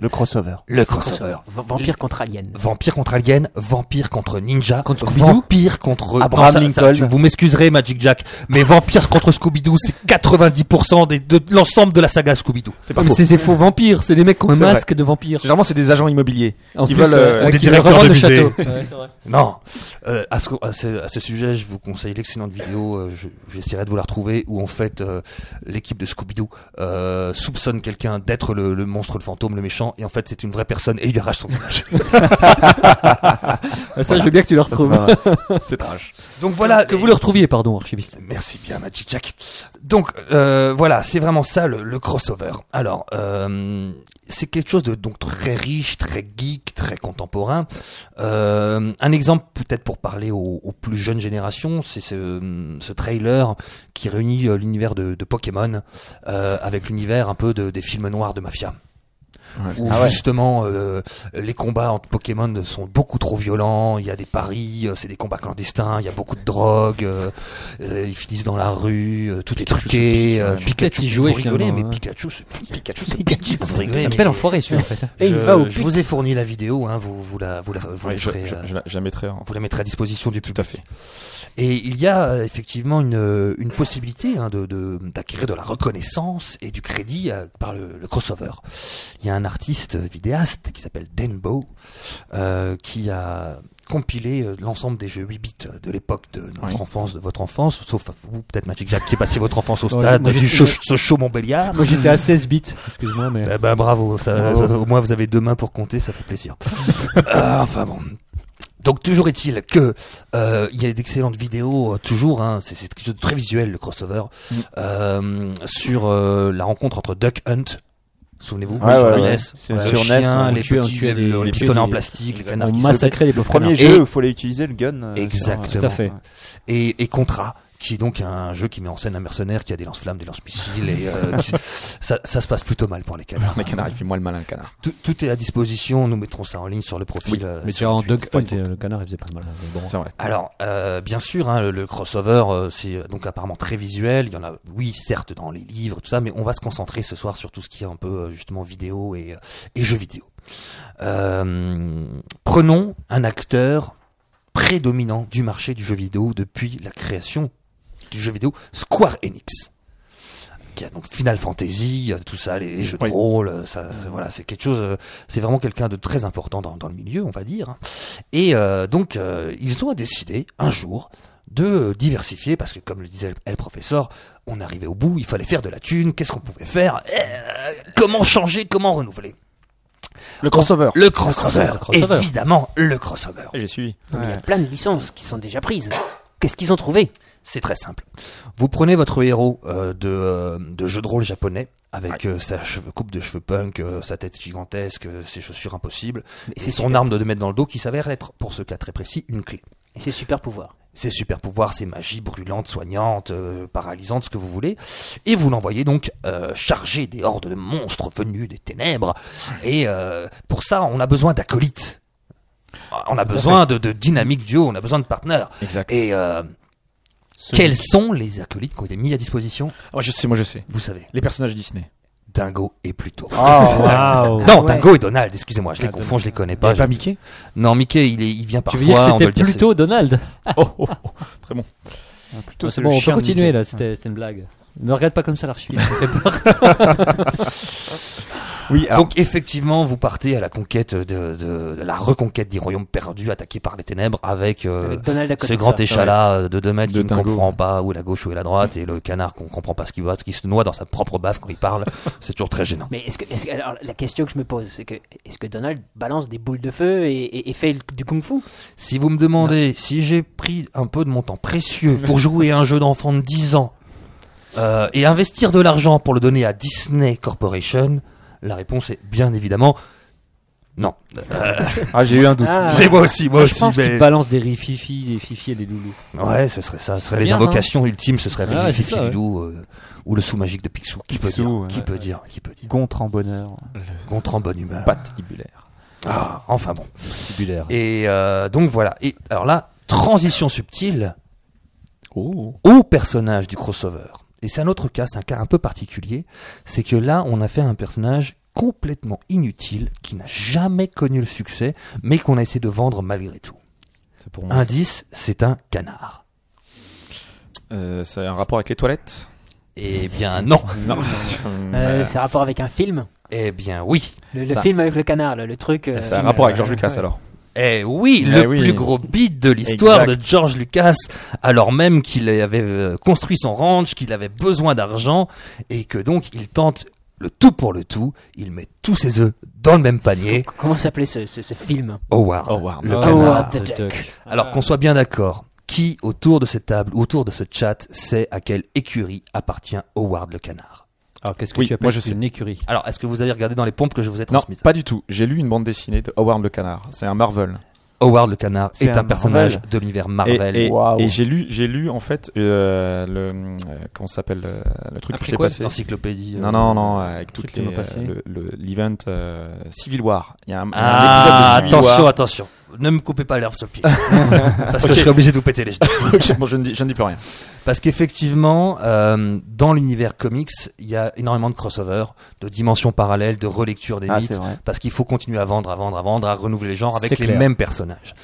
S5: Le crossover.
S7: Le crossover.
S4: Va- Vampire contre Alien.
S7: Vampire contre Alien, vampire contre Ninja,
S6: Contre Scooby-Doo
S7: vampire contre
S5: Abraham
S7: Ah, ça- ça,
S5: Lincoln.
S7: tu- vous m'excuserez, Magic Jack, mais vampire contre Scooby-Doo, c'est 90% des, de l'ensemble de la saga Scooby-Doo.
S3: C'est
S6: Ah,
S3: pas
S6: mais
S3: faux.
S6: C'est des faux vampires, c'est des mecs qui ont un
S3: C'est vrai.
S6: masque de vampires.
S3: Généralement, c'est des agents immobiliers.
S6: En
S3: Qui
S6: plus,
S3: veulent, euh,
S6: euh,
S7: ou des
S6: qui veulent
S7: directeurs
S6: revendre
S7: de
S6: le
S7: musée.
S6: château.
S7: [LAUGHS] Non. Euh, à, ce, à ce- à ce sujet, je vous conseille l'excellente vidéo, euh, je- j'essaierai de vous la retrouver, où en fait euh, l'équipe de Scooby-Doo euh, soupçonne quelqu'un d'être le, le monstre, le fantôme, le méchant, et en fait c'est une vraie personne, et il lui arrache
S3: [LAUGHS]
S7: son visage.
S6: Ah, Ça, je veux bien que tu le retrouves.
S3: C'est trash.
S7: Donc voilà,
S6: Que
S7: les-
S6: vous le retrouviez, pardon, archiviste.
S7: Merci bien, Magic Jack. Donc euh, voilà, c'est vraiment ça le, le crossover. Alors, euh, c'est quelque chose de donc très riche, très geek, très contemporain. Euh, un exemple peut-être pour parler aux, aux plus jeunes générations, c'est ce, ce trailer qui réunit euh, l'univers de, de Pokémon euh, avec l'univers un peu de- des films noirs de mafia.
S3: Ouais.
S7: Où justement euh, les combats entre Pokémon sont beaucoup trop violents, il y a des paris, euh, c'est des combats clandestins, il y a beaucoup de drogue, euh, euh, ils finissent dans la rue, euh, tout est truqué, euh,
S6: Je vais peut-être
S7: Pikachu,
S6: y jouer,
S7: vous rigolez,
S6: finalement,
S7: mais
S6: hein.
S7: Pikachu, c'est- Pikachu, c'est Pikachu, vous rigolez,
S6: Il
S7: mais-
S6: m'appelle enfoiré, celui en fait.
S4: Et
S7: je,
S4: il va au
S7: je
S4: pic.
S7: vous ai fourni la vidéo, hein, vous, vous la, vous la, vous la
S3: je,
S7: ferez,
S3: je-
S7: euh,
S3: je la- je la mettrai en
S7: vous la mettrez à disposition du public.
S3: Tout à fait.
S7: Et il y a euh, effectivement une, euh, une possibilité hein, de- de- d'acquérir de, la reconnaissance et du crédit euh, par le, le crossover. Il y a un artiste vidéaste qui s'appelle Dan Bow euh, qui a compilé euh, l'ensemble des jeux 8 bits de l'époque de notre
S3: Oui.
S7: enfance, de votre enfance, sauf vous peut-être Magic Jack qui est passé votre enfance au
S6: Moi,
S7: stade
S6: j'ai- moi,
S7: du
S6: j'ai-
S7: show
S6: [LAUGHS]
S7: Montbéliard.
S6: Moi, j'étais à 16 bits, excuse-moi, mais.
S7: Eh ben bravo, ça, ça- au moins vous avez deux mains pour compter, ça fait plaisir. [LAUGHS] Euh, enfin bon. Donc toujours est-il que euh, il y a d'excellentes vidéos euh, toujours, hein, c'est c'est quelque chose de très visuel le crossover
S3: Mm.
S7: euh, sur euh, la rencontre entre Duck Hunt. Souvenez-vous,
S5: Ouais,
S7: sur
S5: ouais,
S7: la
S5: ouais.
S7: NES,
S5: C'est
S7: le
S5: sur
S7: chien,
S5: NES, on
S7: les
S6: tuait- on
S7: petits-
S6: tuait des-
S7: les
S6: on les
S7: pistolets
S6: tuait
S7: en
S6: des-
S7: plastique, les canards
S6: On
S7: qui se
S6: massacrait les bœufs
S5: Premier
S7: Et-
S5: jeu, il fallait utiliser le gun. euh,
S7: Exactement.
S5: sur, euh,
S6: Tout à fait.
S7: et, et Contra qui est donc un jeu qui met en scène un mercenaire qui a des lance-flammes, des lance-missiles et euh, qui- ça, ça se passe plutôt mal pour les canards.
S3: Le canard, il fait moi le malin, le canard.
S7: Tout, tout est à disposition, nous mettrons ça en ligne sur le profil. euh,
S6: Mais
S7: sur
S6: déjà, en
S7: le tweet
S6: Dog Hunt,
S7: Facebook.
S6: euh, le canard, il faisait pas mal. hein, mais bon.
S3: C'est vrai.
S7: Alors, euh, bien sûr, hein, le, le crossover, euh, c'est euh, donc apparemment très visuel. Il y en a, oui, certes, dans les livres, tout ça, mais on va se concentrer ce soir sur tout ce qui est un peu euh, justement vidéo et, euh, et jeux vidéo. Euh, prenons un acteur prédominant du marché du jeu vidéo depuis la création du jeu vidéo Square Enix. Qui a donc Final Fantasy, euh, tout ça, les, les jeux de
S3: Oui.
S7: rôle, euh, ça, ça, voilà, c'est quelque chose, euh, c'est vraiment quelqu'un de très important dans, dans le milieu, on va dire. Et euh, donc, euh, ils ont décidé un jour de diversifier, parce que comme le disait le, le professeur, on arrivait au bout, il fallait faire de la thune, qu'est-ce qu'on pouvait faire, Euh, comment changer, comment renouveler.
S3: Le crossover.
S7: Le crossover,
S6: Le crossover.
S7: évidemment, le crossover.
S3: Ah, J'ai suivi.
S4: Il y a euh, plein de licences qui sont déjà prises. Qu'est-ce qu'ils ont trouvé
S7: C'est très simple. Vous prenez votre héros euh, de, euh, de jeu de rôle japonais avec euh, sa cheveux- coupe de cheveux punk, euh, sa tête gigantesque, euh, ses chaussures impossibles, et
S4: c'est
S7: son
S4: super.
S7: arme de 2 mètres dans le dos qui s'avère être, pour ce cas très précis, une clé.
S4: Et ses super pouvoirs.
S7: Ses super pouvoirs, ses magies brûlantes, soignantes, euh, paralysantes, ce que vous voulez, et vous l'envoyez donc euh, charger des hordes de monstres venus des ténèbres. Et euh, pour ça, on a besoin d'acolytes. On a besoin de, de dynamique duo, on a besoin de partenaires.
S3: Exact.
S7: Et euh, quels sont les acolytes qui ont été mis à disposition
S3: Oh, je sais, moi je sais.
S7: Vous savez,
S3: Les personnages Disney.
S7: Dingo et Pluto.
S6: Waouh.
S7: non, Dingo et Ah, Donald, excusez-moi, je les
S3: Ah,
S7: confonds, je les connais
S3: Pas,
S7: pas.
S3: pas Mickey
S7: Non, Mickey, il, est- il vient
S6: Tu
S7: parfois.
S6: veux dire
S7: on
S6: que
S7: doit le
S6: c'était
S7: dire, c'est-
S6: plutôt Donald
S3: oh, oh, oh, Très bon.
S5: Ah, plutôt,
S6: C'est
S5: le
S6: bon, on peut
S5: chien de
S6: continuer
S5: Mickey.
S6: là, c'était c'était une blague. Ne regarde pas comme ça l'archive.
S3: Oui, alors,
S7: Donc effectivement, vous partez à la conquête de, de- de la reconquête des royaumes perdus, attaqués par les ténèbres, avec, euh,
S4: Avec Donald à côté
S7: ce
S4: de
S7: grand
S4: ça.
S7: échalas euh, de 2 mètres
S3: De
S7: qui ne
S3: Dingo.
S7: comprend pas où est la gauche, où est la droite, et le canard qu'on comprend pas ce qu'il voit, ce qui se noie dans sa propre baffe quand il [LAUGHS] parle. C'est toujours très gênant.
S4: Mais est-ce que, est-ce que- alors la question que je me pose, c'est que est-ce que Donald balance des boules de feu et, et- et fait le- du kung-fu
S7: Si vous me demandez si j'ai pris un peu de mon temps précieux pour jouer à un jeu d'enfant de 10 ans euh, et investir de l'argent pour le donner à Disney Corporation, la réponse est bien évidemment non.
S5: Ah, j'ai eu un doute.
S4: Ah,
S7: Mais moi aussi, moi
S6: Je pense qu'il balance des rififi, des fifi et des loulous.
S7: Ouais, ce serait ça. Ce serait
S6: C'est
S7: les
S6: bien,
S7: invocations ultimes, ce serait
S6: Ah,
S7: Rémi
S6: c'est ça, ouais.
S7: Fifilidou, euh, ou le sou magique de Picsou. Qui peut
S5: Picsou,
S7: dire
S5: ouais.
S7: Qui peut dire Qui peut dire
S5: Gontre en bonheur.
S7: Contre en bonne humeur.
S5: Pat Ibulaire.
S7: Ah, enfin bon.
S6: Tibulaire.
S7: Et euh, donc voilà. Et alors là, transition subtile.
S3: oh.
S7: au personnage du crossover. Et c'est un autre cas, c'est un cas un peu particulier, c'est que là, on a fait un personnage complètement inutile, qui n'a jamais connu le succès, mais qu'on a essayé de vendre malgré tout.
S6: C'est pour moi.
S7: Indice, c'est un canard.
S3: Euh, ça a un rapport avec les toilettes [LAUGHS]
S7: Eh bien non.
S3: Non.
S4: euh, C'est un rapport avec un film
S7: Eh bien oui.
S4: Le, le
S3: Ça.
S4: film avec le canard, là, le truc. euh,
S3: C'est un
S4: film,
S3: rapport
S4: euh,
S3: avec George Lucas
S4: ouais.
S3: alors.
S7: Eh oui,
S3: Eh
S7: le
S3: oui.
S7: plus gros beat de l'histoire
S3: Exact.
S7: de George Lucas, alors même qu'il avait euh, construit son ranch, qu'il avait besoin d'argent, et que donc il tente le tout pour le tout, il met tous ses œufs dans le même panier.
S4: Comment s'appelait ce, ce, ce film
S7: Howard.
S3: Howard.
S7: Le
S6: Ah,
S7: canard.
S4: Howard the
S6: The
S4: Duck.
S6: Duck.
S3: Ah.
S7: Alors qu'on soit bien d'accord, qui autour de cette table, autour de ce chat, sait à quelle écurie appartient Howard le canard
S6: Alors qu'est-ce que
S3: Oui,
S6: tu appelles
S3: moi, je sais.
S6: une écurie
S7: Alors, est-ce que vous avez regardé dans les pompes que je vous ai
S3: Non,
S7: transmises
S3: pas du tout. J'ai lu une bande dessinée de Howard le Canard. C'est un Marvel.
S7: Howard le canard est,
S5: C'est
S7: un,
S5: un Marvel.
S7: personnage de l'univers
S3: Et,
S7: Marvel.
S3: et-
S5: Waouh.
S3: et j'ai lu, j'ai lu en fait euh, le euh, comment ça s'appelle euh, le truc que je t'ai
S6: préquel
S3: passé.
S7: Encyclopédie. euh,
S3: Non, non, non, euh, avec
S6: truc
S3: toutes
S6: qui
S3: les,
S6: m'a passé.
S3: euh, le- le- l'event euh, Civil War. Il y a un, un
S7: Ah,
S3: épisode de Civil
S7: attention,
S3: War.
S7: attention. Ne me coupez pas l'herbe sur le
S3: [LAUGHS]
S7: pied. Parce que je serais obligé de vous péter les genoux.
S3: Ok, bon, je ne dis, je ne dis plus rien.
S7: Parce qu'effectivement, euh, dans l'univers comics, il y a énormément de crossovers, de dimensions parallèles, de relecture des
S5: Ah,
S7: mythes.
S5: c'est vrai.
S7: parce qu'il faut continuer à vendre, à vendre, à vendre, à renouveler les genres avec
S6: C'est
S7: les
S6: clair.
S7: mêmes personnages.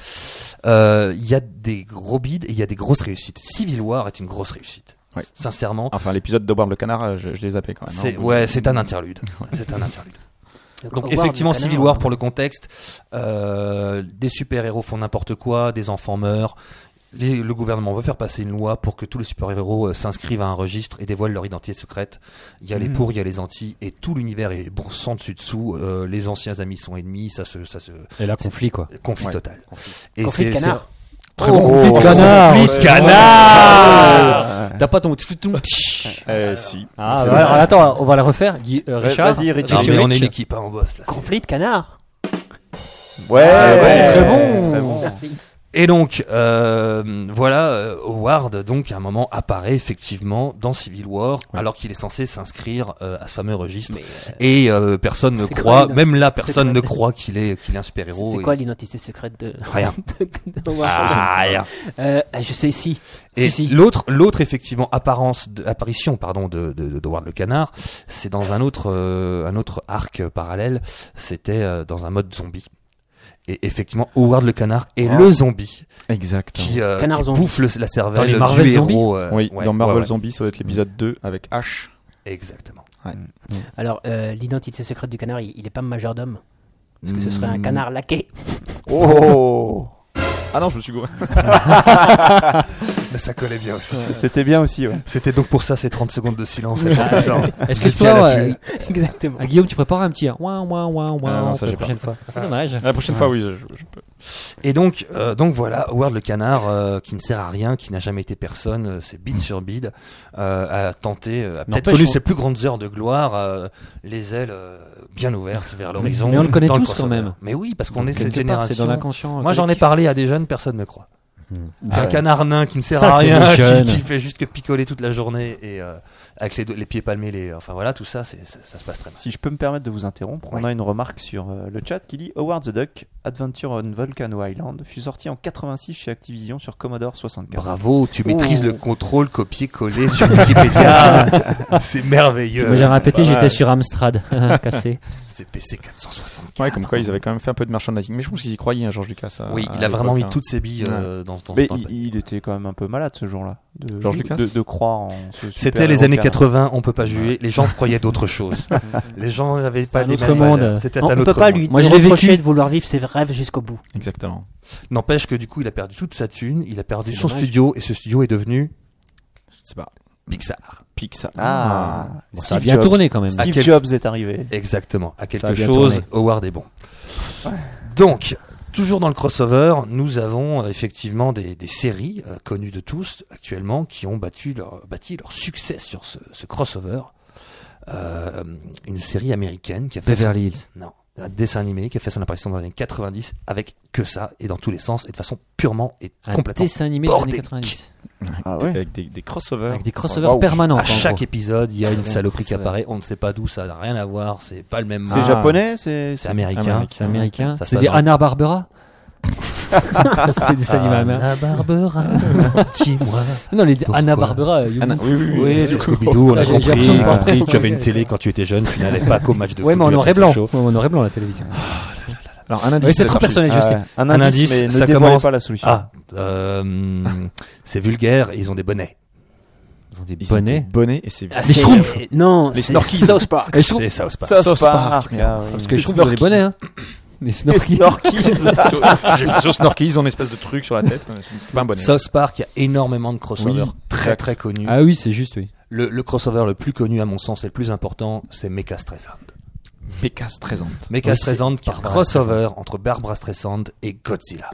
S7: Euh, Il y a des gros bides et il y a des grosses réussites. Civil War est une grosse réussite.
S3: Ouais.
S7: Sincèrement,
S6: Ah,
S3: Enfin, l'épisode d'Howard le Canard, euh, je, je l'ai zappé quand
S6: bah
S3: même. hein.
S7: c'est ouais, c'est
S6: [LAUGHS]
S7: un interlude. C'est un interlude. Donc
S4: Howard,
S7: effectivement,
S4: le canard,
S7: Civil War
S4: hein.
S7: pour le contexte, euh, des super-héros font n'importe quoi, des enfants meurent. Les- le gouvernement veut faire passer une loi pour que tous les super-héros euh, s'inscrivent à un registre et dévoilent leur identité secrète. Il y
S6: Mm.
S7: a les pour, il y a les anti, et tout l'univers est bon sang dessus dessous. euh, les anciens amis sont ennemis, ça se, ça se
S6: Et là, conflit quoi.
S7: conflit
S3: Ouais,
S7: total.
S4: Conflit de
S7: c'est-
S4: canard.
S7: c'est- Très bon conflit de
S6: canard.
S7: Conflit de
S6: Ah,
S7: canard.
S5: Ah,
S6: T'as pas ton.
S3: Euh, si.
S6: Ah, bah, alors, attends, on va la refaire. Guy- euh,
S5: Vas-y,
S6: Richard.
S5: Richard.
S7: Non, mais on est
S6: Rich.
S7: une équipe, hein, on bosse là.
S4: Conflit de canard.
S5: Ouais,
S6: très
S5: bon.
S7: Ah
S4: Ah,
S7: Et donc, euh, voilà, euh, Howard, donc, à un moment, apparaît effectivement dans Civil War, alors qu'il est censé s'inscrire euh, à ce fameux registre. Et euh, personne ne
S4: C'est
S7: croit,
S4: Clyde.
S7: même là,
S4: C'est
S7: personne ne
S4: Clyde.
S7: croit qu'il est, qu'il est un super-héros.
S4: C'est
S7: et-
S4: quoi l'identité secrète de.
S7: Rien.
S4: [LAUGHS] de Howard
S7: Ah, rien.
S4: Euh, Je sais si.
S7: Et
S4: Si, si.
S7: l'autre, l'autre effectivement apparence, de, apparition, pardon, de, de, de Howard le canard, c'est dans un autre, euh, un autre arc euh, parallèle. C'était euh, dans un mode zombie. Et effectivement, Howard le canard est
S3: Ah.
S7: le zombie
S3: Exact.
S7: qui, euh,
S4: Canard
S7: qui
S4: zombie.
S7: bouffe le- la
S6: Dans
S7: cervelle
S6: les
S7: du
S6: Marvel zombies
S7: héros. euh,
S3: oui,
S7: ouais,
S3: dans
S7: ouais,
S3: Marvel
S7: ouais.
S3: Zombie, ça doit être l'épisode 2 avec H.
S7: Exactement.
S4: Alors, euh, l'identité secrète du canard, il, il est pas majordome. Parce
S7: Hmm.
S4: que ce serait un canard laqué. [LAUGHS]
S5: Oh
S3: Ah non, je me suis gouré.
S7: Mais ça collait bien aussi.
S5: C'était bien aussi, ouais.
S7: C'était donc pour ça ces 30 secondes de silence.
S6: Ah, Est-ce que tu
S7: J'ai bien
S6: pourras,
S7: la
S6: euh,
S4: Exactement.
S6: à Guillaume, tu prépares un petit ouin ouin ouin
S3: Ah
S6: ouin
S3: non,
S6: pour
S3: ça,
S6: la
S3: j'ai pas.
S6: prochaine fois. C'est dommage.
S3: La prochaine fois, oui. je- je- je peux.
S7: Et donc, euh, donc voilà, Howard le canard, euh, qui ne sert à rien, qui n'a jamais été personne, euh, c'est bide sur bide, euh, a tenté, euh, a peut-être
S6: N'empêche,
S7: connu
S6: on-
S7: ses plus grandes heures de gloire, euh, les ailes euh, bien ouvertes vers l'horizon.
S6: mais on le connaît
S7: dans
S6: tous quand
S7: crossover.
S6: même.
S7: Mais oui, parce qu'on
S6: Donc,
S7: est cette
S6: quelque part, C'est
S7: génération.
S6: dans l'inconscient.
S7: Moi, j'en
S6: collectif. Hmm.
S7: ai
S6: Ah
S7: parlé à des jeunes, personne ne croit. C'est un canard nain qui ne sert
S6: Ça,
S7: à
S6: c'est
S7: rien,
S6: les
S7: [LAUGHS] qui,
S6: jeunes.
S7: qui fait juste que picoler toute la journée et euh, avec les, do- les pieds palmés, les, enfin voilà, tout ça, c'est- ça, ça se passe très mal.
S5: Si je peux me permettre de vous interrompre, on
S7: Ouais.
S5: a une remarque sur euh, le chat qui dit Howard the Duck, Adventure on Volcano Island, fut sorti en 86 chez Activision sur Commodore 64.
S7: Bravo, tu
S5: Oh.
S7: maîtrises le contrôle copier-coller sur Wikipédia. c'est merveilleux.
S6: Moi, J'ai répété,
S3: Pas mal.
S6: j'étais sur Amstrad, cassé.
S7: C'est PC 464.
S3: Ouais, comme quoi ils avaient quand même fait un peu de merchandising. Mais je pense qu'ils y croyaient, hein, Georges Lucas. à-
S7: Oui,
S3: à
S7: il a vraiment mis
S3: l'époque, hein.
S7: toutes ses billes euh, dans, dans,
S5: Mais
S7: dans le
S5: il, il était quand même un peu malade ce jour-là. De,
S3: George Lucas
S5: de, de croire en ce
S7: C'était les années
S5: super-héros
S7: 80, on peut pas juer. Les gens croyaient [LAUGHS] d'autres choses. les gens n'avaient pas
S6: un
S7: les
S6: autre
S7: mêmes
S6: monde.
S7: valeurs. C'était
S4: On
S7: un
S4: ne
S7: autre
S4: peut pas
S7: monde.
S4: lui
S6: Moi, je l'ai
S4: reprocher
S6: vécu.
S4: de vouloir vivre ses rêves jusqu'au bout.
S3: Exactement.
S7: N'empêche que du coup, il a perdu toute sa thune, il a perdu
S6: C'est
S7: son
S6: dommage.
S7: studio et ce studio est devenu
S3: Je sais pas.
S7: Pixar.
S3: Pixar.
S5: Ah,
S6: Ça a bien tourné quand même.
S7: Ah,
S5: Steve
S7: quel-
S5: Jobs est arrivé.
S7: Exactement, à
S6: a
S7: quelque
S6: bien
S7: chose,
S6: tourné.
S7: Howard est bon. Donc, toujours dans le crossover, nous avons euh, effectivement des, des séries euh, connues de tous actuellement qui ont battu leur, bâti leur succès sur ce, ce crossover. Euh, une série américaine qui a fait son-
S6: Beverly Hills.
S7: non, un dessin animé qui a fait son apparition dans les années 90 avec que ça et dans tous les sens et de façon purement et
S6: Un
S7: complètement.
S6: dessin animé des années
S7: bordélique.
S6: 90.
S5: Ah
S3: Avec des, des crossovers.
S6: Avec des crossovers
S5: Waouh.
S6: permanents.
S7: À
S6: quoi, en
S7: chaque
S6: gros.
S7: épisode, il y a une
S6: Ouais,
S7: saloperie
S6: c'est
S7: qui
S6: vrai.
S7: apparaît. On ne sait pas d'où ça n'a rien à voir. C'est pas le même.
S5: C'est
S3: Ah.
S7: marque,
S5: japonais, c'est
S7: C'est américain.
S3: Américain.
S6: C'est américain.
S7: Ça se
S6: C'est
S7: passe
S6: des
S7: dans-
S6: Anna Barbera. C'est des dessins animés américains.
S7: Anna Barbera, dis-moi.
S6: Non, les
S7: Pourquoi
S6: Anna Barbera. euh, you
S3: Ah, non,
S6: mean-
S3: oui, oui, oui.
S7: Oui, c'est Scooby-Doo, on a
S6: Ah, J'ai- j'ai
S7: compris.
S6: l'impression de
S7: on a compris.
S6: comprendre.
S7: Tu avais une télé quand tu étais jeune, tu n'allais pas qu'au match de
S6: Ouais, mais
S7: foot,
S6: en noir et
S7: ça,
S6: blanc.
S7: c'est chaud. Ah,
S6: Ouais, En noir et blanc, la télévision.
S3: Alors, un indice.
S6: Oui, c'est
S3: de
S6: trop
S3: l'archiviste.
S6: personnel, je sais.
S5: Un,
S7: Un
S5: indice,
S7: indice,
S5: mais
S7: ça
S5: ne dévoilez
S7: commence-
S5: pas la solution.
S7: Ah, euh, c'est vulgaire, et ils ont des bonnets.
S6: Ils ont des
S3: Ils ont des
S6: bonnets.
S3: Bonnets et c'est. [LAUGHS]
S6: Les schtroumpfs.
S4: Euh, Non,
S3: Les
S4: c'est
S3: snorkies.
S4: South [LAUGHS] Park.
S6: Et je trouve-
S7: C'est South Park.
S5: Sauce
S6: Sauce
S5: Park,
S6: Park,
S5: ah oui.
S6: Parce que je trouve qu'ils ont des bonnets. hein. Les snorkies.
S3: J'ai l'impression snorkies, ils ont une espèce de truc sur la tête. mais C'est c'est pas un bonnet.
S7: South Park, il y a énormément de crossovers
S6: Oui.
S7: très très connus.
S6: Ah oui, c'est juste,
S7: [LAUGHS]
S6: oui.
S7: Le, le crossover le plus connu à mon sens et le plus important, c'est Mecha Streisand.
S3: Pécasse stressante.
S7: Mecha
S6: Oui, c'est
S7: Streisand qui est un
S6: Barbra
S7: crossover entre Barbara Streisand et Godzilla.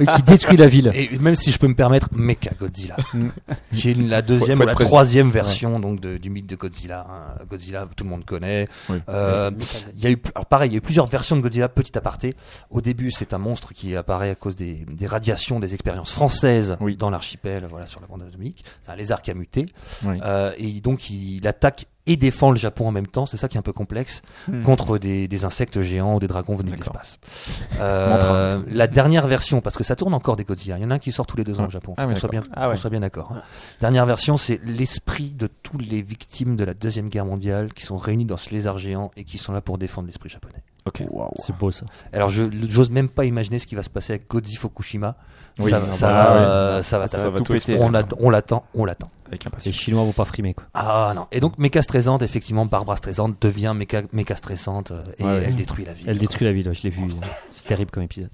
S6: Et qui détruit la ville.
S7: Et même si je peux me permettre, Mecha Godzilla,
S3: Mm.
S7: qui est la deuxième
S3: Faut- faut
S7: ou la
S3: être précis.
S7: troisième version donc de- du mythe de Godzilla. hein. Godzilla, tout le monde connaît.
S3: Oui.
S7: Euh, il y a eu, alors pareil, il y a eu plusieurs versions de Godzilla. Petit aparté. Au début, c'est un monstre qui apparaît à cause des, des radiations des expériences françaises
S3: Oui.
S7: dans l'archipel, voilà, sur la bande atomique. C'est un lézard qui a muté.
S3: Oui.
S7: Euh, et donc, il attaque et défend le Japon en même temps. C'est ça qui est un peu complexe
S5: Hmm.
S7: contre des, des insectes géants ou des dragons venus de
S3: D'accord.
S7: l'espace.
S3: [LAUGHS]
S7: Euh, la dernière version, parce que ça tourne encore des Godzilla. Il y en a un qui sort tous les deux ans
S3: Ah.
S7: au Japon.
S3: Ah
S7: Faut
S3: oui,
S7: qu'on soit bien,
S5: Ah ouais.
S7: qu'on soit bien d'accord. hein. Dernière version, c'est l'esprit de tous les victimes de la deuxième guerre mondiale qui sont réunis dans ce lézard géant et qui sont là pour défendre l'esprit japonais.
S3: Ok.
S5: Waouh.
S6: C'est beau ça.
S7: Alors, je j'ose même pas imaginer ce qui va se passer avec Godzilla Fukushima.
S3: Oui,
S7: ça,
S3: ah
S7: ça
S3: bah
S7: va,
S3: ouais.
S7: euh, ça va,
S5: Ça
S7: ça
S5: va
S7: va
S5: tout
S7: tout
S5: péter,
S7: On
S3: ça. hein.
S7: l'attend, on l'attend, on l'attend.
S3: Avec
S6: Les
S3: impatience.
S6: Chinois vont pas frimer quoi.
S7: Ah non. Et donc, Mecha Streisand, effectivement, Barbara Streisand devient Mecha, Mecha Streisand euh, et
S6: Ouais, ouais.
S7: elle détruit la ville.
S6: Elle détruit la ville, ouais, je l'ai vu. C'est terrible comme épisode.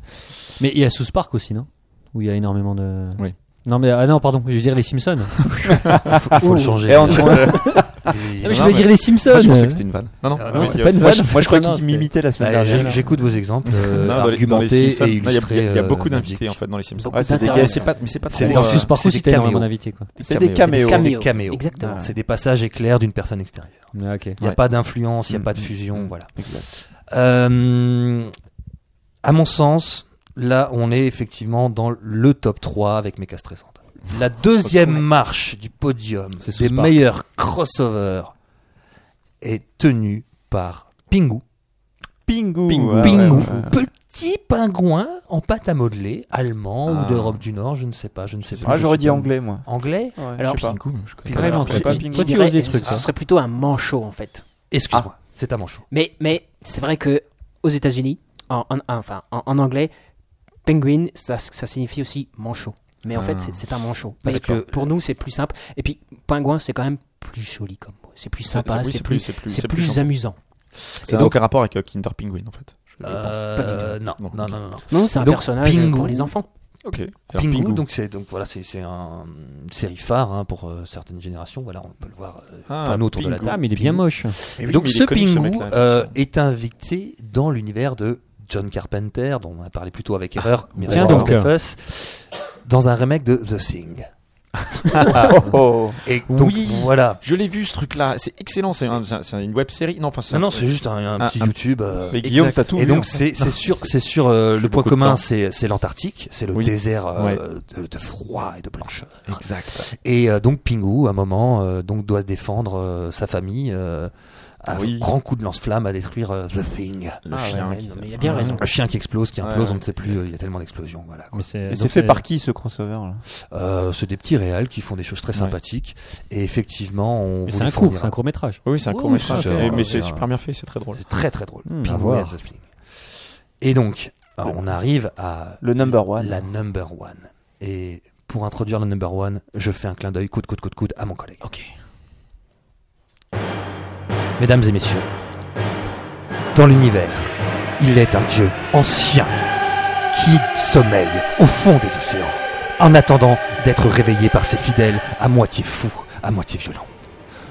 S6: Mais il y a South Park aussi, non Où il y a énormément de.
S3: Oui.
S6: Non, mais ah non, pardon, je veux dire les Simpsons. Non,
S7: Il Ah, faut le changer. Euh,
S5: Et on- on-
S3: [LAUGHS]
S7: Et-
S6: mais je
S3: non,
S6: veux
S3: mais-
S6: dire les Simpsons.
S3: Moi, je pensais que c'était une vanne. Non, non,
S7: Ah,
S3: non,
S7: non,
S3: il y
S7: c'était
S3: a
S6: pas
S3: aussi-
S6: une
S5: Moi,
S6: vanne.
S5: je, moi, je crois
S6: Non,
S5: qu'il
S6: c'était-
S5: m'imitait la semaine
S7: Allez,
S5: dernière.
S7: j'ai- Bah, J'écoute vos exemples euh,
S3: Non, dans les- dans les
S7: argumentés
S3: Simpsons,
S7: et
S3: non, il y a-
S7: illustrés.
S3: Il y a- il y a beaucoup
S7: euh,
S3: d'invités en fait dans les Simpsons.
S5: Ouais, c'est des
S3: Mais
S5: gars-
S3: c'est pas, mais c'est pas
S7: C'est
S3: trop,
S6: Dans
S7: des-
S3: euh,
S6: South Park
S7: c'est
S6: aussi,
S7: des
S6: t'as énormément
S7: caméos.
S6: d'invités quoi.
S5: C'est des caméos.
S7: C'est
S4: Caméo.
S7: des caméos.
S4: Exactement.
S7: C'est des passages éclairs d'une personne extérieure.
S6: Ah, ok.
S7: Il n'y a
S3: Ouais.
S7: pas d'influence, il n'y a
S3: Mm,
S7: pas de
S3: mm,
S7: fusion, voilà.
S5: Exact.
S7: Euh, à mon sens, là, on est effectivement dans le top 3 avec Mecha Stressante. La deuxième marche du podium
S6: C'est
S7: des
S6: South Park.
S7: meilleurs crossovers est tenue par Pingu.
S5: Pingu.
S3: Pingu.
S5: ouais, ouais,
S7: Pingu,
S5: ouais, ouais.
S7: petit pingouin en pâte à modeler, allemand
S3: Ah.
S7: ou d'Europe du Nord, je ne sais pas, je ne sais pas.
S5: Ah, j'aurais dit anglais, moi.
S7: Anglais
S5: Ouais,
S4: Alors,
S5: je sais pas.
S3: Pingu, je connais pas.
S6: Vraiment,
S5: Alors,
S6: tu-
S5: j'ai pas
S6: tu-
S5: pingouin.
S6: toi
S4: Je
S6: tu oses
S4: dirais,
S6: des trucs.
S4: Ce
S6: toi.
S4: serait plutôt un manchot en fait.
S7: Excuse-moi,
S3: Ah.
S7: c'est à manchot.
S4: Mais, mais c'est vrai que aux États-Unis, en, en- enfin, en, en anglais, penguin, ça, ça signifie aussi manchot. Mais en
S3: Ah.
S4: fait, c'est- c'est un manchot.
S7: Parce
S4: Mais
S7: que-
S4: pour nous, c'est plus simple. Et puis, pingouin, c'est quand même plus joli comme mot. C'est plus sympa,
S3: oui,
S4: c'est plus,
S3: c'est plus,
S4: c'est plus amusant.
S3: Ça n'a aucun rapport avec euh, Kinder Penguin en fait. Je- je pense.
S7: Euh,
S4: Pas
S7: non,
S3: Bon,
S7: non,
S3: ok.
S7: non, non, non.
S4: Non, c'est un
S7: Donc,
S4: personnage
S7: Pingu-
S4: pour les enfants.
S3: Ok. Alors,
S7: Pingu,
S3: Pingu.
S7: donc c'est donc voilà, c'est c'est un une série phare hein, pour euh, certaines générations. Voilà, on peut le voir. euh,
S3: Ah,
S7: enfin, nous autour de la
S3: Pingu.
S6: Ah,
S7: table.
S6: mais il est bien
S7: Pingu.
S6: moche.
S3: Et oui,
S7: donc
S3: mais il
S7: ce
S3: est connu,
S7: Pingu
S3: mec-là,
S7: euh,
S3: effectivement.
S7: est invité dans l'univers de John Carpenter, dont on a parlé plus tôt avec Erreur, mais
S6: tiens
S7: Robert
S6: donc.
S7: Steffes, dans un remake de The Thing. Et donc
S3: Oui.
S7: voilà.
S3: Je l'ai vu ce truc-là, c'est excellent, c'est un- c'est un- c'est une web série. Non, enfin,
S7: Non, non, c'est juste un, un
S3: Ah,
S7: petit
S3: un-
S7: YouTube. euh,
S5: Mais Guillaume,
S7: exact.
S5: t'as tout
S7: Et
S5: vu, en
S7: donc,
S5: fait.
S7: c'est c'est sûr, [LAUGHS] c'est sûr. euh, le point
S3: beaucoup de temps.
S7: commun, c'est c'est l'Antarctique, c'est le
S3: Oui.
S7: désert euh, de, de froid et de blancheur.
S3: Exact.
S7: Et euh, donc Pingu, à un moment, euh, donc doit défendre euh, sa famille euh, à
S3: Oui.
S7: grand coup de lance-flamme à détruire euh, The Thing.
S3: Le
S4: Ah ouais,
S3: chien.
S4: ouais,
S3: qui-
S4: non, mais il a bien raison.
S7: Un chien qui explose, qui
S3: Ouais,
S7: implose,
S3: ouais.
S7: on ne sait plus. euh, Il y a tellement d'explosions, voilà. quoi.
S6: Mais c'est
S5: Et
S6: donc
S5: c'est fait par qui ce crossover là
S7: Euh, c'est des petits réals qui font des choses très
S3: Ouais.
S7: sympathiques. Et effectivement, on.
S6: Mais
S7: vous
S6: c'est
S7: le
S6: un court,
S7: fournira.
S6: c'est un court métrage.
S3: Oui, oui, c'est un
S7: Oui,
S3: court métrage, euh,
S7: c'est un-
S3: mais
S7: c'est
S3: c'est
S7: un-
S3: super bien fait, c'est très drôle.
S7: C'est très très drôle.
S6: Hmm, à
S7: Pingu
S6: voir.
S7: and The Thing. Et donc, alors, on arrive à
S5: Le number one.
S7: la number one. Et pour introduire la number one, je fais un clin d'œil coude coude coude coude à mon collègue.
S3: Ok.
S7: Mesdames et messieurs, dans l'univers, il est un dieu ancien qui sommeille au fond des océans, en attendant d'être réveillé par ses fidèles à moitié fous, à moitié violents.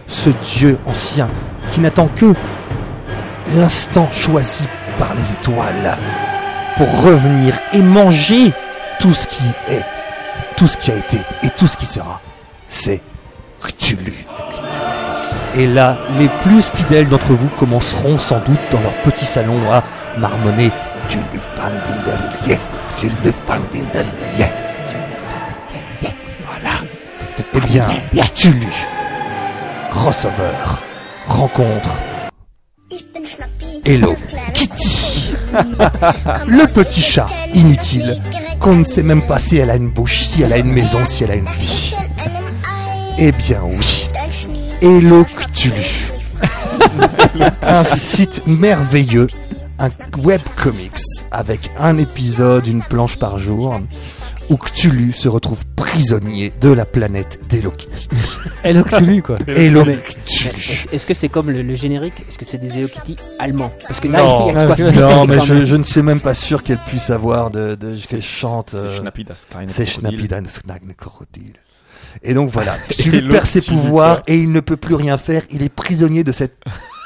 S7: Ce dieu ancien qui n'attend que l'instant choisi par les étoiles pour revenir et manger tout ce qui est, tout ce qui a été et tout ce qui sera. C'est Cthulhu. Et là, les plus fidèles d'entre vous commenceront sans doute dans leur petit salon à marmonner Cthulhu Van Linderlier, Cthulhu Van Linderlier. Voilà. Eh bien, Cthulhu, crossover, rencontre, Hello,
S9: Hello,
S7: Kitty.
S9: Kitty
S7: le petit chat inutile qu'on ne sait même pas si elle a une bouche, si elle a une maison, si elle a une vie. Eh bien oui, Hello Cthulhu. un site merveilleux, un webcomics avec un épisode, une planche par jour, où Cthulhu se retrouve prisonnier de la planète d'Hello Kitty.
S6: Hello Xulu, quoi.
S7: Hello
S4: Mais- Mais
S7: Cthulhu.
S4: Est-ce est-ce que c'est comme le, le générique Est-ce que c'est des Hello Kitty allemands Parce que là,
S7: Non.
S4: il y a de quoi faire
S7: Non,
S4: quand
S7: mais je,
S4: même.
S7: je ne suis même pas sûr qu'elle puisse avoir de, de qu'elle chante.
S3: C'est
S7: euh,
S3: Schnappi das Kleine
S7: C'est
S3: Krokodil.
S7: Schnappi Dan Snagne Krokodil. Et donc
S3: [LAUGHS]
S7: voilà, Cthulhu
S3: l'autre,
S7: perd ses
S3: tu dis
S7: pouvoirs et il ne peut plus rien faire. Il est prisonnier
S3: [LAUGHS]
S7: de cette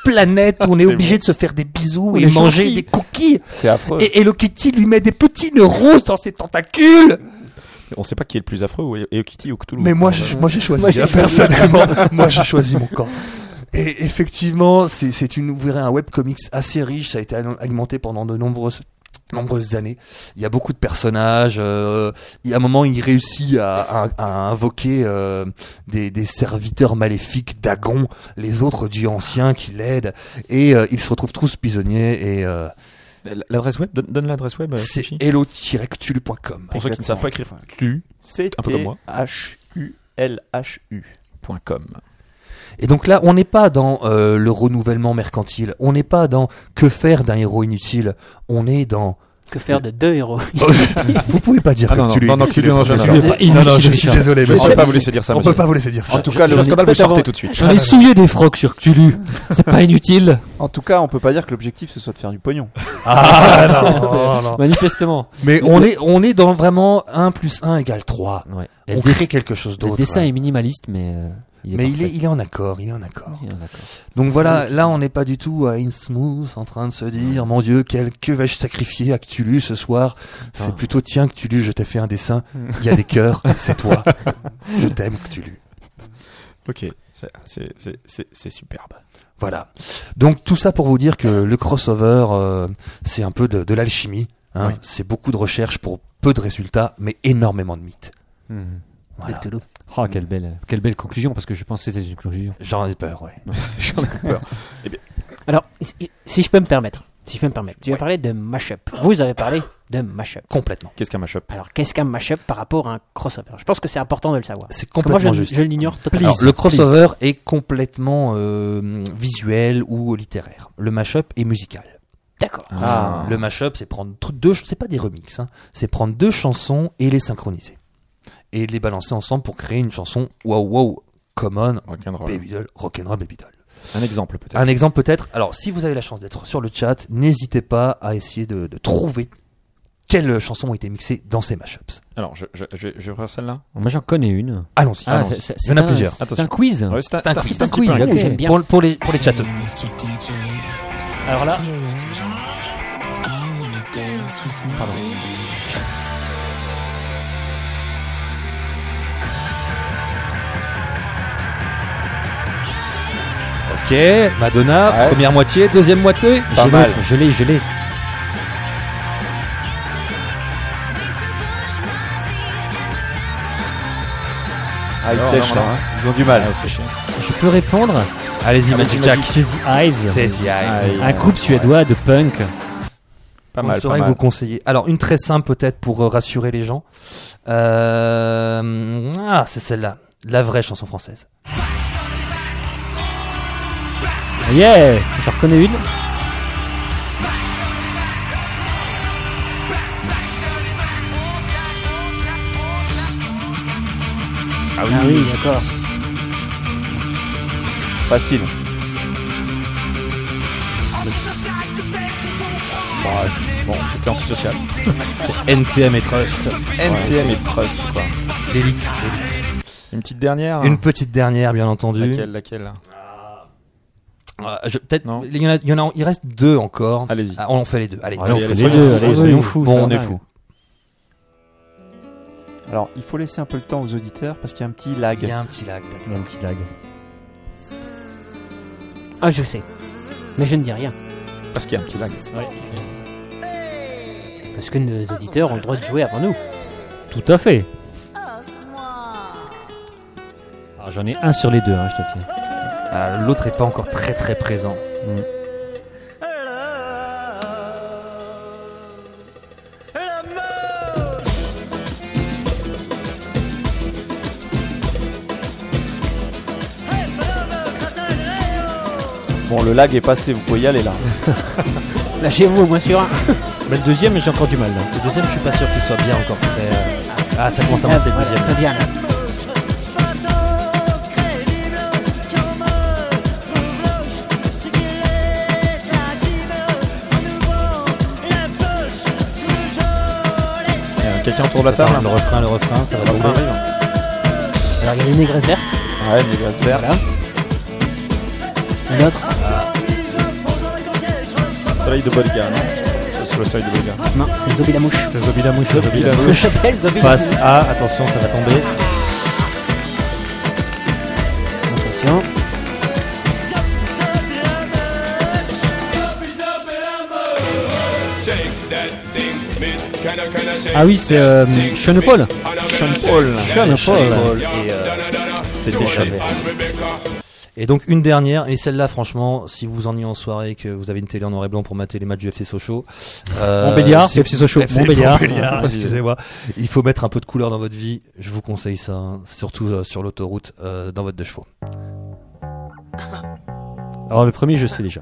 S7: planète où on est
S3: C'est
S7: obligé de se faire des bisous
S3: On
S7: et
S3: est
S7: manger
S3: gentil.
S7: des cookies.
S5: C'est affreux.
S7: Et Hello Kitty lui met des petits nœuds roses dans ses tentacules.
S3: On sait pas qui est le plus affreux, ou Hello Kitty ou Cthulhu.
S7: Mais moi, je- moi j'ai
S4: Moi,
S7: choisi,
S4: j'ai
S7: hein, personnellement. moi, j'ai choisi mon camp. Et effectivement, c'est c'est une, vous verrez un webcomics assez riche. Ça a été al- alimenté pendant de nombreuses nombreuses années. Il y a beaucoup de personnages. euh, il y a un moment, il réussit à, à- à invoquer euh, des, des serviteurs maléfiques d'Agon, les autres dieux anciens qui l'aident, et euh, ils se retrouvent tous prisonniers. Et euh,
S3: L'adresse web, donne, donne l'adresse web. euh,
S7: c'est
S3: Chichi.
S7: hello-cthulhu.com.
S3: Pour ceux qui ne savent pas écrire
S5: C'est
S3: un peu comme moi.
S5: H-U-L-H-U.
S7: Eh ben,
S3: Cthulhu.com.
S7: Et donc là, on n'est pas dans euh, le renouvellement mercantile, on n'est pas dans que faire d'un héros inutile, on
S3: [LAUGHS]
S7: est dans...
S4: Que faire de deux héros [LAUGHS]
S7: vous pouvez pas dire
S3: Ah
S7: que
S3: non, non,
S7: Cthulhu
S3: non, non, Cthulhu, non,
S7: est inutile. Je
S3: non,
S7: suis
S3: non,
S7: désolé.
S6: non, non,
S7: Non,
S6: non,
S7: non, je
S6: non,
S7: suis
S6: non,
S7: désolé,
S3: On ne
S7: monsieur.
S3: peut pas vous laisser dire ça,
S7: On peut
S3: monsieur.
S7: pas vous laisser dire ça.
S3: En tout cas,
S6: J'ai-
S3: le
S6: j'ai
S3: scandale va
S6: envie de
S3: sortir
S6: savoir-
S3: tout de suite.
S6: J'en ai souillé des frocs sur Cthulhu. C'est pas inutile.
S5: En tout cas, on peut pas dire que l'objectif ce soit de faire du pognon.
S7: Ah, non,
S6: C'est-
S7: non, non.
S6: Manifestement.
S7: Mais on est, on est dans vraiment 1 plus 1 égale 3.
S6: Ouais.
S7: On
S6: Le dess-
S7: crée quelque chose
S6: le
S7: d'autre.
S6: dessin
S7: ouais.
S6: est minimaliste, mais euh, il est Ah,
S7: Mais il est,
S6: parfait.
S7: il est en accord, il est en accord.
S6: Il est en accord.
S7: Donc voilà, là on n'est pas du tout à Innsmouth en train de se dire, mon dieu, quel, que vais-je sacrifier à Cthulhu ce soir C'est
S6: Ah.
S7: plutôt, tiens Cthulhu, je t'ai fait un dessin, il y a des cœurs, c'est toi. Je t'aime Cthulhu.
S3: Ok, c'est- c'est- c'est- c'est c'est superbe.
S7: Voilà. Donc tout ça pour vous dire que le crossover, euh, c'est un peu de, de l'alchimie. hein.
S3: Oui.
S7: C'est beaucoup de recherche pour peu de résultats, mais énormément de mythes. Voilà.
S4: Cthulhu.
S6: Oh, quelle belle, quelle belle conclusion, parce que je pensais que c'était une conclusion.
S7: J'en ai peur, ouais.
S3: J'en ai peur.
S4: Alors, si- si je peux me permettre, si je peux me permettre, tu as parlé de mashup. Vous avez parlé de mashup.
S7: Complètement.
S3: Qu'est-ce qu'un mashup
S4: Alors, qu'est-ce qu'un mashup par rapport à un crossover Je pense que c'est important de le savoir.
S7: C'est
S4: Parce que moi,
S7: complètement
S4: je,
S7: juste.
S4: je l'ignore totalement.
S7: Alors, le crossover est complètement euh, visuel ou littéraire. Le mashup est musical.
S4: D'accord.
S3: Ah.
S7: Le mashup, c'est prendre tr- deux, ch- c'est pas des remixes, hein. c'est prendre deux chansons et les synchroniser et les balancer ensemble pour créer une chanson wow wow common
S3: Rock'n'roll.
S7: baby Ah. doll rock'n'roll baby doll.
S3: Un exemple peut-être.
S7: Un exemple peut-être. Alors si vous avez la chance d'être sur le chat, n'hésitez pas à essayer de, de trouver quelles chansons ont été mixées dans ces mashups.
S3: Alors, je, je, je, je vais faire celle-là.
S6: Moi, j'en connais une.
S7: Allons-y.
S6: Ah,
S7: allons-y.
S6: c'est- c'est-
S7: Il y en a
S6: c'est un-
S7: plusieurs.
S6: C'est un
S3: Attention.
S6: quiz.
S3: Ouais, c'est un-
S7: C'est un quiz.
S6: C'est un quiz,
S7: ok.
S6: ok. J'aime bien.
S7: Pour, pour les, pour les chatteux.
S6: Alors là,
S7: Ok, Madonna, première moitié, deuxième moitié.
S6: j'ai l'autre, je l'ai, je l'ai.
S5: Ah, ils sèchent là. hein. Ils ont du mal.
S6: Ah, Je peux répondre
S3: Ah
S7: Allez-y, Magic Jack.
S6: C'est The Hives.
S7: C'est The Hives.
S6: Un groupe suédois de punk.
S3: Pas
S7: On
S3: mal,
S7: saurait
S3: pas mal.
S7: vous conseiller. Alors, une très simple peut-être pour euh, rassurer les gens. Euh, Ah, c'est celle-là. La vraie chanson française.
S6: Yeah J'en reconnais une.
S4: Ah oui, d'accord.
S5: Facile.
S7: Bah,
S3: Bah, Bon, c'était antisocial.
S7: NTM et Trust.
S5: NTM et Trust, quoi.
S7: L'élite.
S3: Une petite dernière.
S7: Une petite dernière, bien entendu.
S3: Laquelle, laquelle
S7: Euh, je- peut-être.
S3: Non.
S7: Il y en a, il y en a- il reste deux encore.
S3: Allez-y.
S7: Ah, on en fait les deux. Allez.
S6: Allez, on fait
S3: allez,
S6: les
S3: soyons
S6: deux,
S3: fous,
S6: allez,
S3: soyons
S6: soyons fous.
S7: Bon,
S6: ça
S7: on est
S6: va.
S7: fous.
S5: Alors, il faut laisser un peu le temps aux auditeurs parce qu'il y a un petit lag.
S7: Il y a un petit lag. d'accord.
S6: Un petit lag.
S4: Ah, je sais. Mais je ne dis rien.
S3: Parce qu'il y a un petit lag.
S4: Parce que nos auditeurs ont le droit de jouer avant nous.
S6: Tout à fait. Alors, Ah, J'en ai un sur les deux, hein, je te le dis.
S7: Ah, L'autre est pas encore très très présent. Mm.
S5: Bon, le lag est passé, vous pouvez y aller là.
S4: [LAUGHS] Lâchez-vous au moins sur
S7: [LAUGHS]
S4: un.
S6: Mais le deuxième, j'ai encore du mal. Là.
S7: Le deuxième, je suis pas sûr qu'il soit bien encore. très, euh, Ah, ça commence à
S4: Ah,
S7: monter le
S4: voilà,
S7: deuxième.
S4: ça vient là.
S3: Euh, Quelqu'un autour de la table
S7: le refrain, le refrain, ça va tomber.
S4: Alors, il y a une négresse verte.
S5: Ouais, mais grâce vert.
S4: Une autre.
S3: Soleil de Bolga, non C'est- C'est le soleil de Bolga.
S4: Non, c'est Zobi la mouche.
S6: Le Zombie la mouche,
S4: Ça s'appelle Zobi la
S7: Face
S4: mouche.
S7: A, attention, ça va tomber.
S4: Attention.
S6: Ah oui, c'est euh, Sean Paul.
S3: Sean Paul.
S6: Sean Paul.
S7: Paul et, euh,
S3: C'était jamais.
S7: et donc une dernière, et celle-là franchement, si vous vous ennuyez en soirée et que vous avez une télé en noir et blanc pour mater les matchs du FC Sochaux, euh,
S6: Montbéliard,
S7: c'est-
S6: FC Sochaux,
S7: FC
S6: Montbéliard.
S7: Montbéliard,
S6: Ah, vas-y.
S7: excusez-moi. Il faut mettre un peu de couleur dans votre vie, je vous conseille ça, hein, surtout euh, sur l'autoroute, euh, dans votre deux chevaux.
S6: Alors le premier, je sais déjà.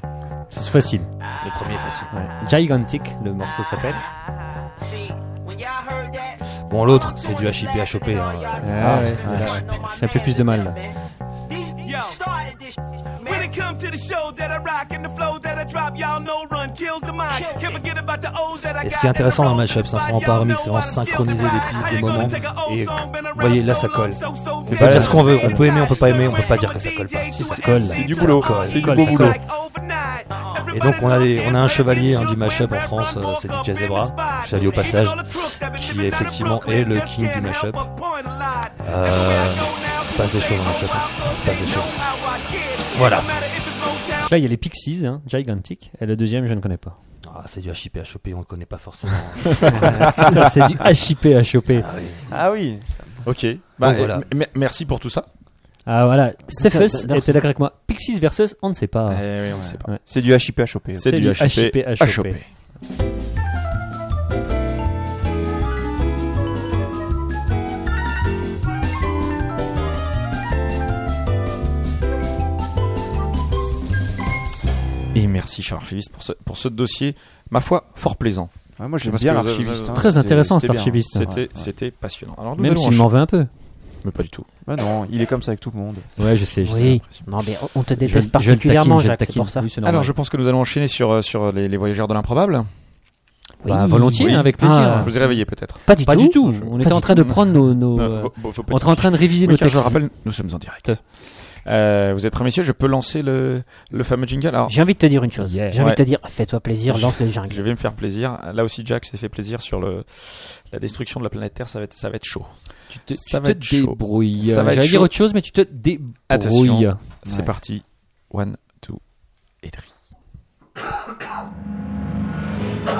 S6: C'est facile.
S7: Le premier est facile.
S6: Gigantic, le morceau s'appelle.
S7: Bon l'autre, c'est du HIP HOP. Hein.
S6: Ah ouais. J'ai un peu plus de mal là.
S2: When it comes to the show that I rock and the flow that I drop, y'all know run kills the mind. Can't forget about the O's that I
S7: Et ce qui est intéressant dans le match-up, c'est vraiment pas un remix, c'est vraiment synchroniser des pistes, des moments. Et vous voyez, là ça colle. On peut
S5: pas-
S7: dire ce qu'on veut, on peut aimer, on peut pas aimer, on peut pas dire que ça colle pas. Si ça
S6: colle.
S5: C'est du boulot.
S7: colle.
S5: C'est du
S6: Colle,
S5: beau
S6: ça
S5: boulot.
S6: colle.
S7: Et donc on a, des- on a un chevalier hein, du mashup en France, euh, c'est DJ Zebra, je salue au passage, qui effectivement est le king du mashup. Euh, il se passe des choses en mashup, hein. il se passe des choses. Voilà,
S6: Là, il y a les Pixies, hein, Gigantic. Et le deuxième, je ne connais pas.
S7: ah, c'est du HIP, HOP, on le connaît pas forcément.
S6: Ah, c'est ça, c'est du HIP, HOP.
S5: Ah oui.
S3: Ok. Bah,
S7: Donc, voilà.
S3: euh, m- m- merci pour tout ça.
S6: Ah voilà,
S4: ça,
S6: Stephens
S4: merci.
S6: était d'accord avec moi. Pixies versus, on ne sait Ah. pas.
S3: Eh oui, on sait pas.
S6: Ouais.
S5: C'est du HIP HOP.
S3: C'est
S6: C'est
S3: du
S6: du HIP,
S3: HIP
S6: HOP.
S3: Et merci, cher archiviste, pour ce, pour ce dossier, ma foi, fort plaisant.
S5: Ouais, moi,
S3: Je sais
S5: j'aime
S3: pas
S5: bien
S3: ce que euh, vous-
S5: l'archiviste. hein.
S6: Très
S5: C'était-
S6: intéressant,
S5: c'était
S6: cet
S5: bien.
S6: archiviste.
S5: Ouais,
S3: C'était
S5: ouais.
S3: c'était passionnant. Alors, nous
S6: Même
S3: allons
S6: s'il m'en
S3: enchaîner.
S6: veut un peu.
S3: Mais pas du tout.
S5: Bah non, il est comme ça avec tout le monde.
S6: Ouais, je sais, je sais.
S4: Oui. Non, mais on- on te déteste particulièrement, Jacques, c'est pour ça.
S3: Alors, je pense que nous allons enchaîner sur, euh, sur les, les voyageurs de l'improbable.
S6: Bah, volontiers,
S3: Oui.
S6: avec plaisir.
S3: Je vous ai réveillé peut-être.
S4: Pas du
S6: Pas
S4: tout.
S6: du tout. On
S4: Pas
S6: était
S4: du
S6: en train de
S3: tout.
S6: prendre nos. nos,
S3: Non,
S6: euh,
S3: faut- faut- faut
S6: on était en train de réviser
S3: Oui,
S6: nos
S3: car
S6: textes.
S3: je rappelle, nous sommes en direct. Euh, vous êtes prêts, messieurs Je peux lancer le, le fameux jingle Alors,
S4: J'ai envie de te dire une chose.
S6: Yeah.
S4: J'ai envie
S3: Ouais.
S4: de te dire, fais-toi plaisir, lance le jungle.
S3: je vais me faire plaisir. Là aussi, Jack s'est fait plaisir sur le, la destruction de la planète Terre. Ça va être, ça va être chaud.
S6: Tu te,
S3: Ça
S6: tu
S3: va
S6: te
S3: être chaud.
S6: débrouilles. euh,
S3: Ça va être
S6: J'allais dire
S3: chaud.
S6: autre chose, mais tu te débrouilles.
S3: Attention. C'est
S6: Ouais.
S3: parti. One, two et three.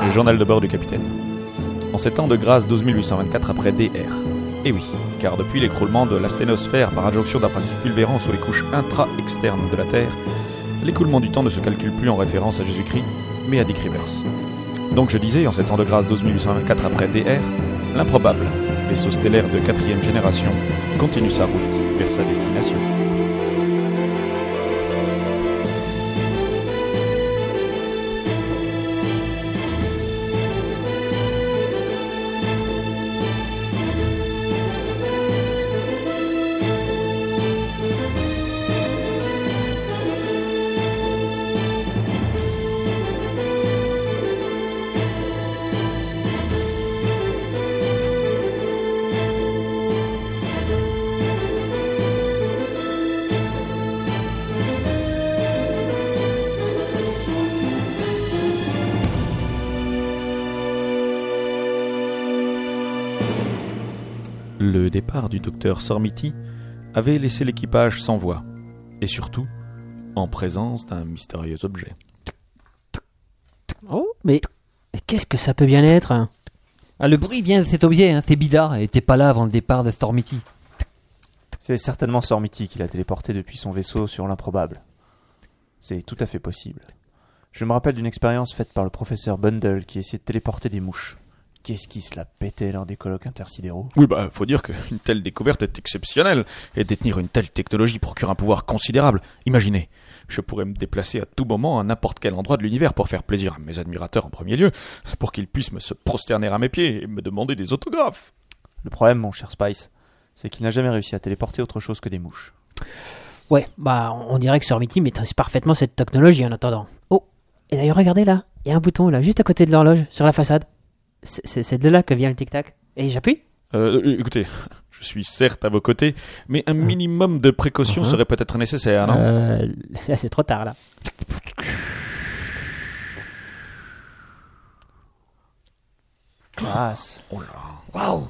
S3: Le journal de bord du capitaine. En ces temps de grâce 12824 après DR. Et oui, car depuis l'écroulement de la sténosphère par adjonction d'un principe pulvérant sous les couches intra-externes de la Terre, l'écoulement du temps ne se calcule plus en référence à Jésus-Christ, mais à Dick Rivers. Donc je disais, en ces temps de grâce 12824 après DR, l'improbable, vaisseau stellaire de quatrième génération, continue sa route vers sa destination. Le départ du docteur Sormiti avait laissé l'équipage sans voix, et surtout en présence d'un mystérieux objet.
S4: Oh, mais qu'est-ce que ça peut bien être hein
S6: Ah, le bruit vient de cet objet, hein, c'est bizarre. Et t'es pas là avant le départ de E Stormity.
S5: C'est certainement Sormiti qui l'a téléporté depuis son vaisseau sur l'improbable. C'est tout à fait possible. Je me rappelle d'une expérience faite par le professeur Bundle qui essayait de téléporter des mouches. Qu'est-ce qui se la pétait lors des colloques intersidéraux
S3: Oui, bah, faut dire qu'une telle découverte est exceptionnelle, et détenir une telle technologie procure un pouvoir considérable. Imaginez, je pourrais me déplacer à tout moment à n'importe quel endroit de l'univers pour faire plaisir à mes admirateurs en premier lieu, pour qu'ils puissent me se prosterner à mes pieds et me demander des autographes.
S5: Le problème, mon cher Spice, c'est qu'il n'a jamais réussi à téléporter autre chose que des mouches.
S4: Ouais, bah on on dirait que Sormiti maîtrise parfaitement cette technologie en attendant. Oh, et d'ailleurs regardez là, il y a un bouton là, juste à côté de l'horloge, sur la façade. C'est- C'est c'est de là que vient le tic-tac. Et j'appuie
S3: Euh, euh, écoutez, je suis certes à vos côtés, mais un minimum de précaution serait peut-être nécessaire, Ah non
S4: Euh, [LAUGHS] Là c'est trop tard là.
S5: Classe
S3: Oh là.
S4: Waouh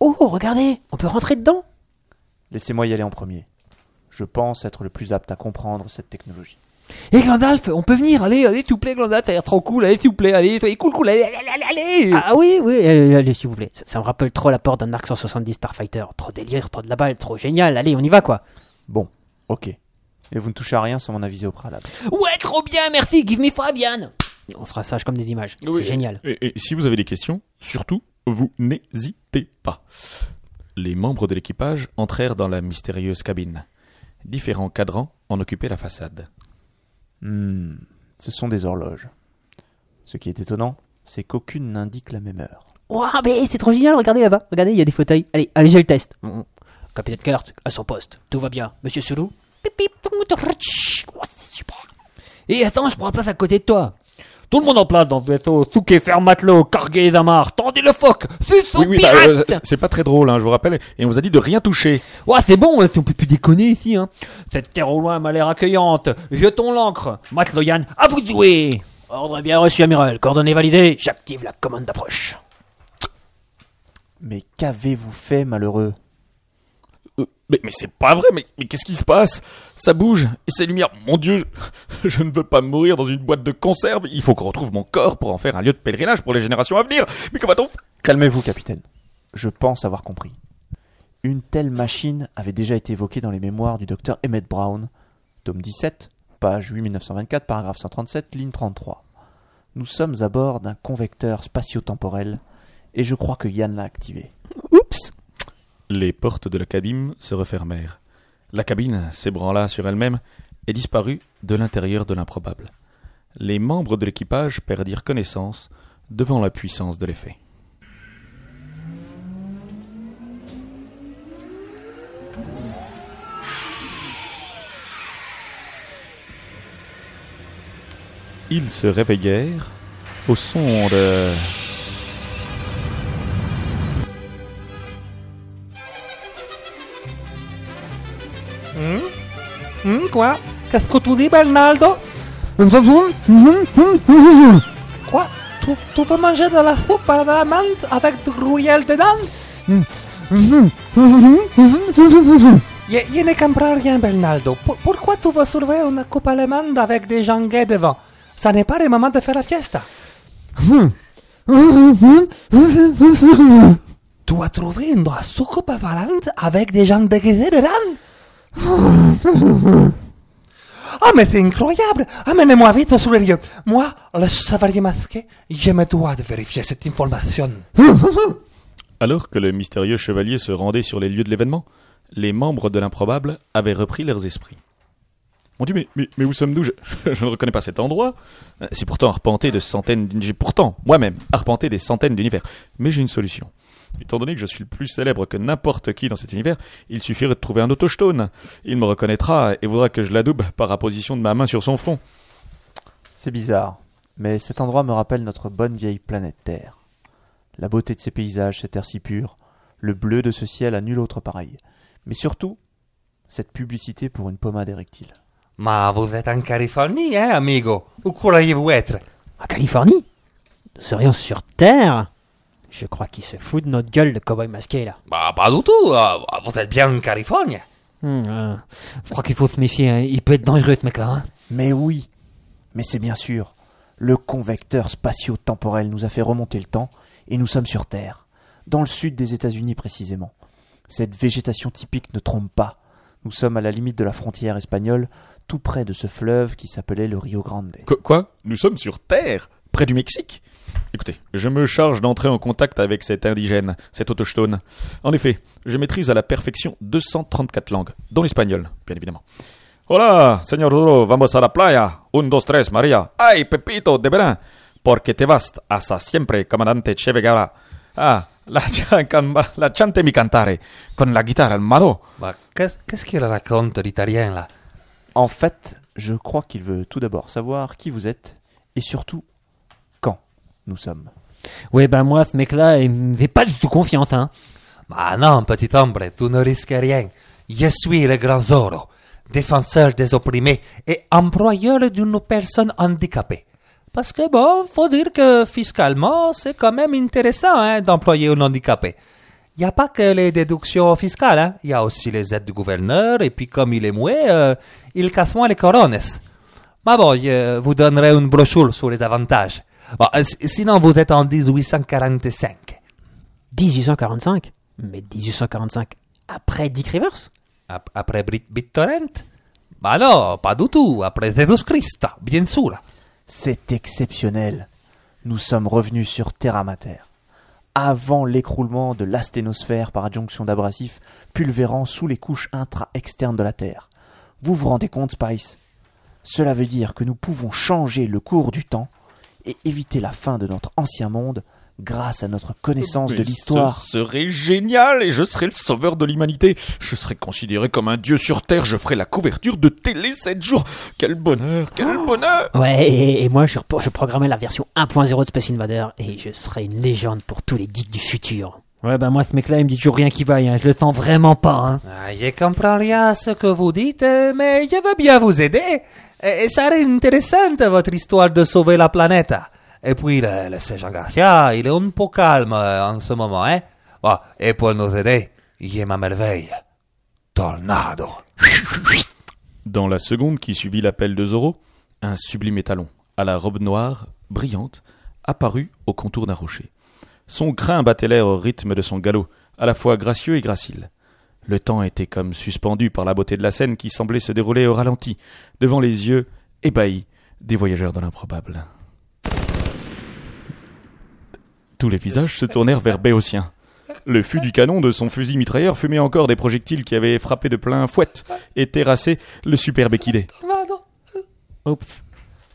S4: Oh, regardez, on peut rentrer dedans
S5: Laissez-moi y aller en premier. Je pense être le plus apte à comprendre cette technologie.
S6: Et Eh, Glandalf, on peut venir, allez, allez, s'il vous plaît, Glandalf, ça a l'air trop cool, allez, s'il vous plaît, allez, soyez cool, cool, allez, allez, allez, allez.
S4: Ah oui, oui, euh, allez s'il vous plaît. Ça, ça me rappelle trop la porte d'un Arc 170 Starfighter. Trop délire, trop de la balle, trop génial. Allez, on y va quoi.
S5: Bon, ok. Et vous ne touchez à rien sans mon aviser au préalable.
S6: Ouais, trop bien, merci, give me Fabian.
S4: On sera sage comme des images.
S3: Oui.
S4: C'est génial.
S3: Et, et si vous avez des questions, surtout, vous n'hésitez pas. Les membres de l'équipage entrèrent dans la mystérieuse cabine. Différents cadrans en occupaient la façade.
S5: Hmm, ce sont des horloges. Ce qui est étonnant, c'est qu'aucune n'indique la même heure.
S4: Ouah, mais c'est trop génial, regardez là-bas. Regardez, il y a des fauteuils. Allez, allez, je le teste. Mm. Capitaine Kurt, à son poste. Tout va bien. Monsieur Soulou
S6: Et attends, je prends place à côté de toi. Tout le monde en place dans ce vaisseau, souquez, faire matelot, carguez les amarres, tendez le phoque, c'est oui,
S3: bah,
S6: pirate
S3: euh, c'est- c'est pas très drôle, hein, je vous rappelle, et on vous a dit de rien toucher.
S6: Ouais, c'est bon, hein, on peut plus déconner ici, hein. Cette terre au loin m'a l'air accueillante, jetons l'ancre, matelot Yann, à vous de jouer
S4: Ordre bien reçu, amiral. Coordonnées validées. J'active la commande d'approche.
S5: Mais qu'avez-vous fait, malheureux
S3: Euh, Mais, mais c'est pas vrai, mais, mais qu'est-ce qui se passe Ça bouge, et ces lumières, mon Dieu, je, je ne veux pas mourir dans une boîte de conserve, il faut qu'on retrouve mon corps pour en faire un lieu de pèlerinage pour les générations à venir, mais comment on
S5: Calmez-vous, capitaine. Je pense avoir compris. Une telle machine avait déjà été évoquée dans les mémoires du docteur Emmett Brown, tome 17, page 8 1924, paragraphe 137, ligne 33. Nous sommes à bord d'un convecteur spatio-temporel, et je crois que Yann l'a activé.
S4: Oups
S3: Les portes de la cabine se refermèrent. La cabine s'ébranla sur elle-même et disparut de l'intérieur de l'improbable. Les membres de l'équipage perdirent connaissance devant la puissance de l'effet. Ils se réveillèrent au son de...
S10: quoi Qu'est-ce que tu dis, Bernardo Quoi tu, tu veux manger de la soupe à la menthe avec du gruyère dedans Je, je ne comprends rien, Bernardo. Pour- pourquoi tu veux surveiller une coupe allemande avec des gens gays devant Ça n'est pas le moment de faire la fiesta. tu as trouvé une soucoupe valente avec des gens déguisés dedans Ah, mais c'est incroyable Amenez-moi vite sur les lieux. Moi, le chevalier masqué, je me dois de vérifier cette information.
S3: Alors que le mystérieux chevalier se rendait sur les lieux de l'événement, les membres de l'improbable avaient repris leurs esprits. On dit mais, mais, mais où sommes-nous je, je- je ne reconnais pas cet endroit. Euh, C'est pourtant arpenté de centaines d'uni- j'ai pourtant moi-même arpenté des centaines d'univers. Mais j'ai une solution. Étant donné que je suis le plus célèbre que n'importe qui dans cet univers, il suffirait de trouver un autochtone. Il me reconnaîtra et voudra que je l'adoube par apposition de ma main sur son front.
S5: C'est bizarre, mais cet endroit me rappelle notre bonne vieille planète Terre. La beauté de ses paysages, cet air si pur, le bleu de ce ciel à nul autre pareil. Mais surtout, cette publicité pour une pommade érectile.
S7: Ma vous êtes en Californie, hein, amigo? Où croyez-vous être?
S4: En Californie Nous serions sur Terre Je crois qu'il se fout de notre gueule, le cowboy masqué, là.
S7: Bah, pas du tout. euh, vous êtes bien en Californie.
S3: Hum, hein.
S10: Je crois qu'il faut se méfier, hein. il peut être dangereux ce mec-là. hein.
S5: Mais oui Mais c'est bien sûr Le convecteur spatio-temporel nous a fait remonter le temps, et nous sommes sur Terre, dans le sud des États-Unis précisément. Cette végétation typique ne trompe pas. Nous sommes à la limite de la frontière espagnole, tout près de ce fleuve qui s'appelait le Rio Grande.
S3: Qu- quoi Nous sommes sur Terre, près du Mexique Écoutez, je me charge d'entrer en contact avec cet indigène, cet autochtone. En effet, je maîtrise à la perfection 234 langues, dont l'espagnol, bien évidemment. Hola, señor Dodo, vamos a la playa. Un, dos, tres, María. Ay, Pepito de Belén. Porque te vas hasta siempre, comandante Che Guevara. Ah, la, [LAUGHS] chan- can- la chante mi cantare, con la guitare al mano.
S7: Bah, qu'est-ce qu'est-ce qu'il raconte l'italien, là?
S5: En fait, je crois qu'il veut tout d'abord savoir qui vous êtes, et surtout, quand nous sommes.
S6: Ouais, bah moi, ce mec-là, il me fait pas du tout confiance, hein.
S7: Ah non, petit homme, tu ne risques rien. Je suis le grand Zorro, défenseur des opprimés et employeur d'une personne handicapée. Parce que bon, faut dire que fiscalement, c'est quand même intéressant hein, d'employer un handicapé. Il n'y a pas que les déductions fiscales, hein. il y a aussi les aides du gouverneur, et puis comme il est moué, euh, il casse moins les corones. Mais bon, je vous donnerai une brochure sur les avantages. Bon, euh, si- sinon, vous êtes en 1845.
S4: 1845 Mais 1845 après Dick Rivers
S7: Ap- Après Brit- BitTorrent Bah non, pas du tout. Après Jesus Christ, bien sûr.
S5: C'est exceptionnel. Nous sommes revenus sur Terra Mater. Avant l'écroulement de l'asténosphère par adjonction d'abrasifs pulvérant sous les couches intra-externes de la Terre. Vous vous rendez compte, Spice Cela veut dire que nous pouvons changer le cours du temps et éviter la fin de notre ancien monde grâce à notre connaissance de
S3: Mais
S5: l'histoire.
S3: Ce serait génial et je serais le sauveur de l'humanité. Je serais considéré comme un dieu sur terre. Je ferais la couverture de télé 7 jours. Quel bonheur, quel bonheur
S4: Ouais, et, et moi je, repro- je programmais la version 1.0 de Space Invader et je serais une légende pour tous les geeks du futur.
S6: Ouais, bah moi, ce mec-là, il me dit toujours rien qui vaille, hein. Je le sens vraiment pas, hein.
S7: Ah, je comprends rien à ce que vous dites, euh, mais je veux bien vous aider. Et et ça serait intéressant votre histoire de sauver la planète. Et puis le, le Sergent Garcia, il est un peu calme euh, en ce moment, hein. Bon, et pour nous aider, il y a ma merveille. Tornado.
S3: Dans la seconde qui suivit l'appel de Zoro, un sublime étalon, à la robe noire, brillante, apparut au contour d'un rocher. Son crin battait l'air au rythme de son galop, à la fois gracieux et gracile. Le temps était comme suspendu par la beauté de la scène qui semblait se dérouler au ralenti, devant les yeux ébahis des voyageurs de l'improbable. Tous les visages se tournèrent vers Béotien. Le fût du canon de son fusil mitrailleur fumait encore des projectiles qui avaient frappé de plein fouette et terrassé le superbe équidé.
S6: Oups.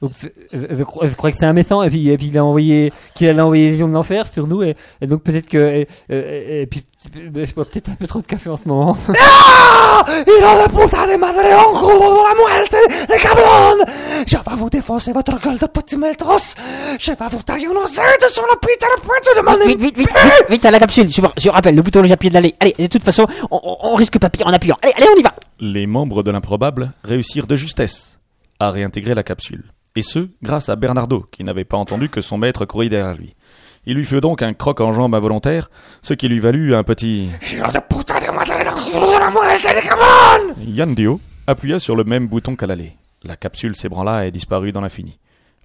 S6: Oups. Je, je- je crois- je crois que c'est un méchant, et puis, et puis il a envoyé, qu'il allait envoyer les visions de l'enfer sur nous, et, et donc peut-être que, et, et- et puis, je bois peut-être un peu trop de café en ce
S7: [LAUGHS]
S6: moment.
S7: Ah Hijo de puta de madre, oncle de la muerte, les cabrones Je vais vous défoncer votre gueule de petit meltros Je vais vous tailler nos aides sur la putain de pointe de mon
S4: Ah, Vite, vite, vite, vite, vite à la capsule, je, me- je rappelle, le bouton rouge à pied de l'allée. Allez, de toute façon, on, on- on risque pas pire en appuyant. Allez, allez, on y va
S3: les membres de l'improbable réussirent de justesse à réintégrer la capsule. Et ce, grâce à Bernardo, qui n'avait pas entendu que son maître courait derrière lui. Il lui fut donc un croc en jambe involontaire, ce qui lui valut un petit... Yann Dio appuya sur le même bouton qu'à l'aller. La capsule s'ébranla et disparut dans l'infini.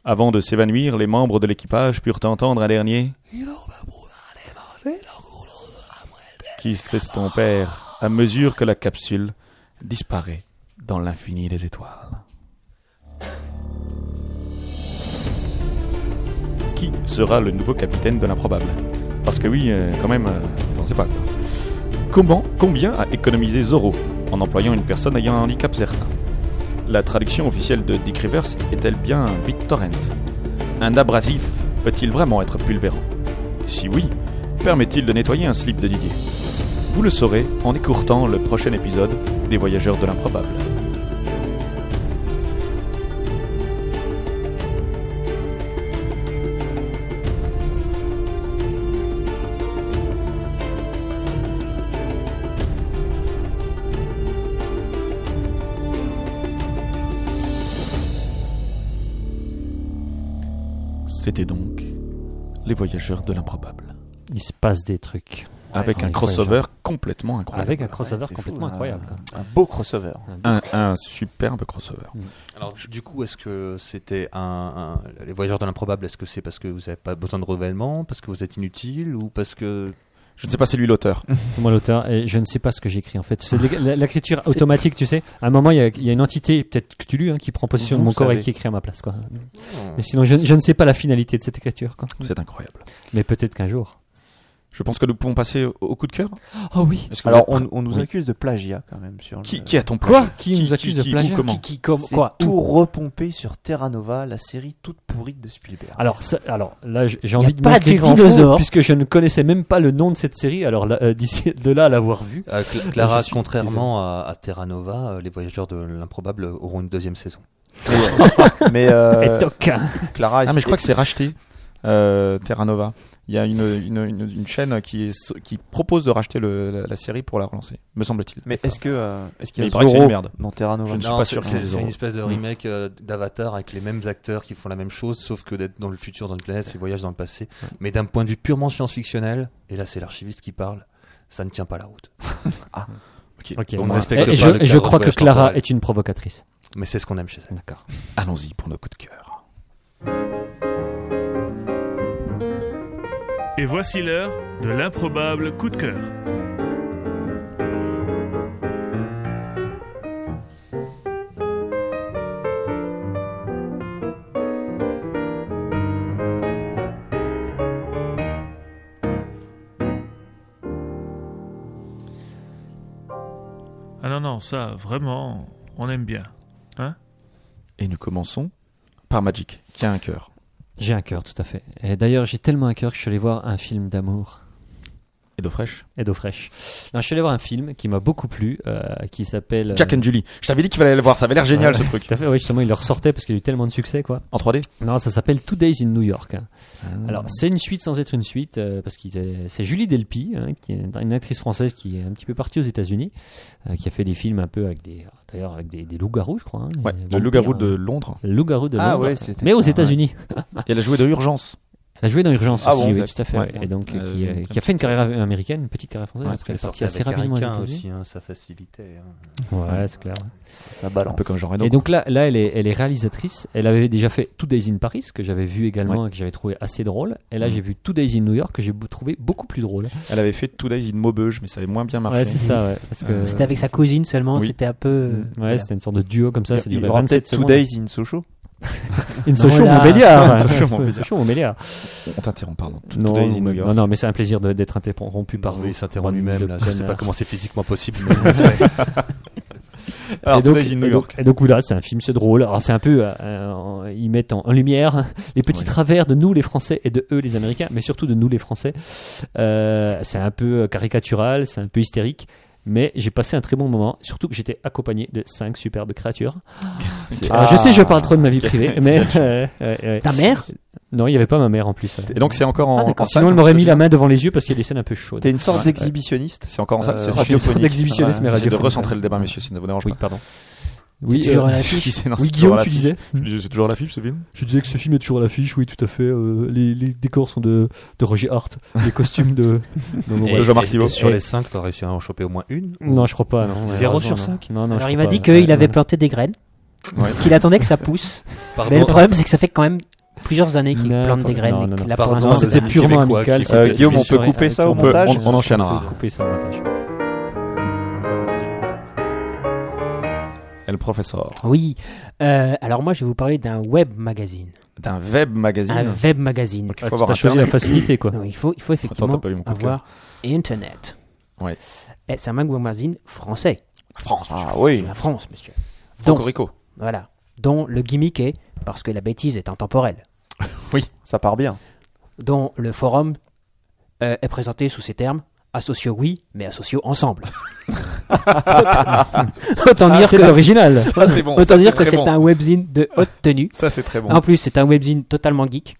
S3: Avant de s'évanouir, les membres de l'équipage purent entendre un dernier qui s'estompèrent à mesure que la capsule disparaît dans l'infini des étoiles. Qui sera le nouveau capitaine de l'improbable Parce que oui, euh, quand même, euh, on sait pas. quoi. Comment, combien a économisé Zorro en employant une personne ayant un handicap certain La traduction officielle de Dick Rivers est-elle bien un BitTorrent Un abrasif peut-il vraiment être pulvérant Si oui, permet-il de nettoyer un slip de Didier Vous le saurez en écourtant le prochain épisode des Voyageurs de l'improbable. C'était donc les Voyageurs de l'improbable.
S6: Il se passe des trucs.
S3: avec un
S6: incroyable.
S3: crossover complètement incroyable.
S6: Avec un crossover
S5: c'est
S6: complètement
S5: fou, hein.
S6: incroyable. quoi.
S5: Un beau crossover.
S3: Un, un superbe crossover.
S7: Alors, du- du coup, est-ce que c'était un, un- Les Voyageurs de l'improbable, est-ce que c'est parce que vous n'avez pas besoin de renouvellement, parce que vous êtes inutile, ou parce que.
S3: Je ne sais pas, c'est lui l'auteur.
S6: C'est moi l'auteur et je ne sais pas ce que j'écris en fait. C'est de l'é- la- l'écriture automatique, tu sais. À un moment, il y a, il y a une entité, peut-être que tu lus, hein, qui prend possession de
S5: Vous
S6: mon corps et
S5: savez.
S6: qui écrit à ma place. Quoi. Mais sinon, je, je ne sais pas la finalité de cette écriture. Quoi.
S3: C'est incroyable.
S6: Mais peut-être qu'un jour.
S3: Je pense que nous pouvons passer au- au coup de cœur.
S6: Oh oui
S3: Est-ce que vous
S5: Alors,
S3: êtes prêts
S5: on, on nous
S3: Oui.
S5: accuse de plagiat quand même sur le-
S3: qui, qui a ton
S6: Quoi
S3: plagiat
S6: Qui nous accuse de
S3: qui,
S6: plagiat
S3: ou comment
S4: Qui, qui, comme,
S5: C'est
S4: quoi
S5: tout repompé sur Terra Nova, la série toute pourrite de Spielberg.
S6: Alors, ça- alors là, j- j'ai
S4: Y a
S6: envie de
S4: pas
S6: m'inscrire
S4: de
S6: en
S4: dinosaures.
S6: faux, puisque je ne connaissais même pas le nom de cette série. Alors, là, euh, d'ici de là à l'avoir vue,
S7: Ah, Cla- Clara,
S6: Je suis
S7: contrairement à, à Terra Nova, euh, les Voyageurs de l'improbable auront une deuxième saison.
S5: [LAUGHS] Mais euh,
S6: et toc
S5: Clara,
S3: Ah, mais je crois que c'est racheté, euh, Terra Nova. Il y a une, une, une, une chaîne qui, est, qui propose de racheter le- la, la série pour la relancer, me semble-t-il.
S5: Mais est-ce que euh, est-ce qu'il
S3: Mais
S5: y a
S3: il paraît que c'est
S5: Zorro
S3: une merde.
S5: dans Terra Nova
S3: Je ne suis
S7: Non,
S3: pas
S7: c'est-
S3: sûr que
S7: c'est-
S3: c'est
S7: C'est
S3: Zorro.
S7: une espèce de remake euh, d'Avatar avec les mêmes acteurs qui font la même chose, sauf que d'être dans le futur, dans une planète, c'est voyage dans le passé. Mais d'un point de vue purement science-fictionnel, et là c'est l'archiviste qui parle, ça ne tient pas la route.
S3: Ok.
S6: Ok. bah,
S3: Au
S7: On
S3: moins, Eh,
S7: respecte
S6: Et
S7: pas
S6: je,
S7: le
S6: et je
S7: cadre
S6: crois
S7: de
S6: que
S7: voyage
S6: Clara
S7: temporel.
S6: est une provocatrice.
S7: Mais c'est ce qu'on aime chez elle.
S6: D'accord.
S3: Allons-y pour nos coups de cœur.
S8: Et voici l'heure de l'improbable coup de cœur. Ah non, non, ça, vraiment, on aime bien.
S3: Et nous commençons par Magic, qui a un cœur.
S6: J'ai un cœur, tout à fait. Et d'ailleurs, j'ai tellement un cœur que je suis allé voir un film d'amour
S3: Et d'eau fraîche.
S6: et d'eau fraîche. Non, je suis allé voir un film qui m'a beaucoup plu, euh, qui s'appelle. euh,
S3: Jack and Julie. Je t'avais dit qu'il fallait aller le voir, ça avait l'air génial
S6: [LAUGHS]
S3: ce truc.
S6: Tout à fait, oui, justement, il le ressortait parce qu'il a eu tellement de succès, quoi.
S3: En 3D
S6: Non, ça s'appelle Two Days in New York. hein. Alors, c'est une suite sans être une suite, euh, parce que c'est Julie Delpy, hein, qui est une actrice française qui est un petit peu partie aux États-Unis, euh, qui a fait des films un peu avec des, d'ailleurs, avec des, des loups-garous, je crois. hein,
S3: Ouais,
S6: des
S3: le
S6: vampires,
S3: loup-garou
S6: hein.
S3: de Londres.
S6: Le loup-garou de
S5: Ah
S6: Londres.
S5: ouais, c'était
S6: mais aux
S5: ça, ouais.
S6: États-Unis.
S3: Et elle a joué de Urgence.
S6: Elle a joué dans Urgence
S5: Ah
S6: aussi,
S5: bon,
S6: oui,
S3: exact.
S6: tout à fait.
S3: Ouais.
S6: Et donc, euh,
S3: Euh,
S6: qui, euh, qui a fait une carrière américaine, une petite carrière française,
S3: Ouais,
S6: parce qu'elle est sortie
S7: avec
S6: assez rapidement aux
S7: Américain
S6: États-Unis.
S7: aussi, hein, ça facilitait. hein.
S6: Ouais, c'est clair.
S5: ça balance.
S3: Un peu comme Jean Reno.
S6: Et donc là, là elle, est, elle est réalisatrice. Elle avait déjà fait Two Days in Paris, que j'avais vu également et que j'avais trouvé assez drôle. Et là,
S3: Mhm.
S6: j'ai vu Two Days in New York, que j'ai beau- trouvé beaucoup plus drôle.
S3: Elle avait fait Two Days in Maubeuge, mais ça avait moins bien marché.
S6: Ouais, c'est ça, ouais. Parce que,
S3: Euh,
S4: C'était avec sa cousine seulement,
S3: Oui.
S4: c'était un peu. euh,
S6: Ouais,
S4: voilà.
S6: c'était une sorte de duo comme ça, ça
S5: Il
S6: durait
S5: aura
S6: 27
S5: peut-être Two
S6: secondes.
S5: Days in Socho.
S6: In
S4: Non,
S6: Sochaux,
S4: là-
S6: Montbéliard.
S3: In Sochaux, Montbéliard.
S6: In Sochaux, Montbéliard.
S3: On t'interrompt, pardon. Two
S6: Non,
S3: Days in New
S6: mais-
S3: York.
S6: non, non, mais c'est un plaisir de- d'être interrompu par
S7: Oui, il
S6: vous.
S7: s'interrompt
S6: Bande
S7: lui-même,
S6: de
S7: là. Je sais pas
S6: connards.
S7: comment c'est physiquement possible, mais on le fait.
S3: [LAUGHS] Alors,
S6: et donc,
S3: Two Days in New
S6: et
S3: York.
S6: donc- et donc, voilà, c'est un film, c'est drôle. Alors c'est un peu, euh, euh, ils mettent en, en lumière [LAUGHS] les petits
S3: Ouais.
S6: travers de nous les Français et de eux les Américains, mais surtout de nous les Français. Euh, c'est euh, un peu caricatural, c'est un peu hystérique, Mais j'ai passé un très bon moment, surtout que j'étais accompagné de cinq superbes créatures. C'est- alors,
S3: Ah.
S6: je sais, je parle trop de ma
S3: [LAUGHS]
S6: vie privée, mais euh, ouais, ouais.
S4: Ta mère
S6: non, il n'y avait pas ma mère en plus.
S3: Et donc c'est encore en,
S4: Ah,
S3: en
S4: d'accord.
S3: salle,
S6: Sinon, elle
S3: comme
S6: m'aurait
S3: je
S6: mis
S3: te
S6: la
S3: dis.
S6: main devant les yeux parce qu'il y a des scènes un peu chaudes.
S5: T'es une sorte
S6: Ouais.
S5: d'exhibitionniste.
S3: C'est encore en salle.
S5: Euh,
S3: c'est
S5: radiophonique.
S3: radiophonique.
S6: d'exhibitionnisme et
S3: J'essaie de
S6: radiophonique.
S3: recentrer le débat, messieurs, ça ne vous dérange
S6: Oui,
S3: pas.
S6: pardon.
S4: Oui,
S6: Oui,
S4: toujours
S6: euh,
S4: à l'affiche.
S3: Qui c'est- non,
S6: oui
S3: c'est toujours
S6: Guillaume,
S3: à
S6: tu disais
S3: l'affiche. C'est toujours à l'affiche ce film
S6: Je disais que ce film est toujours à l'affiche, oui, tout à fait. euh, les, les décors sont de, de Roger Hart, les costumes
S7: [LAUGHS]
S6: de. Non, bon,
S3: Et-
S6: bref.
S3: Jean-Marc Thibault.
S7: et Sur
S6: Et-
S7: les 5, t'as réussi à en choper au moins une
S6: Non, je crois pas. Non,
S7: Zéro
S6: malheureusement, non.
S7: sur cinq
S6: Non, non, je
S4: Alors il
S6: crois
S4: m'a dit
S6: pas.
S4: qu'il
S6: Ouais,
S4: avait
S6: non.
S4: planté des graines,
S3: Ouais.
S4: qu'il attendait que
S3: [LAUGHS]
S4: ça pousse. Mais le problème, c'est que ça fait quand même plusieurs années qu'il
S6: Non,
S4: plante
S6: faut-
S4: des graines.
S6: non,
S4: et
S6: non,
S4: que
S6: non.
S4: là,
S7: Pardon,
S4: pour
S6: Non,
S4: l'instant,
S7: c'est
S6: c'était
S7: des
S6: purement
S7: Québécois
S6: amical.
S7: qui-
S6: c'était-
S5: Euh, Guillaume,
S6: c'est
S5: on peut
S6: sur-
S5: couper ça au
S6: on peut-
S5: montage
S6: on-
S3: On enchaînera.
S6: on peut couper ça au montage.
S3: Et le professeur
S4: Oui. Euh, alors moi, je vais vous parler d'un web magazine.
S3: d'un web magazine.
S4: Un web magazine.
S3: Donc il
S6: Ah,
S3: faut avoir
S6: T'as choisi la
S3: Internet.
S6: facilité, quoi.
S4: Non, il, faut, il faut effectivement
S3: t'as pas eu mon coup de
S4: avoir Internet.
S3: Ouais.
S4: Et c'est un web magazine français.
S3: France,
S5: Ah oui.
S4: La France, monsieur. Donc,
S3: Cocorico.
S4: voilà. Dont le gimmick est parce que la bêtise est intemporelle.
S5: Ça part bien.
S4: Dont le forum euh, est présenté sous ces termes asociaux oui, mais asociaux ensemble.
S6: [LAUGHS]
S4: Autant
S6: Ah,
S4: dire
S6: c'est
S4: que
S6: l'original.
S3: Ça c'est bon.
S4: [LAUGHS] Autant
S3: ça,
S4: dire que
S3: très
S4: c'est
S3: bon.
S4: un webzine de haute tenue.
S3: Ça c'est très bon.
S6: Ah.
S4: En plus, c'est un webzine totalement geek,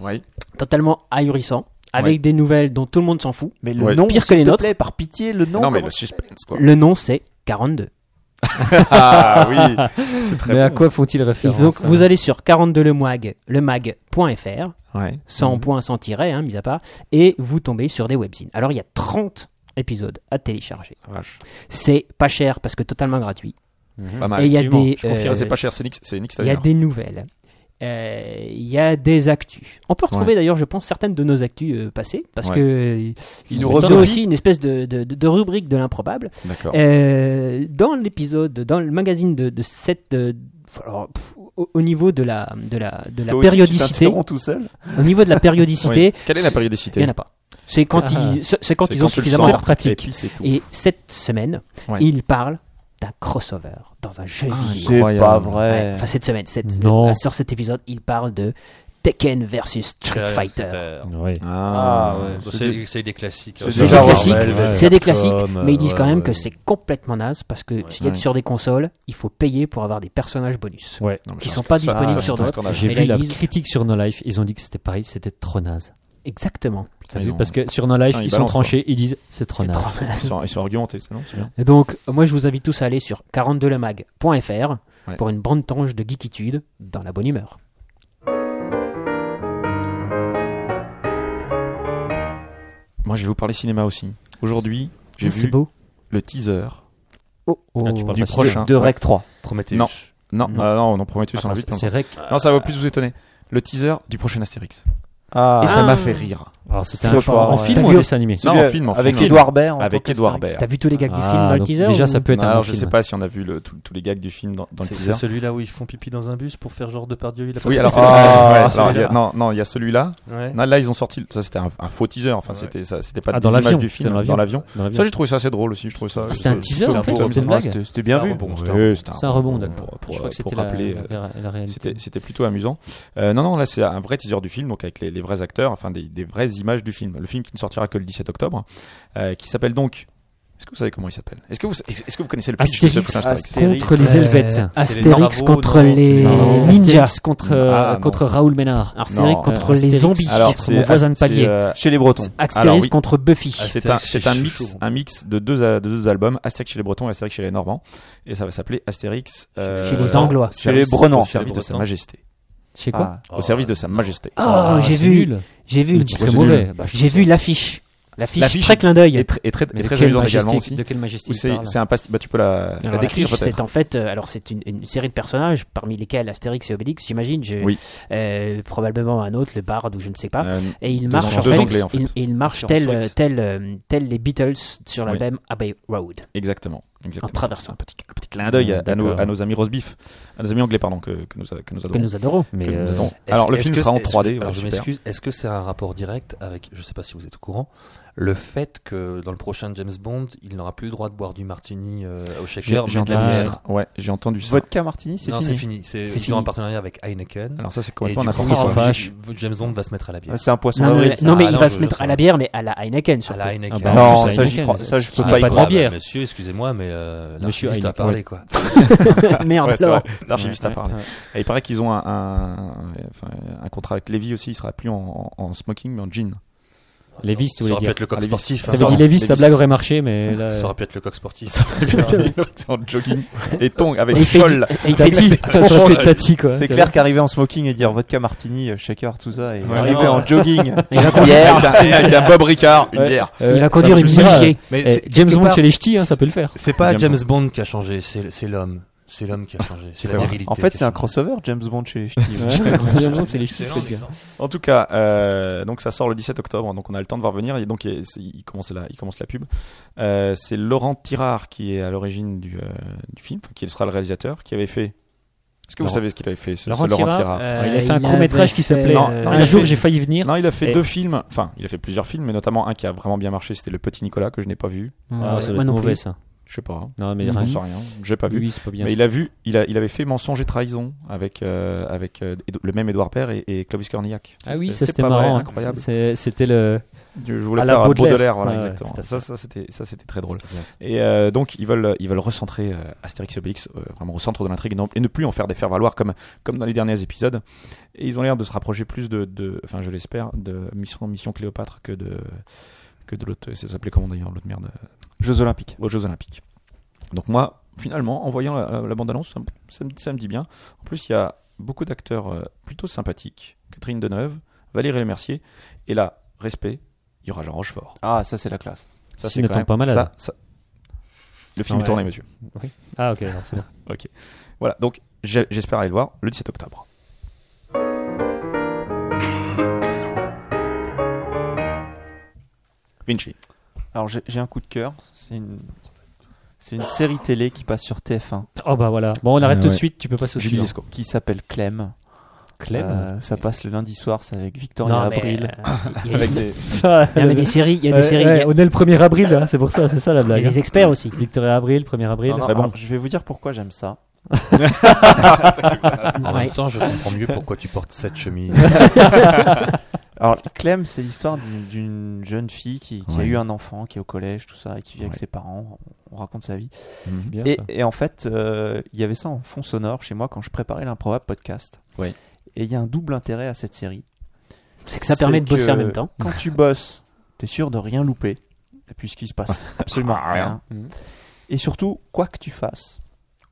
S3: Oui.
S4: totalement ahurissant, avec
S3: Ouais.
S4: des nouvelles dont tout le monde s'en fout.
S5: Mais le
S3: Ouais.
S5: nom,
S4: Pire
S5: s'il
S4: que les
S5: te
S4: nôtres.
S5: plaît, par pitié, le nom.
S3: Non mais
S5: comment-
S3: le suspense quoi.
S4: Le nom, c'est 42.
S3: Ah oui. C'est très
S6: Mais à
S3: bon.
S6: quoi font-ils
S4: Et
S6: référence
S4: donc,
S6: hein
S4: vous allez sur 42 le mag, le mag.fr,
S3: Ouais.
S4: sans point, sans tiret, hein, mis à part, et vous tombez sur des webzines. Alors, il y a 30 épisodes à télécharger.
S3: Vache.
S4: C'est pas cher parce que totalement gratuit.
S3: Pas mal.
S4: et il y a
S6: effectivement,
S4: des,
S6: je confirme,
S4: euh,
S3: Ça, c'est pas cher, c'est Nick, c'est Nick
S4: il y a
S3: Steiner.
S4: des nouvelles. Euh, Il y a des actus. On peut retrouver d'ailleurs, je pense, certaines de nos actus euh, passées, parce
S3: Ouais.
S4: que
S3: Ils
S4: Il
S3: nous
S4: y a
S3: reviennent.
S4: aussi une espèce de, de- de- de rubrique de l'improbable.
S3: D'accord.
S4: Euh, dans l'épisode, dans le magazine de, de cette. euh, alors, pff, au, au niveau de la, de la, de la
S5: Toi aussi, tu
S4: périodicité,
S5: t'interromps tout seul.
S4: au niveau
S3: [LAUGHS]
S4: de la périodicité,
S3: Oui. Quelle est la périodicité
S4: il n'y en a pas. C'est quand,
S6: Ah.
S4: ils, c'est- c'est quand
S3: C'est
S4: ils ont
S3: tu le
S4: suffisamment
S3: sens,
S4: de pratique.
S3: Et puis c'est tout.
S4: Et cette semaine,
S3: Ouais.
S4: ils parlent d'un crossover dans un jeu vidéo.
S5: C'est
S3: Incroyable.
S5: pas
S4: Ouais,
S5: vrai.
S4: Enfin, cette semaine, cette-
S6: Non.
S4: euh, sur cet épisode, ils parlent de Tekken versus Street Fighter.
S6: Ouais.
S5: Ah ouais.
S7: Bah,
S5: C'est-
S7: C'est c'est des classiques. hein.
S5: C'est
S4: C'est des
S5: Déjà,
S4: classiques,
S7: Marvel, Vestcom,
S4: c'est des classiques,
S7: euh,
S4: mais ils disent quand
S7: ouais,
S4: même
S7: ouais.
S4: que c'est complètement naze parce que s'il y a
S3: Ouais.
S4: sur des consoles, il faut payer pour avoir des personnages bonus
S6: Ouais.
S3: Non, mais
S4: qui
S3: ça,
S4: sont pas
S3: ça, ça,
S4: disponibles sur
S3: Ah, c'est un
S4: d'autres.
S3: scandale.
S6: J'ai
S4: Mais
S6: vu
S4: là,
S6: la
S4: ils-
S6: critique sur No Life, ils ont dit que c'était pareil, c'était trop naze.
S4: Exactement.
S6: T'as
S3: Ils
S6: vu
S3: ont-
S6: Parce que sur No Life,
S3: Ah, ils
S6: ils sont
S3: balancent,
S6: tranchés, ils disent c'est trop
S4: C'est
S6: naze.
S4: trop naze.
S3: Ils sont, ils sont argumentés, c'est non, c'est bien.
S4: Et Donc, moi, je vous invite tous à aller sur 42lemag.fr
S3: Ouais.
S4: pour une bonne tange de geekitude dans la bonne humeur.
S3: Moi, je vais vous parler cinéma aussi. Aujourd'hui, j'ai
S4: Oh, C'est
S3: vu
S4: beau.
S3: le teaser
S4: Oh, oh.
S3: Ah, tu parles
S4: Du
S3: pas
S4: pro-
S3: prochain.
S5: De Rec 3.
S7: Prometheus.
S3: Non. Non,
S4: Non.
S3: ah, non, on en promet tous, on
S6: Attends,
S3: a vite.
S6: c'est rec.
S3: Non,
S4: Ah.
S3: ça va plus vous étonner. Le teaser du prochain Astérix.
S5: Ah.
S3: Et ça m'a fait rire.
S6: Alors, c'était
S5: C'est
S6: un
S5: fort,
S6: en
S5: ouais.
S6: film
S5: T'as
S6: ou en
S5: vu-
S6: dessin animé
S3: Non, en film, en
S5: Avec
S3: film.
S5: Edouard Baird. en
S3: Avec
S5: tant
S3: Edouard
S5: qu'Astérix.
S3: Baird.
S4: T'as vu tous les gags du
S6: Ah,
S4: film dans le
S6: donc
S4: teaser
S6: Déjà,
S4: ou-
S6: ça peut être
S3: Non,
S6: un bon
S3: alors, je sais
S6: film.
S3: pas si on a vu le- tout- tous les gags du film dans, dans le
S7: C'est
S3: teaser.
S7: c'est celui-là où ils font pipi dans un bus pour faire genre de perdu. Il a pas
S3: Oui,
S7: fait
S3: alors,
S7: ça.
S5: Ah,
S3: ouais,
S7: ouais,
S3: alors, il y a-
S7: celui-là.
S3: non, non, il y a celui-là.
S7: Ouais.
S3: Non, là, ils ont sorti. Ça, c'était un, un faux teaser. Enfin,
S7: Ouais.
S3: c'était, ça, c'était pas
S6: Ah,
S3: des
S6: dans
S3: images
S6: l'avion,
S3: du
S6: c'était
S3: film
S6: dans l'avion.
S3: dans l'avion.
S6: Dans l'avion.
S3: Ça, j'ai trouvé ça assez drôle aussi. Je trouve ça.
S6: C'était un teaser en fait,
S5: beau
S6: c'était une
S5: rebond.
S6: blague.
S5: C'était- C'était bien
S7: Ah,
S5: vu.
S7: bon, c'était un
S3: Ouais, c'était
S6: C'est un rebond,
S3: Pour,
S6: d'accord.
S3: pour-
S6: Je crois que
S3: pour
S6: c'était la,
S3: rappeler. euh,
S6: la, la réalité.
S3: C'était, c'était plutôt amusant. Euh, non, non, là c'est un vrai teaser du film, donc avec les, les vrais acteurs, enfin des, des vraies images du film. Le film qui ne sortira que le 17 octobre, euh, qui s'appelle donc. Est-ce que vous savez comment il s'appelle Est-ce que vous, est-ce que vous connaissez le pitch de ce
S6: Astérix
S3: film Astérix
S5: Astérix.
S6: contre les
S4: Euh,
S6: Helvètes.
S4: Astérix
S7: travaux,
S4: contre
S7: non, c'est
S4: les
S7: les-
S3: Non.
S4: ninjas.
S6: Astérix contre, euh,
S3: Ah, non.
S6: contre Raoul Ménard.
S4: Astérix
S3: Non,
S4: contre
S6: euh,
S4: les
S6: Astérix.
S4: zombies.
S6: Alors, Mon voisin de
S3: c'est,
S6: palier.
S3: euh,
S5: Chez les Bretons.
S3: Alors, oui.
S4: Astérix contre Buffy.
S7: Ah,
S3: c'est un,
S7: Astérix chez
S3: c'est un
S7: les
S3: mix,
S7: Chauds.
S3: un mix de deux, euh, de deux albums, Astérix chez les Bretons et Astérix chez les Normands, et ça va s'appeler Astérix euh,
S4: Chez les Anglois.
S3: service-
S5: Chez les Brenons.
S3: Au service de sa
S7: Bretons.
S3: Majesté.
S6: C'est quoi Ah,
S5: Ah.
S3: Au service de sa Majesté.
S4: Oh, j'ai
S6: c'est
S4: vu,
S6: nul.
S4: j'ai vu,
S6: Le
S4: une-
S6: titre est mauvais. Bah, je
S4: j'ai
S6: trouve
S4: vu l'affiche. L'affiche,
S3: L'affiche
S4: très clin d'œil.
S3: Et, tr- et très,
S6: ça. Mais
S3: et
S6: de
S3: très
S6: quelle
S3: amusant également
S6: majesté-
S3: aussi.
S6: De quelle majesté
S3: Où
S6: il
S3: c'est,
S6: parle
S3: c'est un pasti- bah, tu peux la, la
S4: Alors,
S3: décrire
S4: l'affiche,
S3: peut-être.
S4: C'est en fait, euh, alors c'est une, une série de personnages parmi lesquels Astérix et Obélix, j'imagine. je-
S3: Oui.
S4: euh, probablement un autre, le Bard ou je ne sais pas.
S3: Euh,
S4: et ils
S3: deux
S4: marchent
S3: Anglais.
S4: en
S3: Deux
S4: fait,
S3: Anglais, en fait.
S4: ils, ils marchent
S3: Sur
S4: tel,
S3: Astérix.
S4: tel, euh, tel les Beatles sur l'album Abbey Road.
S3: exactement. Exactement.
S4: En traversant.
S3: Un petit, un petit clin d'œil à, à nos,
S6: D'accord.
S3: à nos amis roast beef, à nos amis anglais, pardon, que, que nous, que nous
S4: que
S3: adorons.
S4: nous adorons.
S6: Mais
S3: Que nous
S6: euh,
S3: adorons.
S7: Est-ce-
S3: Alors, le
S7: est-ce
S3: film
S7: que-
S3: sera en
S7: est-ce que-
S3: 3D.
S7: Alors,
S3: voilà,
S7: je
S3: super.
S7: m'excuse. Est-ce que c'est un rapport direct avec, je sais pas si vous êtes au courant, le fait que dans le prochain James Bond, il n'aura plus le droit de boire du martini euh, au
S3: J'ai
S7: shaker,
S3: j'ai
S7: mais de
S3: entendu,
S7: la
S6: ça.
S7: bière.
S3: ouais, j'ai entendu ça.
S5: Vodka Martini, c'est
S7: Non,
S5: fini.
S7: c'est fini. C'est
S4: C'est
S7: ils
S4: fini.
S7: ont un partenariat avec Heineken.
S3: Alors, ça, c'est
S7: et
S3: complètement
S7: du coup,
S3: n'importe
S7: ils
S3: quoi.
S7: sont-
S6: vache.
S7: James Bond va se mettre à la bière.
S5: Ah, C'est un poisson
S4: Non,
S5: d'avril.
S4: mais, non, mais
S7: Ah,
S4: il
S7: non,
S4: va
S7: je
S4: se
S7: veux
S4: mettre
S7: ça.
S4: à la bière, mais à la Heineken
S7: à
S4: surtout.
S7: la Heineken.
S6: Ah bah,
S5: Non,
S6: c'est
S5: ça,
S6: Heineken,
S5: j'y crois- ça, je peux
S6: Ah,
S5: pas y
S6: pas de
S5: croire.
S6: grand bière.
S7: Monsieur, excusez-moi, mais euh,
S6: Monsieur
S7: l'archiviste a
S6: Heineken,
S7: parlé
S6: ouais.
S7: quoi.
S4: Merde,
S3: Ouais, c'est
S4: alors.
S3: vrai. L'archiviste a
S6: Ouais,
S3: parlé.
S6: ouais.
S3: Et il paraît qu'ils ont un, un- enfin, un contrat avec Levi aussi. Il sera plus en, en- en smoking, mais en
S6: [LAUGHS]
S3: jean.
S6: Lévis, tu
S7: Ça
S6: voulais
S7: aurait pu
S6: dire.
S7: être le coq
S3: Ah, Lévis. Ça
S7: sportif. hein,
S6: T'avais dit
S3: Pardon.
S6: Lévis, ta
S3: Lévis.
S6: blague aurait marché, mais là.
S7: Ça aurait pu être le coq sportif.
S3: en jogging et tongs avec
S4: Et il fait du-
S3: chol.
S4: et il fait
S6: Tati,
S4: du-
S6: toi, ça aurait pu être Tati, quoi.
S5: C'est
S6: Tu
S5: clair qu'arriver en smoking et dire vodka martini, euh, shaker, tout ça, et
S3: Ouais,
S5: arriver
S7: non.
S5: en jogging,
S4: Il va conduire-
S3: Avec un- et avec un Bob Ricard, une
S6: Ouais.
S3: bière.
S6: vois. Euh,
S4: il va
S6: ça
S4: conduire
S6: marche
S4: une
S6: pas.
S4: Mini-G.
S7: Mais
S6: Eh,
S7: c'est-
S6: James
S7: quelque
S6: Bond
S7: part,
S6: chez les ch'tis, hein, ça peut le faire.
S7: C'est pas
S3: James
S7: James Bond qui a changé, c'est c'est l'homme. C'est l'homme qui a changé. C'est la
S3: vrai.
S7: virilité.
S5: en fait, c'est un
S7: crossover.
S5: crossover James Bond chez les
S6: [LAUGHS]
S5: ch'tis.
S6: Ouais, James Bond chez les ch'tis, ça peut le faire.
S3: En tout cas, euh, donc ça sort le 17 octobre, donc on a le temps de voir venir. Et donc il, c'est- il commence la, il commence la pub. Euh, c'est Laurent Tirard qui est à l'origine du, euh, du film, enfin, qui sera le réalisateur, qui avait fait. Est-ce que vous
S6: Laurent-
S3: savez ce qu'il avait fait ce, ce
S6: Laurent Tirard
S4: Euh,
S6: il a fait un
S4: il
S6: court métrage
S4: avait
S6: qui
S4: fait,
S6: s'appelait
S3: Non,
S4: euh,
S3: non, il
S6: Un
S3: a
S6: jour
S3: fait-
S6: j'ai failli venir.
S3: Non, il a fait
S6: Et-
S3: deux films. Enfin, il a fait plusieurs films, mais notamment un qui a vraiment bien marché, c'était Le Petit Nicolas que je n'ai pas vu.
S6: Ah, ça doit
S4: Moi
S6: être
S4: non
S6: mauvais
S4: plus.
S6: ça.
S3: Je sais pas. hein.
S6: Non, mais
S3: Je
S6: rien.
S3: ne sais rien. J'ai pas vu.
S6: Oui, c'est pas bien.
S3: mais il a vu. Il a, il avait fait Mensonge et Trahison avec euh, avec euh, Edo- le même Édouard Père et, et Clovis Cornillac.
S6: Ah oui,
S3: C'est-
S6: ça
S3: c'est
S6: c'était
S3: pas vrai,
S6: marrant. hein.
S3: incroyable.
S6: C'est- C'était le.
S3: Je voulais
S6: À la
S3: faire Baudelaire,
S6: Baudelaire.
S3: Baudelaire voilà,
S6: Ouais, ouais,
S3: exactement.
S6: tout à fait.
S3: ça, ça c'était ça c'était très drôle. Et euh, donc ils veulent ils veulent recentrer euh, Astérix et Obélix euh, vraiment au centre de l'intrigue et non- et ne plus en faire des faire valoir comme comme dans les derniers épisodes. Et ils ont l'air de se rapprocher plus de de enfin je l'espère de Mission Mission Cléopâtre que de que de l'autre ça s'appelait comment d'ailleurs l'autre merde euh,
S5: Jeux Olympiques.
S3: aux Jeux Olympiques. Donc moi finalement en voyant la, la- la bande annonce ça, me- ça me, ça me dit bien. En plus il y a beaucoup d'acteurs euh, plutôt sympathiques Catherine Deneuve, Valérie Lemercier et là respect il y aura Jean Rochefort.
S5: Ah, ça, c'est la classe.
S3: Ça, c'est
S6: S'il ne
S3: quand
S6: tombe
S3: même-
S6: pas malade.
S3: ça- ça- Le film
S6: Non,
S3: est tourné,
S6: ouais.
S3: monsieur.
S6: Ah ok, alors c'est bon.
S3: Voilà, donc j'ai- j'espère aller le voir le 17 octobre. Vinci.
S5: Alors, j'ai j'ai un coup de cœur. C'est une... c'est une série télé qui passe sur TF1
S6: Oh bah voilà. Bon, on arrête
S3: Euh,
S6: tout de
S3: ouais.
S6: suite. Tu peux passer au
S3: Julie
S6: suivant.
S3: Lescaut.
S5: qui s'appelle Clem.
S6: Clem.
S5: Euh, ça passe le lundi soir, c'est avec Victoria
S4: Non, mais,
S5: Abril.
S4: euh, il y a-
S3: Avec des-
S6: Ça,
S4: il y a
S6: le-
S4: des séries, il y a
S6: Euh,
S4: des séries, il y
S6: ouais,
S4: a-
S6: On est le 1er avril,
S4: hein,
S6: là, c'est pour ça, c'est ça la
S4: il y a
S6: blague.
S4: des experts aussi.
S6: Victoria Avril, 1er avril.
S5: Non, non,
S3: très bon.
S5: alors, Je vais vous dire pourquoi j'aime ça.
S7: En
S4: Ouais.
S7: même temps, je comprends mieux pourquoi tu portes cette chemise.
S5: Alors, Clem, c'est l'histoire d'une- d'une jeune fille qui, qui a eu un enfant, qui est au collège, tout ça, et qui vit avec
S3: Ouais.
S5: ses parents. On raconte sa vie.
S6: C'est bien
S5: Et,
S6: ça.
S5: et en fait, euh, il y avait ça en fond sonore chez moi quand je préparais l'improbable podcast.
S3: Oui.
S5: Et il y a un double intérêt à cette série.
S4: C'est que Ah, ça permet de
S5: C'est
S4: bosser
S5: que
S4: en même temps.
S5: Quand tu bosses, t'es sûr de rien louper. Et puis, ce qui se passe absolument rien.
S6: Mhm.
S5: Et surtout, quoi que tu fasses,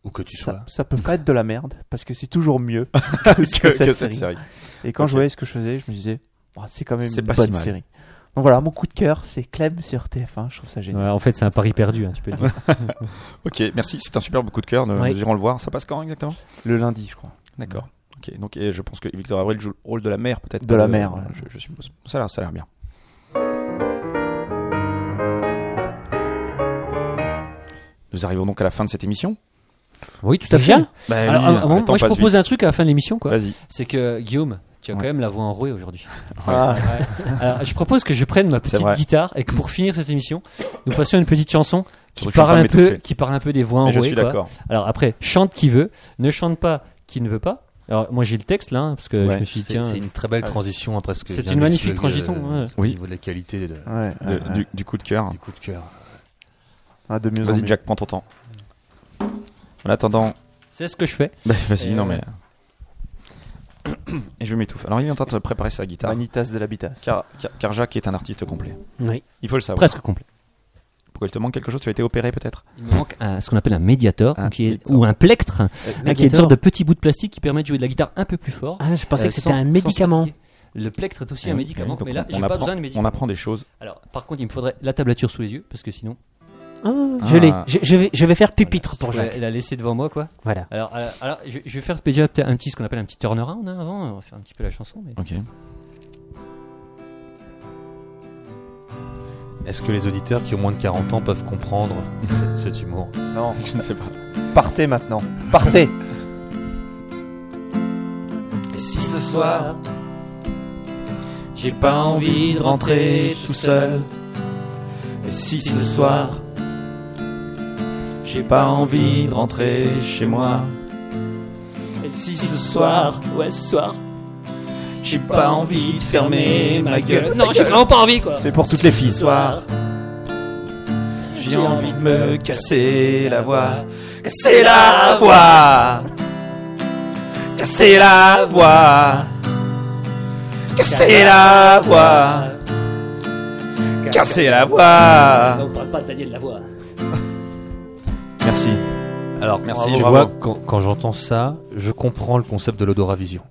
S7: Ou que tu
S5: ça,
S7: sois.
S5: ça peut pas être de la merde parce que c'est toujours mieux que,
S3: Que, que cette série.
S5: Et quand je
S3: Ok.
S5: voyais ce que je faisais, je me disais, Bah, c'est quand même
S3: C'est
S5: une
S3: pas si
S5: bonne
S3: mal.
S5: série. Donc voilà, mon coup de cœur, c'est Clem sur TF1. Je trouve ça génial.
S6: Ouais, en fait, c'est un pari perdu, hein, tu peux le
S3: [LAUGHS]
S6: dire.
S3: Ok, merci, c'est un superbe coup de cœur, nous,
S4: Ouais.
S3: nous irons le voir. Ça passe quand exactement
S5: Le lundi, je crois.
S3: D'accord. Ok, donc et je pense que Victor Avril joue le rôle de la mère, peut-être.
S5: De
S3: pas
S5: la mère, ouais.
S3: je, je suppose. Ça a l'air- ça a l'air bien. Nous arrivons donc à la fin de cette émission.
S6: Oui, tout à fait.
S4: Déjà
S3: Bah,
S6: Alors,
S3: oui,
S6: avant,
S3: le temps
S6: moi, je
S3: passe
S6: propose
S3: vite.
S6: un truc à la fin de l'émission, quoi.
S3: Vas-y.
S6: C'est que Guillaume, tu as
S3: Ouais.
S6: quand même la voix enrouée aujourd'hui.
S5: Ah,
S6: Alors, je propose que je prenne ma petite
S3: vrai.
S6: guitare et que pour finir cette émission, nous fassions une petite chanson qui
S3: Surtout que je suis en
S6: parle
S3: train
S6: un
S3: de
S6: peu,
S3: m'étouffer.
S6: qui parle un peu des voix
S3: Mais
S6: enrouées.
S3: je suis
S6: quoi.
S3: d'accord.
S6: Alors après, chante qui veut, ne chante pas qui ne veut pas. Alors moi j'ai le texte là, hein, parce que
S3: Ouais.
S6: je me suis dit
S7: C'est
S6: tiens,
S7: c'est une très belle transition après ce que
S6: C'est
S7: vient
S6: une magnifique
S7: d'expliquer,
S6: transition,
S7: euh,
S6: ouais.
S7: Au
S3: Oui.
S7: niveau de la qualité de-
S5: ouais,
S6: Euh,
S3: De-
S5: ouais, ouais.
S3: du, du coup de cœur.
S7: du coup de cœur.
S5: Ah, de mieux en
S3: Vas-y,
S5: mieux.
S3: Jack, prends ton temps. En attendant. [LAUGHS]
S6: c'est ce que je fais.
S3: Bah, vas-y,
S6: Euh,
S3: non mais. [COUGHS] Et je m'étouffe. Alors, il est en train de préparer sa guitare.
S5: Manitas de l'habitat.
S3: Car, car, car Jacques est un artiste complet.
S4: Oui.
S3: Il faut le savoir.
S6: Presque complet.
S3: Pourquoi il te manque quelque chose Tu as été opéré peut-être
S6: Il me manque un- ce qu'on appelle un médiator,
S3: Un
S6: donc qui est-
S3: médiator.
S6: ou un plectre, hein, qui est une
S4: Médiator.
S6: sorte de petit bout de plastique qui permet de jouer de la guitare un peu plus fort.
S4: Ah, je pensais
S6: euh,
S4: que c'était
S6: sans-
S4: un
S6: sans
S4: médicament.
S6: se fatiguer. Le plectre est aussi
S3: Eh
S6: un
S3: oui,
S6: médicament,
S3: eh oui, donc
S6: mais là
S3: on-
S6: j'ai
S3: on
S6: pas
S3: apprend-
S6: besoin de
S3: On
S6: médicament.
S3: apprend des choses.
S6: Alors par contre, il me faudrait la tablature sous les yeux parce que sinon
S4: Ah, je l'ai.
S3: Ah.
S4: Je, je vais, je vais faire pupitre
S6: si
S4: pour
S6: je pouvais
S4: Jacques.
S6: la laisser devant moi quoi.
S4: Voilà.
S6: Alors, euh, alors je, je vais faire déjà peut-être un petit ce qu'on appelle un petit turnaround hein, avant, on va faire un [LAUGHS] petit peu la chanson mais
S3: Ok.
S7: Est-ce que les auditeurs qui ont moins de 40 ans peuvent comprendre ce- cet humour
S5: Non,
S3: Je ne sais pas.
S5: partez maintenant. Partez
S11: Et si ce soir, j'ai pas envie de rentrer tout seul. Et si ce soir, j'ai pas envie de rentrer chez moi. Et si ce soir,
S4: ouais, ce soir.
S11: j'ai pas envie de fermer ma gueule.
S4: Non, j'ai vraiment pas envie, quoi.
S5: C'est pour toutes les
S11: Si
S5: filles.
S11: Ce soir, j'ai envie de me casser la voix. Casser la voix. Casser la voix. Casser la voix. Casser la voix.
S4: On parle pas de Daniel Lavoie.
S3: Merci.
S7: Alors,
S3: merci,
S7: Je
S3: bravo.
S7: vois, quand, quand j'entends ça, je comprends le concept de l'odorat vision.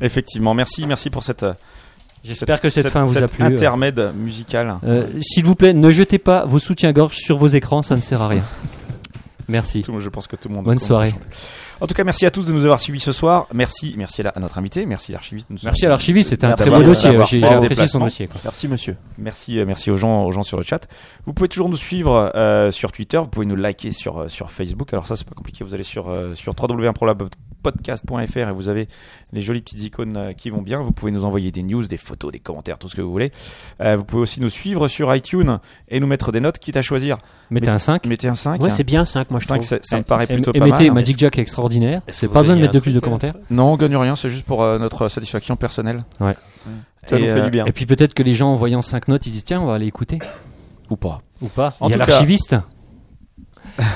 S3: Effectivement, merci, merci pour cette. euh,
S6: J'espère que cette fin vous a
S3: cet
S6: plu.
S3: Intermède musical.
S6: Euh, S'il vous plaît, ne jetez pas vos soutiens-gorge sur vos écrans, ça ne sert à rien. Merci.
S3: Tout- je pense que tout le monde.
S6: Bonne
S3: commence à
S6: soirée.
S3: chanter. En tout cas, merci à tous de nous avoir suivis ce soir. Merci, merci à, la- à notre invité, merci à l'archiviste. de nous
S6: Merci à
S3: avoir-
S6: l'archiviste, c'était un
S5: Merci
S6: très beau
S5: d'avoir-
S6: dossier.
S5: d'avoir
S6: J'ai
S5: fait
S6: j'ai
S5: un
S6: apprécié son
S3: déplacement.
S6: dossier. quoi.
S5: Merci monsieur.
S3: Merci, euh, merci aux gens, aux gens sur le chat. Vous pouvez toujours nous suivre euh, sur Twitter. Vous pouvez nous liker sur euh, sur Facebook. Alors ça, c'est pas compliqué. Vous allez sur euh, sur www.prolabpodcast.fr et vous avez les jolies petites icônes euh, qui vont bien. Vous pouvez nous envoyer des news, des photos, des commentaires, tout ce que vous voulez. Euh, vous pouvez aussi nous suivre sur iTunes et nous mettre des notes, quitte à choisir.
S6: Mettez un 5.
S3: Mettez un 5.
S4: Ouais, c'est bien 5, moi je
S3: 5,
S4: trouve.
S3: ça, ça me paraît
S6: Et-
S3: plutôt
S6: et
S3: pas
S6: mettez
S3: mal. hein.
S6: Magic Jack extraordinaire.
S7: Est-ce que vous
S6: Pas besoin de
S7: gagnez
S6: mettre
S7: un
S6: de plus de
S7: truc, euh,
S6: commentaires.
S3: Non, on gagne rien. C'est juste pour euh, notre satisfaction personnelle.
S6: Ouais.
S5: Ça
S3: Et,
S5: nous fait
S3: euh,
S5: du bien.
S6: Et puis peut-être que les gens en voyant 5 notes, ils disent tiens, on va aller écouter.
S3: Ou pas.
S6: Ou pas.
S3: En
S6: Il y a
S3: tout cas-
S6: l'archiviste.
S3: [LAUGHS]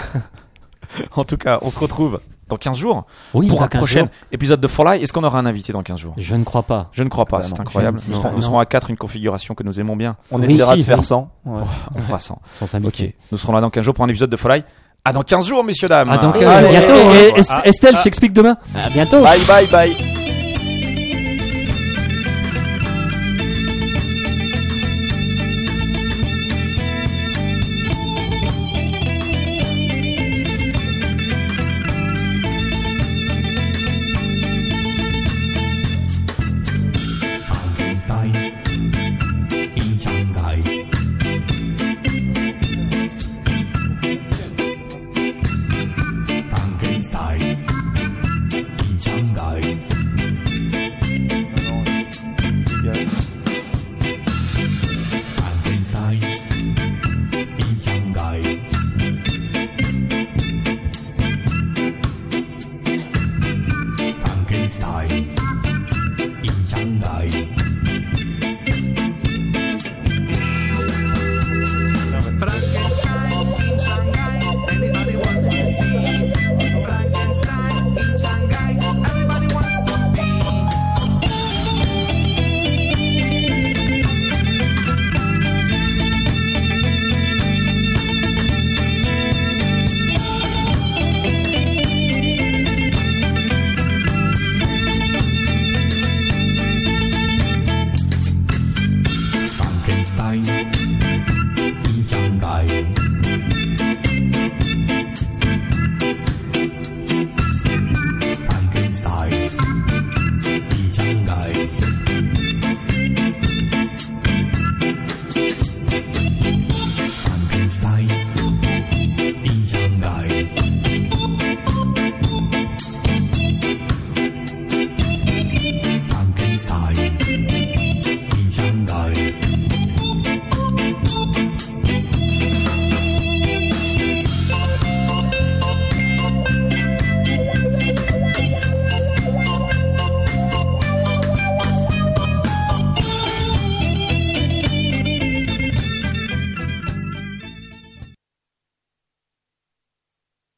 S3: En tout cas, on se retrouve dans 15 jours
S6: Oui,
S3: pour
S6: dans
S3: un
S6: 15
S3: prochain
S6: jours.
S3: épisode de For Life. Est-ce qu'on aura un invité dans 15 jours
S6: Je ne crois pas.
S3: Je ne crois pas,
S5: Bah
S3: c'est
S5: non,
S3: incroyable.
S6: je ne-
S3: Nous serons,
S6: non,
S3: nous
S6: non.
S3: serons à 4, une configuration que nous aimons bien.
S5: On
S6: Oui,
S5: essaiera
S6: si,
S5: de faire
S6: oui.
S5: 100. Ouais.
S3: On fera 100.
S6: Sans
S3: Ok.
S6: amitié.
S3: Nous serons là dans 15 jours pour un épisode de For Life. À dans 15 jours, messieurs, dames
S6: Ah, donc,
S4: Allez,
S6: euh,
S4: bientôt,
S6: et-
S3: Ah,
S4: hein.
S6: et- et- Estelle, je t'explique demain.
S4: À bientôt.
S5: Bye bye bye.